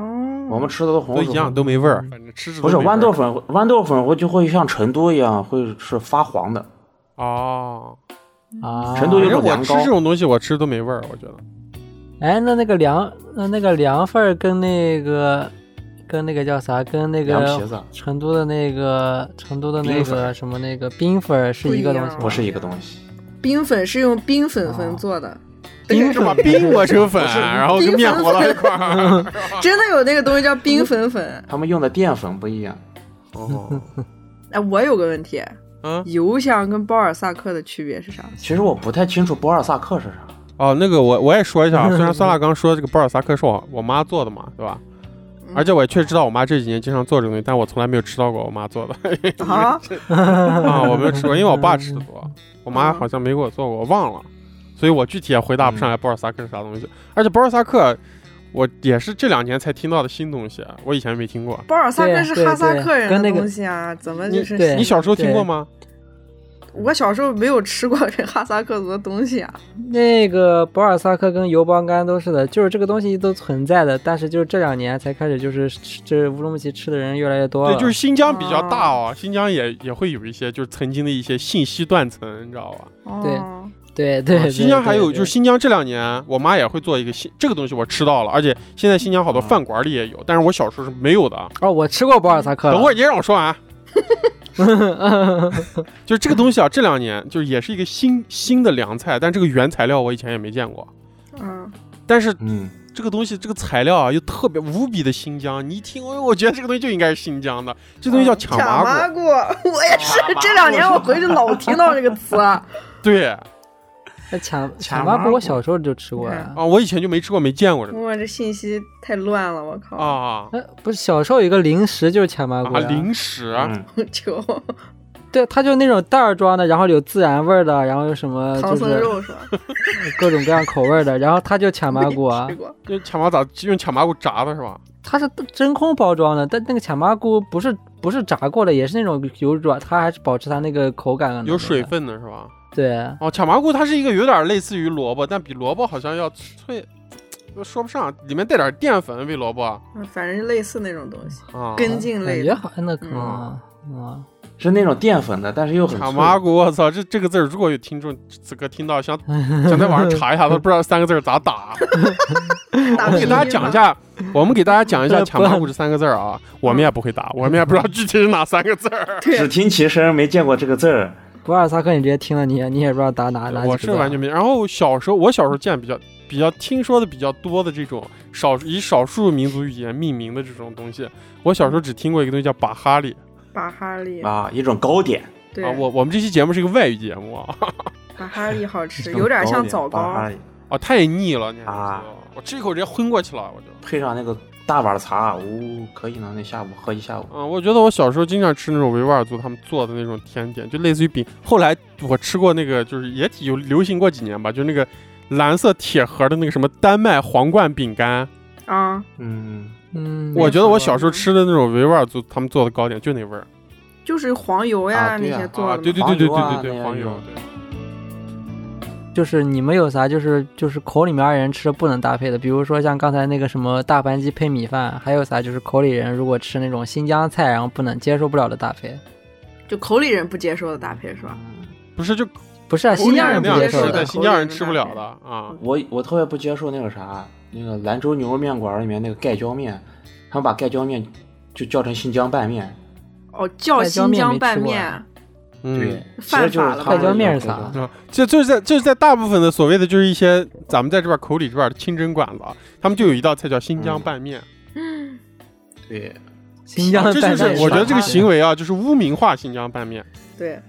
Speaker 5: 我们吃的都红
Speaker 2: 都
Speaker 5: 薯
Speaker 2: 一样，
Speaker 5: 粉。
Speaker 2: 都没味儿，反正吃着都
Speaker 5: 不是
Speaker 2: 没味儿
Speaker 5: 豌豆粉，豌豆粉会就会像成都一样，会是发黄的。
Speaker 2: 哦。
Speaker 3: 啊
Speaker 5: 成都
Speaker 2: 反
Speaker 5: 有
Speaker 2: 正
Speaker 5: 种
Speaker 2: 我
Speaker 5: 凉
Speaker 2: 吃
Speaker 5: 糕
Speaker 2: 这种东西，我吃都没味儿，我觉得。
Speaker 3: 哎，那那个凉，那那个凉粉儿跟那个跟那个叫啥，跟那
Speaker 5: 凉皮
Speaker 3: 个
Speaker 5: 子
Speaker 3: 成都的那个成都的那
Speaker 5: 冰粉
Speaker 3: 个
Speaker 5: 儿
Speaker 3: 什么那个冰粉儿是一个东
Speaker 4: 不一样
Speaker 3: 西吗？
Speaker 5: 不是一个啊东西，
Speaker 4: 冰粉是用冰粉粉做的，
Speaker 2: 冰哎是吧？冰磨成粉，然后跟面和到一块儿。
Speaker 4: 真的有那个东西叫冰粉粉。
Speaker 5: 他们用的淀粉不一样。
Speaker 2: 哦，
Speaker 4: 哎，我有个问题，
Speaker 2: 嗯，
Speaker 4: 油香跟包尔萨克的区别是啥？
Speaker 5: 其实我不太清楚博尔萨克是啥。
Speaker 2: *laughs* 哦，那个我我也说一 *laughs* 下啊，虽然酸辣刚说这个包尔萨克是我我妈做的嘛，对吧？而且我也确实知道我妈这几年经常做这个东西，但我从来没有吃到过我妈做的
Speaker 4: 啊，
Speaker 3: *laughs*
Speaker 2: 啊，我没有吃过，因为我爸吃的多，我
Speaker 3: 嗯
Speaker 2: 妈好像没给我做过，我忘了，所以我具体也回答不
Speaker 3: 嗯
Speaker 2: 上来包尔萨克是啥东西。而且包尔萨克，我也是这两年才听到的新东西，我以前没听过。
Speaker 4: 包尔萨克是哈萨
Speaker 3: 对
Speaker 4: 克
Speaker 3: 对跟
Speaker 4: 人
Speaker 3: 那
Speaker 4: 的
Speaker 3: 个
Speaker 4: 东西啊，怎么
Speaker 2: 你
Speaker 4: 就是
Speaker 3: 对
Speaker 2: 你小时候听过吗？
Speaker 4: 我小时候没有吃过这哈萨克族的东西啊，
Speaker 3: 那个博尔萨克跟油包干都是的，就是这个东西都存在的，但是就是这两年才开始，就是吃就是乌鲁木齐吃的人越来越多了。
Speaker 2: 对，就是新疆比较大哦，新疆也也会有一些就是曾经的一些信息断层，你知道吧？
Speaker 3: 对
Speaker 4: 哦，
Speaker 3: 对对
Speaker 2: 啊
Speaker 3: 对
Speaker 2: 新疆还有
Speaker 3: 对
Speaker 2: 就是新疆这两年，我妈也会做一个新这个东西，我吃到了，而且现在新疆
Speaker 3: 嗯
Speaker 2: 好多饭馆里也有，但是我小时候是没有的。啊。
Speaker 3: 哦，我吃过博尔萨克了。
Speaker 2: 等会儿你让我说完。 *laughs* 就是这个东西啊，这两年就是也是一个新新的凉菜，但这个原材料我以前也没见过。
Speaker 4: 嗯，
Speaker 2: 但是
Speaker 5: 嗯，
Speaker 2: 这个东西这个材料啊，又特别无比的新疆。你一听，哎呦我觉得这个东西就应该是新疆的，这东西叫
Speaker 4: 卡
Speaker 2: 嗯抢麻果。
Speaker 4: 果， *laughs* 我也是
Speaker 5: 卡麻果
Speaker 4: 这两年我回去老听到这个词啊，
Speaker 2: 对啊、
Speaker 3: 那抢
Speaker 5: 抢
Speaker 3: 抢
Speaker 5: 麻
Speaker 3: 麻
Speaker 5: 果
Speaker 3: 果，我小时候就吃过呀。
Speaker 2: 我以前就没吃过，没见过这个
Speaker 4: 我这信息太乱了，我靠， *laughs*
Speaker 2: 啊
Speaker 3: 那哎不是小时候有一个零食就是抢麻
Speaker 2: 啊
Speaker 3: 果呀，
Speaker 2: 零食。
Speaker 5: 嗯
Speaker 4: 就
Speaker 3: 对，它就那种袋儿装的，然后有孜然味儿的，然后有什么
Speaker 4: 唐
Speaker 3: 就
Speaker 4: 僧
Speaker 3: 是
Speaker 4: 肉是吧？
Speaker 3: 各种各样口味儿的，然后它就抢麻果
Speaker 4: 没吃，过
Speaker 2: 用抢麻咋用抢麻果炸的是吧？
Speaker 3: 它是真空包装的，但那个抢麻菇不是不是炸过的，也是那种有软，它还是保持它那个口感的。
Speaker 2: 有水。分的是吧？
Speaker 3: 对，
Speaker 2: 哦，抢麻菇它是一个有点类似于萝卜，但比萝卜好像要脆，呃说不上，里面带点淀粉比萝卜啊。
Speaker 4: 反正就类似那种东西，根茎
Speaker 3: 感
Speaker 4: 类
Speaker 3: 觉
Speaker 4: 的。
Speaker 3: 好像那可能啊。嗯
Speaker 5: 是那种淀粉的，但是又很
Speaker 2: 抢麻
Speaker 5: 脆。
Speaker 2: 菇，我操，这这个字儿如果有听众此刻听到，想 *laughs* 想在网上查一下，都不知道三个字儿咋打。
Speaker 4: 打
Speaker 2: 我们给
Speaker 4: 拼
Speaker 2: 大家
Speaker 4: 音
Speaker 2: 讲
Speaker 4: 吧
Speaker 2: 一下，我们给大家讲一下
Speaker 3: *laughs* 不
Speaker 2: 抢麻菇这三个字儿啊，我
Speaker 4: 嗯
Speaker 2: 们也不会打，我们也不知道具体是哪三个字儿。
Speaker 5: 只听其声，没见过这个字儿。
Speaker 3: 博尔萨克，你直接听了，你也你也不知道打哪 *laughs* 哪几个字啊。
Speaker 2: 我是完全没。然后小时候，我小时候见比较比较听说的比较多的这种少以少数民族语言命名的这种东西，我小时候只听过一个东西叫巴哈里。
Speaker 4: 巴哈利，
Speaker 5: 啊，一种糕点，
Speaker 4: 对，
Speaker 2: 啊，我我们这期节目是一个外语节目啊，
Speaker 4: 巴哈利好吃，有点像枣
Speaker 5: 巴哈
Speaker 4: 糕。
Speaker 5: 里
Speaker 2: 啊太腻了，你还
Speaker 5: 啊
Speaker 2: 说我吃一口直接昏过去了，我就。
Speaker 5: 配上那个大碗茶，呜、可以呢，那下午喝一下午。
Speaker 2: 嗯，我觉得我小时候经常吃那种维吾尔族他们做的那种甜点，就类似于饼。后来我吃过那个，就是也挺有流行过几年吧，就那个蓝色铁盒的那个什么丹麦皇冠饼干。
Speaker 4: 啊，
Speaker 5: 嗯，
Speaker 3: 嗯，
Speaker 2: 我觉得我小时候
Speaker 4: 嗯
Speaker 2: 吃的那种维吾尔族他们做的糕点就那味儿
Speaker 4: 就是黄油呀、
Speaker 5: 啊
Speaker 4: 那
Speaker 5: 对呀
Speaker 4: 些做的嘛、
Speaker 2: 啊，对对
Speaker 5: 黄
Speaker 2: 对对
Speaker 5: 油啊
Speaker 2: 对对对，
Speaker 5: 那
Speaker 2: 黄
Speaker 5: 样
Speaker 2: 油
Speaker 5: 用。
Speaker 2: 对
Speaker 3: 就是你们有啥就是就是口里面二人吃的不能搭配的，比如说像刚才那个什么大盘鸡配米饭，还有啥就是口里人如果吃那种新疆菜，然后不能接受不了的搭配。
Speaker 4: 就口里人不接受的搭配是吧？
Speaker 2: 不是就
Speaker 3: 不是啊，
Speaker 4: 口
Speaker 3: 新
Speaker 4: 里
Speaker 3: 疆
Speaker 4: 人
Speaker 3: 人
Speaker 2: 那样
Speaker 3: 不接
Speaker 4: 也
Speaker 3: 受
Speaker 2: 吃
Speaker 4: 是
Speaker 2: 的，
Speaker 3: 的
Speaker 4: 的，
Speaker 2: 新疆人吃
Speaker 4: 口
Speaker 2: 不
Speaker 4: 里
Speaker 2: 了
Speaker 4: 人
Speaker 2: 的啊。
Speaker 5: 我我特别不接受那个啥，那个兰州牛肉面馆里面那个盖浇面，他们把盖浇面就叫成新疆拌面。
Speaker 4: 哦，叫新疆拌面，
Speaker 2: 嗯，，
Speaker 5: 其实就是
Speaker 4: 犯法了
Speaker 5: 他们
Speaker 4: 盖浇
Speaker 3: 面
Speaker 5: 那
Speaker 3: 是
Speaker 5: 种
Speaker 3: 啥
Speaker 2: 啊，这就是在就是在大部分的所谓的就是一些咱们在这边口里这边的清真馆子啊，他们就有一道菜叫新疆
Speaker 5: 嗯
Speaker 2: 拌面。
Speaker 5: 对，
Speaker 3: 新疆的
Speaker 2: 哦这就
Speaker 3: 拌
Speaker 2: 是
Speaker 3: 面
Speaker 2: 我觉得
Speaker 5: 反
Speaker 2: 这个
Speaker 5: 叛
Speaker 2: 行为啊，就是污名化新疆拌面。
Speaker 4: 对，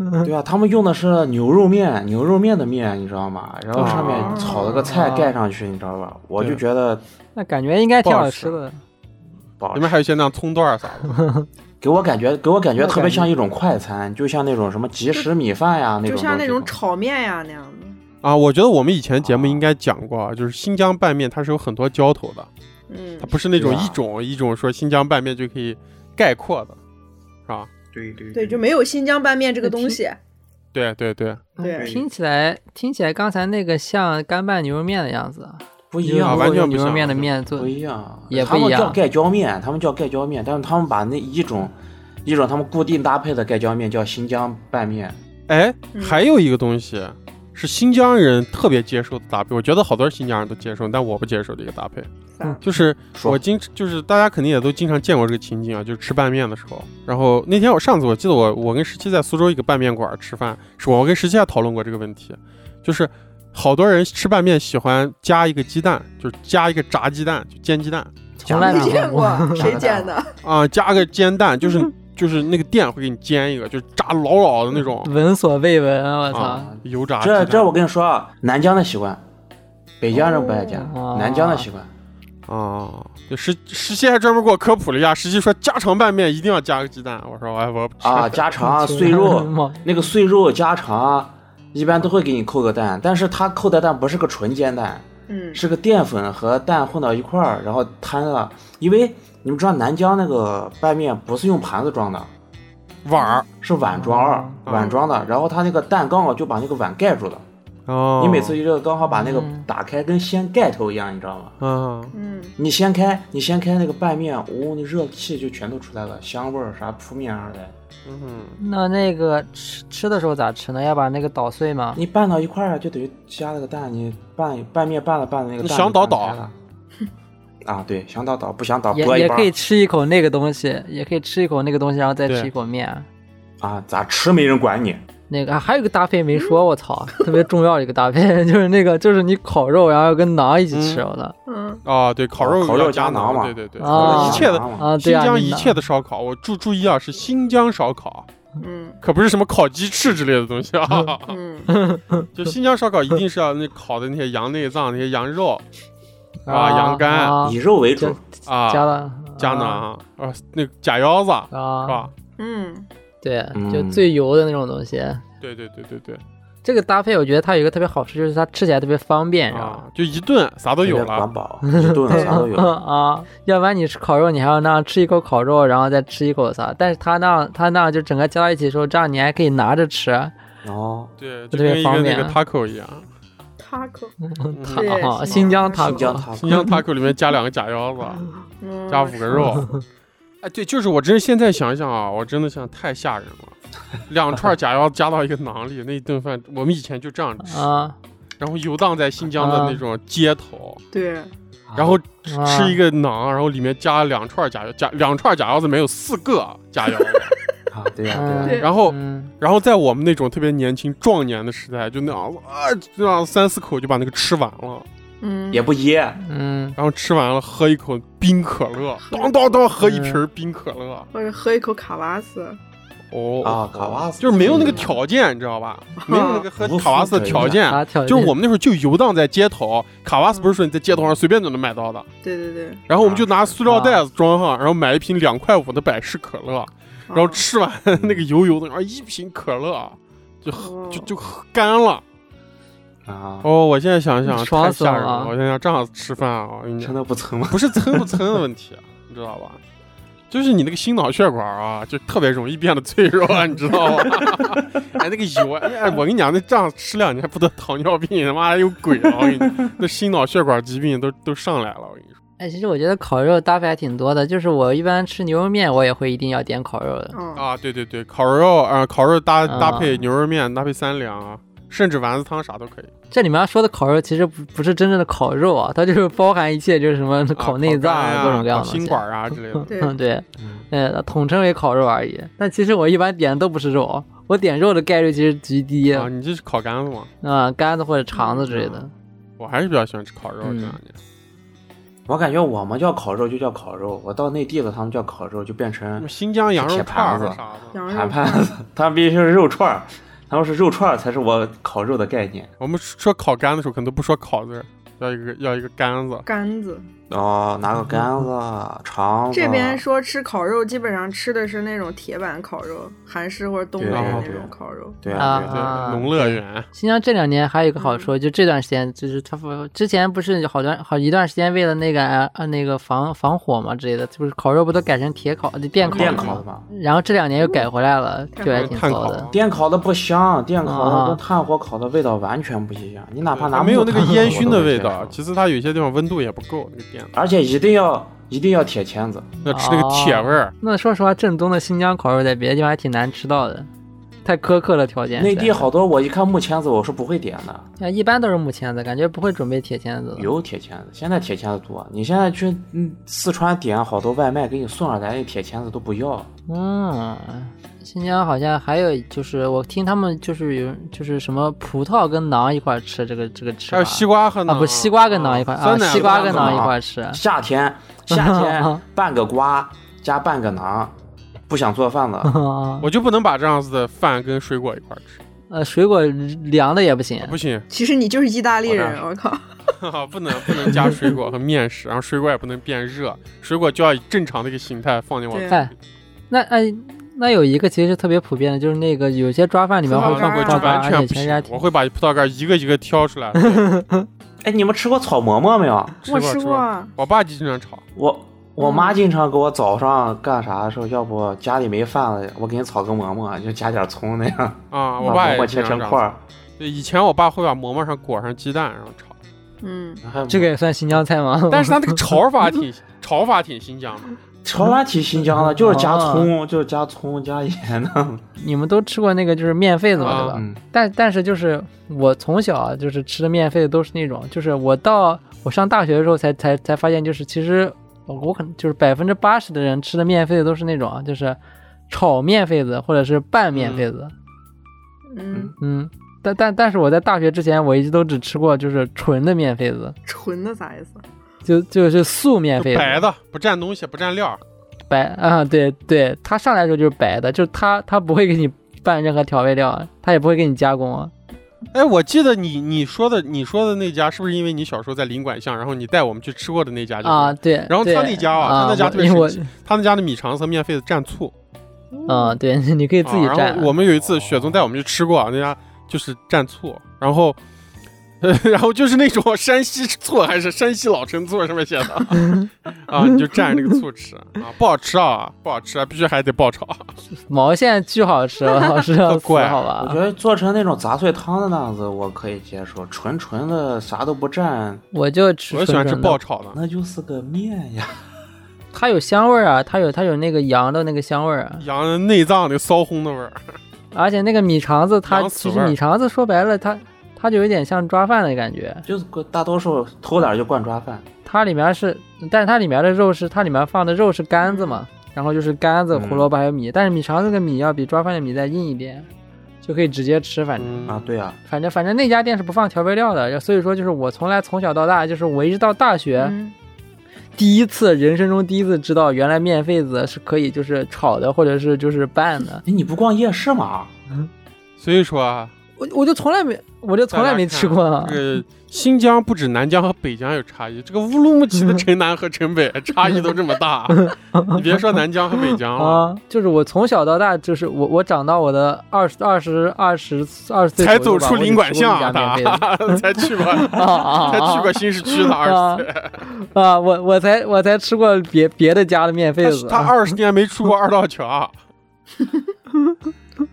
Speaker 3: 嗯
Speaker 5: 对啊，他们用的是牛肉面，牛肉面的面，你知道吗？然后上面炒了个菜
Speaker 3: 哦
Speaker 5: 盖上去，你知道吧？我就
Speaker 2: 对
Speaker 5: 觉得
Speaker 3: *laughs* 那感觉应该挺好吃的。
Speaker 5: 不好
Speaker 2: 里面
Speaker 5: 吃，
Speaker 2: 还有一些那样葱段儿啥的。
Speaker 5: 给我感觉给我感觉
Speaker 3: 那
Speaker 5: 特别
Speaker 3: 感觉
Speaker 5: 像一种快餐，就像那种什么即食米饭呀那种东
Speaker 4: 就
Speaker 5: 西，
Speaker 4: 像那种炒面呀那样的。
Speaker 2: 啊，我觉得我们以前节目应该讲过啊，就是新疆拌面它是有很多浇头的，
Speaker 4: 嗯
Speaker 2: 它，不是那种
Speaker 5: 对啊
Speaker 2: 一种一种说新疆拌面就可以概括的，是吧？
Speaker 5: 对对
Speaker 4: 对，就没有新疆拌面这个东西。
Speaker 2: 对对对，
Speaker 4: 对
Speaker 3: 听起来听起来刚才那个像干拌牛肉面的样子啊，
Speaker 5: 不一
Speaker 2: 啊
Speaker 5: 样，
Speaker 2: 完全
Speaker 3: 用
Speaker 2: 不
Speaker 3: 牛肉
Speaker 2: 像
Speaker 3: 面的
Speaker 2: 完全
Speaker 3: 面做
Speaker 5: 不一样，
Speaker 3: 也
Speaker 5: 他
Speaker 3: 不一
Speaker 5: 们
Speaker 3: 样
Speaker 5: 叫盖浇面，他们叫盖浇面，但是他们把那一种一种他们固定搭配的盖浇面叫新疆拌面，
Speaker 2: 哎，
Speaker 4: 嗯
Speaker 2: 还有一个东西是新疆人特别接受的搭配，我觉得好多新疆人都接受，但我不接受这个搭配，
Speaker 4: 嗯
Speaker 2: 就是
Speaker 5: 说
Speaker 2: 我经就是大家肯定也都经常见过这个情景啊，就是吃拌面的时候。然后那天我上次我记得我我跟十七在苏州一个拌面馆儿吃饭，是我跟十七还讨论过这个问题，就是好多人吃拌面喜欢加一个鸡蛋，就是加一个炸鸡蛋，就煎鸡蛋
Speaker 3: 从来
Speaker 4: 没
Speaker 2: *laughs*
Speaker 3: 没
Speaker 4: 见过
Speaker 3: 过。，
Speaker 4: 谁见的？
Speaker 2: 啊、加个煎蛋，就是就是那个店会给你煎一个，就是炸老老的那种
Speaker 3: 闻所未闻啊，我操！
Speaker 2: 啊，油炸鸡
Speaker 5: 这
Speaker 2: 蛋。
Speaker 5: 这我跟你说，啊，南疆的习惯，北疆人不爱加，
Speaker 3: 哦
Speaker 5: 南疆的习
Speaker 3: *laughs*
Speaker 5: 惯。
Speaker 2: 啊，对十十七还专门给我科普了一下，十七说家常拌面一定要加个鸡蛋，我说哎我不吃
Speaker 5: 啊，家常
Speaker 3: *laughs*
Speaker 5: 啊，
Speaker 3: 挺
Speaker 5: 碎肉，
Speaker 3: 猛
Speaker 5: 那个碎肉家常啊，一般都会给你扣个蛋，但是它扣的蛋不是个纯煎蛋，
Speaker 4: 嗯，
Speaker 5: 是个淀粉和蛋混到一块儿，然后摊了。因为你们知道南疆那个拌面不是用盘子装的，
Speaker 2: 碗儿
Speaker 5: 是碗装二
Speaker 2: 嗯
Speaker 5: 碗装的，然后它那个蛋刚好就把那个碗盖住了，
Speaker 2: 哦，
Speaker 5: 你每次一热刚好把那个
Speaker 3: 嗯
Speaker 5: 打开，跟掀盖头一样，你知道吗？
Speaker 2: 啊
Speaker 4: 嗯，
Speaker 5: 你掀开，你掀开那个拌面，哦，那热气就全都出来了，香味儿啥扑面而来。
Speaker 2: 嗯。
Speaker 3: 那那个吃吃的时候咋吃呢？要把那个捣碎吗？
Speaker 5: 你拌到一块儿啊就等于加了个蛋，你拌拌面拌了拌了那个
Speaker 2: 你
Speaker 5: 蛋
Speaker 2: 想
Speaker 5: 就拌
Speaker 2: 倒
Speaker 5: 开了。啊，对，想倒倒，不想
Speaker 2: 啊
Speaker 5: 倒
Speaker 3: 也
Speaker 5: 拨一
Speaker 3: 也
Speaker 5: 半
Speaker 3: 可
Speaker 5: 儿
Speaker 3: 以吃一口那个东西，也可以吃一口那个东西，然后再吃一口面啊。
Speaker 5: 啊，咋吃没人管你？
Speaker 3: 那个、啊、还有一个搭配没说，我操，特别重要的一个搭配 *laughs* 就是那个，就是你烤肉，然后跟馕一起吃，
Speaker 2: 嗯
Speaker 3: 我操
Speaker 4: 嗯，
Speaker 2: 啊，对，烤肉
Speaker 5: 烤
Speaker 2: 要
Speaker 5: 肉
Speaker 2: 加
Speaker 5: 加馕嘛
Speaker 2: 对对对，
Speaker 3: 啊
Speaker 2: 一切的
Speaker 3: 啊！
Speaker 2: 嗯新
Speaker 3: 对啊，
Speaker 2: 疆
Speaker 3: 你
Speaker 2: 一
Speaker 3: 馕
Speaker 2: 切的烧烤，我注注意啊，是新疆烧烤，
Speaker 4: 嗯
Speaker 2: 可不是什么烤鸡翅之类的东西
Speaker 3: *laughs*
Speaker 2: 啊。
Speaker 4: 嗯，
Speaker 2: 就新疆烧烤一定是要那烤的那些羊内脏、那些羊肉啊羊肝
Speaker 3: 啊
Speaker 5: 以肉为主
Speaker 3: 就，加
Speaker 2: 啊，
Speaker 3: 了
Speaker 2: 加馕
Speaker 3: 啊
Speaker 2: 啊，那个假腰子是
Speaker 3: 啊，
Speaker 2: 吧？
Speaker 4: 嗯，
Speaker 3: 对，
Speaker 5: 嗯
Speaker 3: 就最油的那种东西。
Speaker 2: 对对对对对
Speaker 3: 这个搭配我觉得它有一个特别好处，就是它吃起来特别方便，你知道吗？
Speaker 2: 啊，就一顿啥都
Speaker 5: 都
Speaker 2: 有了
Speaker 5: 管。饱，一顿啥都有。
Speaker 3: *laughs* 啊，要不然你吃烤肉，你还要那样吃一口烤肉，然后再吃一口啥？但是它那样，它那样就整个加到一起的时候，这样你还可以拿着吃，
Speaker 5: 哦，
Speaker 2: 对，
Speaker 3: 特
Speaker 2: 就
Speaker 3: 别
Speaker 2: 跟一个
Speaker 3: 方
Speaker 2: 那个
Speaker 3: 便啊
Speaker 2: taco 一
Speaker 3: *laughs*
Speaker 2: 样，嗯
Speaker 4: 塔可，
Speaker 3: 塔
Speaker 4: 对
Speaker 3: 啊，
Speaker 4: 新
Speaker 3: 新
Speaker 4: 疆
Speaker 3: 疆
Speaker 4: 塔
Speaker 3: 塔
Speaker 5: 新疆
Speaker 3: 可，
Speaker 5: 塔
Speaker 2: *laughs* 新疆 taco 里面加两个假腰子，
Speaker 4: 嗯，
Speaker 2: 加五个
Speaker 3: *laughs*
Speaker 2: 肉。哎，对，就是我真现在想一想啊，我真的想太吓人
Speaker 3: *laughs*
Speaker 2: 了，两串假腰加到一个馕里，那一顿饭我们以前就这样吃，
Speaker 3: 啊，
Speaker 2: 然后游荡在新疆的那种街头，
Speaker 4: 对，
Speaker 2: 然后
Speaker 3: 啊
Speaker 2: 吃一个馕，然后里面加两串假腰，假两串假腰子没有四个假
Speaker 3: *laughs*
Speaker 2: 腰子，
Speaker 5: 啊，对呀
Speaker 3: 嗯
Speaker 5: 对
Speaker 4: 对
Speaker 5: 呀，
Speaker 2: 然后。
Speaker 3: 嗯，
Speaker 2: 然后在我们那种特别年轻壮年的时代，就那样啊，就那样三四口就把那个吃完了，
Speaker 4: 嗯，
Speaker 5: 也不噎，
Speaker 3: 嗯，
Speaker 2: 然后吃完了喝一
Speaker 3: 嗯
Speaker 2: 口冰可乐，当当当喝一瓶冰可乐，
Speaker 4: 或者喝一口卡瓦斯，
Speaker 2: 哦
Speaker 5: 啊，卡哇斯
Speaker 2: 就是没有那个条件，你知道吧？没有那个喝
Speaker 3: 啊
Speaker 2: 卡瓦斯的条件，
Speaker 3: 啥啊条件？
Speaker 2: 就是我们那会儿就游荡在街头，卡瓦斯不是说你在街头上随便就能买到的，
Speaker 4: 对对对，
Speaker 2: 然后我们
Speaker 3: 啊
Speaker 2: 就拿塑料袋子装上，然后买一瓶两块五的百事可乐，
Speaker 3: 嗯
Speaker 2: 然后吃
Speaker 3: *laughs*
Speaker 2: 完那个油油的，然后一瓶可乐就喝
Speaker 4: 哦
Speaker 2: 就就喝干了。
Speaker 5: 啊，
Speaker 2: 哦，我现在想一想，
Speaker 3: 爽
Speaker 2: 太
Speaker 3: 死了
Speaker 2: 吓人
Speaker 3: 啊
Speaker 2: 了！我现在想这样吃饭啊，我跟你
Speaker 5: 真
Speaker 2: 讲，
Speaker 5: 的不曾吗？
Speaker 2: 不是撑不撑的问题，啊你知道吧？ *laughs* 就是你那个心脑血管啊，就特别容易变得脆弱，啊 *laughs* 你知道吧？哎，那个油，哎，我跟你讲，那这样吃两年不得糖尿病，他妈有鬼啊！我跟你讲， *laughs* 那心脑血管疾病都都上来了，我跟你说。
Speaker 3: 哎，其实我觉得烤肉搭配还挺多的，就是我一般吃牛肉面，我也会一定要点烤肉的。
Speaker 4: 嗯，
Speaker 2: 啊，对对对，烤肉啊、呃烤肉搭
Speaker 3: 啊
Speaker 2: 搭配牛肉面，搭配三两啊，甚至丸子汤啥都可以。
Speaker 3: 这里面说的烤肉其实不不是真正的烤肉啊，它就是包含一切，就是什么
Speaker 2: 啊
Speaker 3: 烤内
Speaker 2: 肝
Speaker 3: 脏
Speaker 2: 啊、
Speaker 3: 各种各样的
Speaker 2: 烤
Speaker 3: 东西
Speaker 2: 心管啊之类的。
Speaker 4: 对
Speaker 3: 嗯， *laughs* 对，呃，统称为烤肉而已。但其实我一般点的都不是肉，我点肉的概率其实极低
Speaker 2: 啊，
Speaker 3: 啊、
Speaker 2: 你这是烤干子吗？
Speaker 3: 肝子或者肠子之类的。
Speaker 2: 我还是比较喜欢吃烤肉这
Speaker 3: 嗯
Speaker 2: 两年。
Speaker 5: *laughs* 我感觉我们叫烤肉就叫烤肉，我到内地了，他们叫烤肉就变
Speaker 2: 什
Speaker 5: 成
Speaker 2: 么新疆羊肉
Speaker 5: 铁
Speaker 2: 串儿
Speaker 5: 盘
Speaker 2: 和
Speaker 5: 子
Speaker 2: 啥的。
Speaker 4: 羊
Speaker 5: 盘
Speaker 4: 肉
Speaker 5: 盘子，他们必须是肉串儿，他们是肉串儿才是我烤肉的概念
Speaker 2: 我们说烤干的时候，可能都不说烤字儿，要一个要一个干字。
Speaker 4: 干子。
Speaker 2: 嗯
Speaker 5: 哦，拿个杆子、肠子，
Speaker 4: 这边说吃烤肉，基本上吃的是那种铁板烤肉，韩式或者东北
Speaker 5: 对
Speaker 4: 那
Speaker 5: 对
Speaker 4: 种烤肉。
Speaker 5: 对
Speaker 3: 啊
Speaker 5: 啊对
Speaker 2: 对，
Speaker 5: 啊，
Speaker 3: 啊
Speaker 2: 农乐园
Speaker 3: 新疆这两年还有一个好处，就这段时间就是它不之前不是好段好一段时间为了那个呃呃那个防防火嘛之类的，就是烤肉不都改成铁烤电烤
Speaker 5: 电
Speaker 3: 了
Speaker 5: 烤
Speaker 3: 吗
Speaker 5: 的？吧。
Speaker 3: 然后这两年又改回来了，
Speaker 4: 嗯
Speaker 3: 就还挺
Speaker 2: 炭
Speaker 3: 骚
Speaker 2: 烤
Speaker 3: 的。，
Speaker 5: 电烤的不香，电烤
Speaker 3: 啊
Speaker 5: 的跟炭火烤的味道完全不一样。你哪怕拿
Speaker 2: 它没有
Speaker 5: 木
Speaker 2: 那个
Speaker 5: 炭烤
Speaker 2: 烟
Speaker 5: 我
Speaker 2: 熏
Speaker 5: 都
Speaker 2: 的
Speaker 5: 能
Speaker 2: 味
Speaker 5: 接
Speaker 2: 道。
Speaker 5: 受
Speaker 2: 其次，它有些地方温度也不够，那个电
Speaker 5: 而且一定要一定要铁签子，
Speaker 2: 要吃那个铁
Speaker 3: 哦
Speaker 2: 味儿。
Speaker 3: 那说实话，正宗的新疆烤肉在别的地方还挺难吃到的，太苛刻了条件。
Speaker 5: 内地好多我一看木签子我是不会点的，
Speaker 3: 啊，一般都是木签子，感觉不会准备铁签子的。
Speaker 5: 有铁签子，现在铁签子多。你现在去嗯四川点好多外卖给你送上来，那铁签子都不要。
Speaker 3: 嗯，新疆好像还有就是，我听他们就是有就是什么葡萄跟馕一块儿吃，这个这个吃
Speaker 2: 还有西瓜和
Speaker 3: 啊
Speaker 2: 馕
Speaker 3: 不西瓜跟馕一块儿啊
Speaker 2: 酸奶
Speaker 3: 西瓜跟
Speaker 5: 和
Speaker 3: 馕
Speaker 5: 馕
Speaker 3: 一块儿吃。 *laughs*
Speaker 5: 夏天夏天半个瓜加半个馕，不想做饭
Speaker 3: *laughs*
Speaker 5: 了。
Speaker 2: 我就不能把这样子的饭跟水果一块儿吃，啊
Speaker 3: 呃，水果凉的也不行，
Speaker 2: 不行， *laughs*
Speaker 4: 其实你就是意大利
Speaker 5: 我
Speaker 4: 人，我靠！
Speaker 2: 不能不能加水果和面食，然后水果也不能变热，水果就要以正常的一个形态放进我
Speaker 4: 对
Speaker 2: 的。
Speaker 3: 哎，那哎，那有一个其实是特别普遍的，就是那个有些抓饭里面会
Speaker 4: 葡萄干
Speaker 3: 放
Speaker 4: 儿
Speaker 3: 葡
Speaker 4: 啊
Speaker 3: 萄干
Speaker 2: 完
Speaker 3: 儿，而且
Speaker 2: 全不
Speaker 3: 全家
Speaker 2: 行，我会把葡萄干一个一个挑
Speaker 4: *laughs*
Speaker 2: 出来。对
Speaker 5: 哎，你们吃过草馍馍没
Speaker 3: *laughs*
Speaker 5: 有？
Speaker 2: 吃
Speaker 4: 我
Speaker 2: 过
Speaker 4: 吃
Speaker 2: 吃
Speaker 4: 过
Speaker 2: 过，
Speaker 4: 啊，
Speaker 2: 我爸就经常炒。
Speaker 5: 我我
Speaker 3: 嗯
Speaker 5: 妈经常给我早上干啥的时候，要不家里没饭了，我给你炒个馍馍，就加点葱那样，
Speaker 2: 啊，我
Speaker 5: 把
Speaker 2: 爸
Speaker 5: 馍馍
Speaker 2: 也
Speaker 5: 切
Speaker 2: 经常
Speaker 5: 成
Speaker 2: 这样
Speaker 5: 块儿。
Speaker 2: 对，以前我爸会把馍馍上裹上鸡蛋，然后炒，
Speaker 4: 嗯，
Speaker 5: 还
Speaker 3: 这个也算新疆菜吗？
Speaker 2: 但是他那个炒
Speaker 5: *laughs*
Speaker 2: 法挺炒法挺新疆的，
Speaker 5: 炒饭挺新疆的，就是加
Speaker 3: 啊
Speaker 5: 葱，就是加葱加盐的。
Speaker 3: 你们都吃过那个就是面肺子嘛，
Speaker 2: 啊
Speaker 3: 对吧？
Speaker 5: 嗯，
Speaker 3: 但但是就是我从小啊就是吃的面肺都是那种，就是我到我上大学的时候才才才发现，就是其实我我可能就是百分之八十的人吃的面肺都是那种啊，就是炒面肺子或者是拌面肺子，
Speaker 4: 嗯，
Speaker 3: 嗯。但但但是我在大学之前，我一直都只吃过就是纯的面肺子，
Speaker 4: 纯的啥意思？
Speaker 3: 就就是素面
Speaker 2: 就
Speaker 3: 肺子，
Speaker 2: 白的不蘸东西不蘸料儿，
Speaker 3: 白啊，对对，它上来的时候就是白的，就是它它不会给你拌任何调味料，它也不会给你加工啊。
Speaker 2: 哎，我记得你你说的你说的那家是不是因为你小时候在林管巷，然后你带我们去吃过的那家？
Speaker 3: 啊，，对。
Speaker 2: 然后
Speaker 3: 对
Speaker 2: 他那家啊他那家特别
Speaker 3: 因为我
Speaker 2: 神他们家的米肠和面肺子蘸醋，
Speaker 3: 啊，对， *laughs* 你可以自己
Speaker 2: 啊。
Speaker 3: 蘸
Speaker 2: 然后。我们有一次雪宗带我们去吃过，啊那家就是蘸醋，然后。 *laughs* 呃然后就是那种 *laughs* 山西醋还是山西老陈醋上面写的
Speaker 5: *laughs*
Speaker 2: 啊，你就蘸着那个醋吃啊，不好吃啊，不好吃啊，必须还得爆炒。
Speaker 3: 毛线巨好吃，我
Speaker 2: *laughs*
Speaker 3: 操，是要死
Speaker 2: 怪
Speaker 3: 好
Speaker 5: 我觉
Speaker 3: 吧？
Speaker 5: 得做成那种杂碎汤的那样子，我可以接受。纯纯的啥都不蘸，
Speaker 3: 我就吃
Speaker 2: 我
Speaker 3: 纯
Speaker 2: 喜欢吃
Speaker 3: 纯的
Speaker 2: 爆，炒的，
Speaker 5: 那就是个面呀。 *laughs*
Speaker 3: 它有香味儿啊，它有它有那个羊的那个香味儿啊，
Speaker 2: 羊的内脏那个骚烘的味儿。
Speaker 3: 而且那个米肠子它
Speaker 2: 羊死
Speaker 3: 其
Speaker 2: 味
Speaker 3: 实
Speaker 2: 儿
Speaker 3: 米肠子说白了它它就有点像抓饭的感觉，
Speaker 5: 就是个大多数偷点儿就灌抓饭，
Speaker 3: 它里面是，但是它里面的肉是它里面放的肉是杆子
Speaker 2: 嗯
Speaker 3: 嘛，然后就是杆子、
Speaker 5: 嗯
Speaker 3: 胡萝卜还有米，但是米肠子跟米要比抓饭的米再硬一点，就可以直接吃，反正。
Speaker 2: 嗯，
Speaker 5: 啊，对啊，
Speaker 3: 反正反正那哎家店是不放调味料的，所以说就是我从来从小到大，就是我一直到大学，
Speaker 4: 嗯
Speaker 3: 第一次人生中第一次知道，原来面肺子是可以就是炒的，或者是就是拌的。
Speaker 5: 哎，你不逛夜市吗？
Speaker 2: 所以说啊，
Speaker 3: 我我就从来没，我就从来没吃过啊
Speaker 2: 这。个新疆不止南疆和北疆有差异，这个乌鲁木齐
Speaker 5: *laughs*
Speaker 2: 的城南和城北差异都这么大，啊你别说南疆和北
Speaker 5: *laughs*
Speaker 2: 疆了，
Speaker 3: 啊，就是我从小到大，就是我我长到我的二十二十二十二十岁
Speaker 2: 才
Speaker 3: 左右
Speaker 2: 走
Speaker 3: 吧
Speaker 2: 出领馆巷
Speaker 3: 我
Speaker 2: 啊，
Speaker 3: 就吃过一
Speaker 2: 他 *laughs* 才
Speaker 3: 家免费的 *laughs*
Speaker 2: 去过，
Speaker 3: 啊啊
Speaker 2: 才去
Speaker 3: 啊
Speaker 2: 过新市区的
Speaker 3: *laughs*
Speaker 2: 二十岁，
Speaker 3: 啊啊！我我才我才吃过别别的家的面肺子啊
Speaker 2: 他，他二十年没出
Speaker 3: *laughs*
Speaker 2: 过二道桥，啊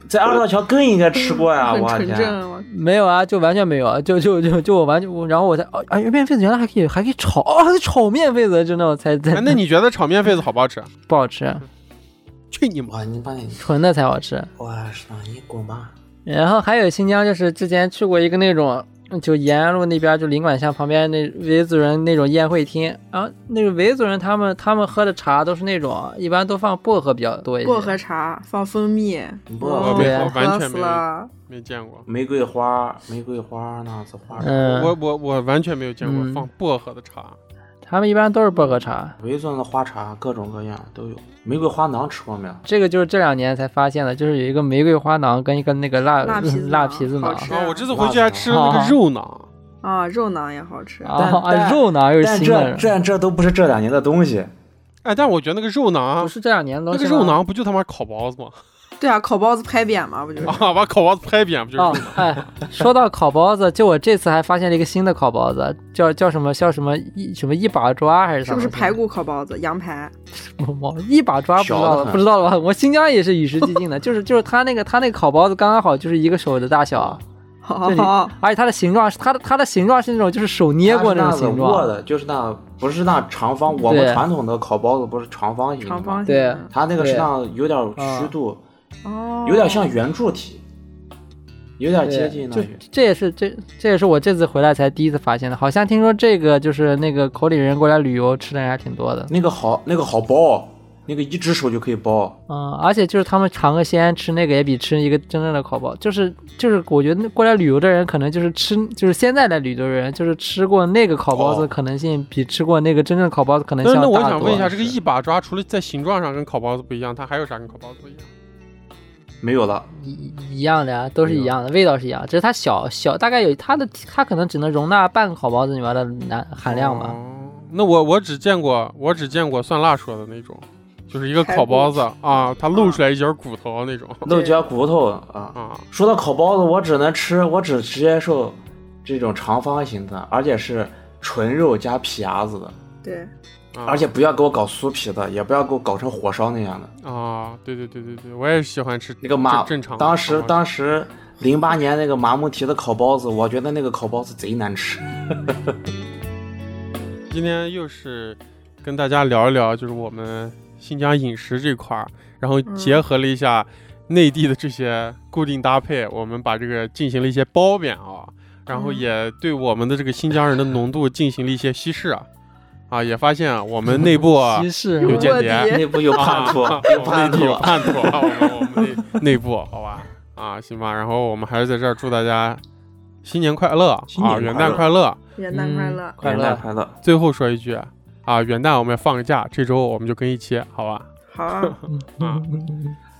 Speaker 5: 在二道桥更应该吃
Speaker 2: 哎
Speaker 5: 过
Speaker 3: *laughs*
Speaker 5: 呀！
Speaker 4: 很
Speaker 5: 我
Speaker 4: 纯
Speaker 5: 天，
Speaker 4: 正啊，
Speaker 3: 没有啊，就完全没有啊，就就就就我完全，我然后我才哦哎，面肺子原来还可以还可以炒哦，还可以炒面肺子，真的我才才
Speaker 2: 哎那你觉得炒面肺子好不好吃？啊
Speaker 3: 不好吃，啊
Speaker 2: 去你妈！
Speaker 5: 哇，你把你，
Speaker 3: 纯的才好吃。
Speaker 5: 我操，你滚吧！
Speaker 3: 然后还有新疆，就是之前去过一个那种，就延安路那边，就领馆巷旁边那维族人那种宴会厅，然后那个维族人他们他们喝的茶都是那种，一般都放薄荷比较多一些。
Speaker 4: 薄荷茶放蜂蜜，
Speaker 5: 薄
Speaker 4: 哇
Speaker 5: 荷
Speaker 2: 没
Speaker 3: 对啊
Speaker 2: 我完
Speaker 4: 喝
Speaker 2: 全
Speaker 4: 死
Speaker 2: 没
Speaker 4: 了，
Speaker 2: 没见过，
Speaker 5: 玫瑰花，玫瑰花那子花。
Speaker 3: 嗯，
Speaker 2: 我我我完全没有见过
Speaker 3: 嗯
Speaker 2: 放薄荷的茶，
Speaker 3: 他们一般都是薄荷茶。
Speaker 5: 维族的花茶各种各样都有，玫瑰花馕吃过没有？
Speaker 3: 这个就是这两年才发现的，就是有一个玫瑰花馕跟一个那个辣
Speaker 4: 辣皮子
Speaker 3: 辣
Speaker 4: 馕
Speaker 3: 皮子啊
Speaker 4: 好
Speaker 3: 馕
Speaker 4: 吃
Speaker 2: 然后啊我这次回去还吃了那
Speaker 3: 哇
Speaker 2: 个肉馕，
Speaker 4: 啊，肉馕也好吃，
Speaker 3: 啊
Speaker 5: 但
Speaker 3: 啊，
Speaker 5: 但
Speaker 3: 肉馕又是
Speaker 5: 但
Speaker 3: 新的
Speaker 5: 这
Speaker 3: 了，
Speaker 5: 这这都不是这两年的东西，
Speaker 2: 哎，但我觉得那个肉
Speaker 3: 不
Speaker 2: 馕，
Speaker 3: 是啊这两年
Speaker 2: 那
Speaker 3: 的东西
Speaker 2: 个
Speaker 3: 吗。
Speaker 2: 肉馕不就他妈烤包子吗？ *laughs*
Speaker 4: 对啊，烤包子拍扁嘛，不就是？
Speaker 2: 啊，把烤包子拍扁不就是肉
Speaker 3: 哦
Speaker 2: 馕？，
Speaker 3: 哎，说到烤包子，就我这次还发现了一个新的烤包子，叫叫什么叫什么一什么一把抓还是
Speaker 4: 是
Speaker 3: 什么？
Speaker 4: 不是排骨烤包子、羊排？
Speaker 3: 我我 *laughs* 一把抓不知道
Speaker 5: 小的
Speaker 3: 了，
Speaker 5: 很
Speaker 3: 不知道了吧？我新疆也是与时俱进的，就是就是它那个它那个烤包子刚刚好就是一个手的大小，
Speaker 4: 好
Speaker 3: 这
Speaker 4: 好
Speaker 3: 里
Speaker 4: 好，
Speaker 3: 而且它的形状是它的它的形状是那种就是手捏过那
Speaker 5: 它
Speaker 3: 种
Speaker 5: 是那
Speaker 3: 形
Speaker 5: 个握
Speaker 3: 状，啊
Speaker 5: 的，就是那不是那长方，我们
Speaker 3: 对
Speaker 5: 传统的烤包子不是长方形的吗
Speaker 4: 长方形
Speaker 3: 对啊
Speaker 4: 的。
Speaker 5: 它那个是那有点虚度，
Speaker 4: 哦，
Speaker 5: 有点像圆柱体，有点接
Speaker 3: 对
Speaker 5: 近那
Speaker 3: 就
Speaker 5: 圆
Speaker 3: 这也是这这也是我这次回来才第一次发现的，好像听说这个就是那个口里人过来旅游吃的人还挺多的，
Speaker 5: 那个好那个好包，哦那个一只手就可以包。
Speaker 3: 嗯，而且就是他们尝个鲜吃那个也比吃一个真正的烤包，就是就是我觉得那过来旅游的人可能就是吃就是现在来旅游的人就是吃过那个烤包子
Speaker 5: 哦
Speaker 3: 可能性比吃过那个真正的烤包子可能性
Speaker 2: 那
Speaker 3: 要
Speaker 2: 那
Speaker 3: 大多
Speaker 2: 我
Speaker 3: 了。
Speaker 2: 想问一下，这个一把抓除了在形状上跟烤包子不一样，它还有啥跟烤包子不一样？
Speaker 5: 没有了，
Speaker 3: 一一样的啊，都是一样的，味道是一样，只是它小小，大概有它的它可能只能容纳半个烤包子里面的含含量吧。
Speaker 2: 哦那我我只见过我只见过蒜辣说的那种，就是一个
Speaker 4: 排
Speaker 2: 烤
Speaker 4: 骨
Speaker 2: 包子啊，它露出来一截骨头那种
Speaker 5: 露脚骨头啊。
Speaker 2: 啊。
Speaker 5: 说到烤包子，我只能吃，我只接受这种长方形的，而且是纯肉加皮牙子的，
Speaker 4: 对，
Speaker 2: 啊
Speaker 5: 而且不要给我搞酥皮的，也不要给我搞成火烧那样的。
Speaker 2: 啊，对对对对对，我也是喜欢吃
Speaker 5: 那个麻
Speaker 2: 正正常的
Speaker 5: 当时
Speaker 2: 烤包子
Speaker 5: 当时零八年那个麻木提的烤包子，我觉得那个烤包子贼难吃。
Speaker 2: 今天又是跟大家聊一聊，就是我们新疆饮食这块儿，然后结合了一下内地的这些固定搭配，我们把这个进行了一些褒贬啊，然后
Speaker 4: 嗯
Speaker 2: 也对我们的这个新疆人的浓度进行了一些稀释啊，啊，也发现啊，我们内部啊
Speaker 3: 西式
Speaker 2: 有
Speaker 4: 有
Speaker 2: 间
Speaker 4: 卧
Speaker 2: 谍
Speaker 5: *laughs*
Speaker 4: 底
Speaker 5: 内部有叛徒，
Speaker 2: *laughs* 啊
Speaker 5: 有
Speaker 2: 我们
Speaker 5: 叛
Speaker 2: 内
Speaker 5: 徒
Speaker 2: 地。有叛徒啊，我们我们内内部好吧啊，行吧，然后我们还是在这儿祝大家新年快乐
Speaker 5: 新年
Speaker 2: 啊，元
Speaker 5: 快
Speaker 2: 旦
Speaker 5: 乐
Speaker 2: 快乐。
Speaker 4: 元旦快乐
Speaker 3: 嗯！快
Speaker 5: 元旦
Speaker 3: 乐，
Speaker 5: 快乐！
Speaker 2: 最后说一句啊，元旦我们放个假，这周我们就更一期，好吧？
Speaker 4: 好啊，
Speaker 2: 啊，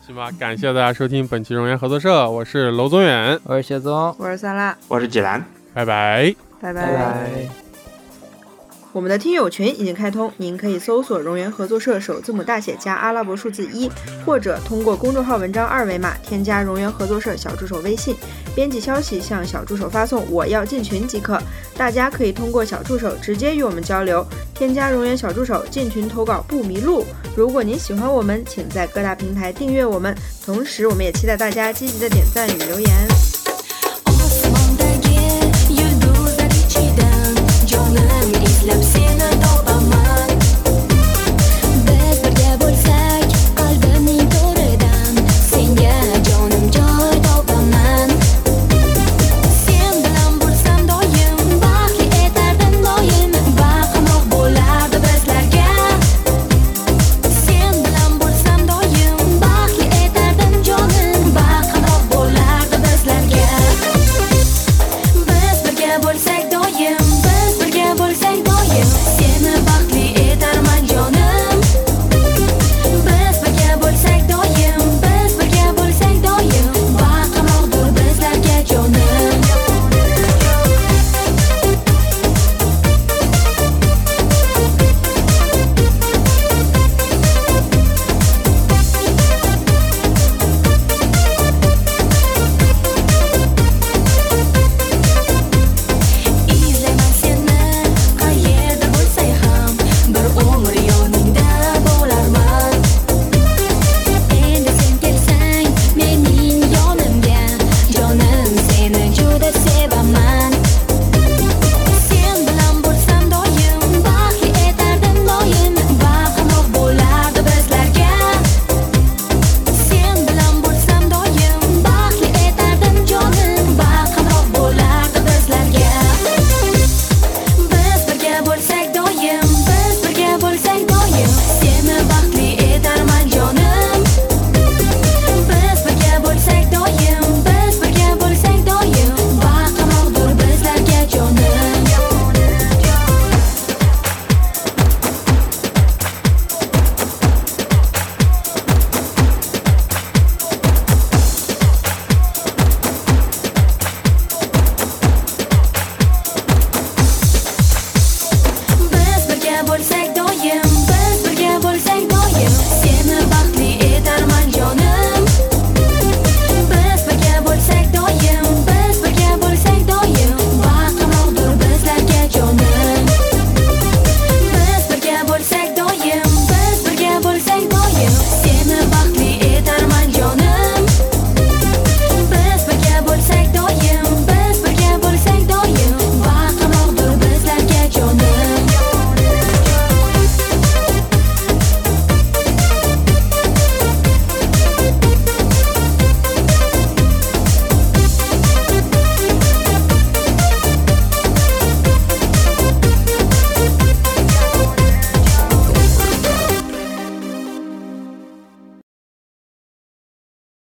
Speaker 2: 行吧，感谢大家收听本期熔岩合作社，我是娄宗远，
Speaker 3: 我是雪宗，
Speaker 4: 我是酸辣，
Speaker 5: 我是济南。
Speaker 2: 拜拜。
Speaker 4: 拜
Speaker 3: 拜
Speaker 4: 拜。我们的听友群已经开通，您可以搜索“荣源合作社”首字母大写加阿拉伯数字一，或者通过公众号文章二维码添加“荣源合作社”小助手微信，编辑消息向小助手发送“我要进群”即可。大家可以通过小助手直接与我们交流，添加荣源小助手进群投稿不迷路。如果您喜欢我们，请在各大平台订阅我们，同时我们也期待大家积极的点赞与留言。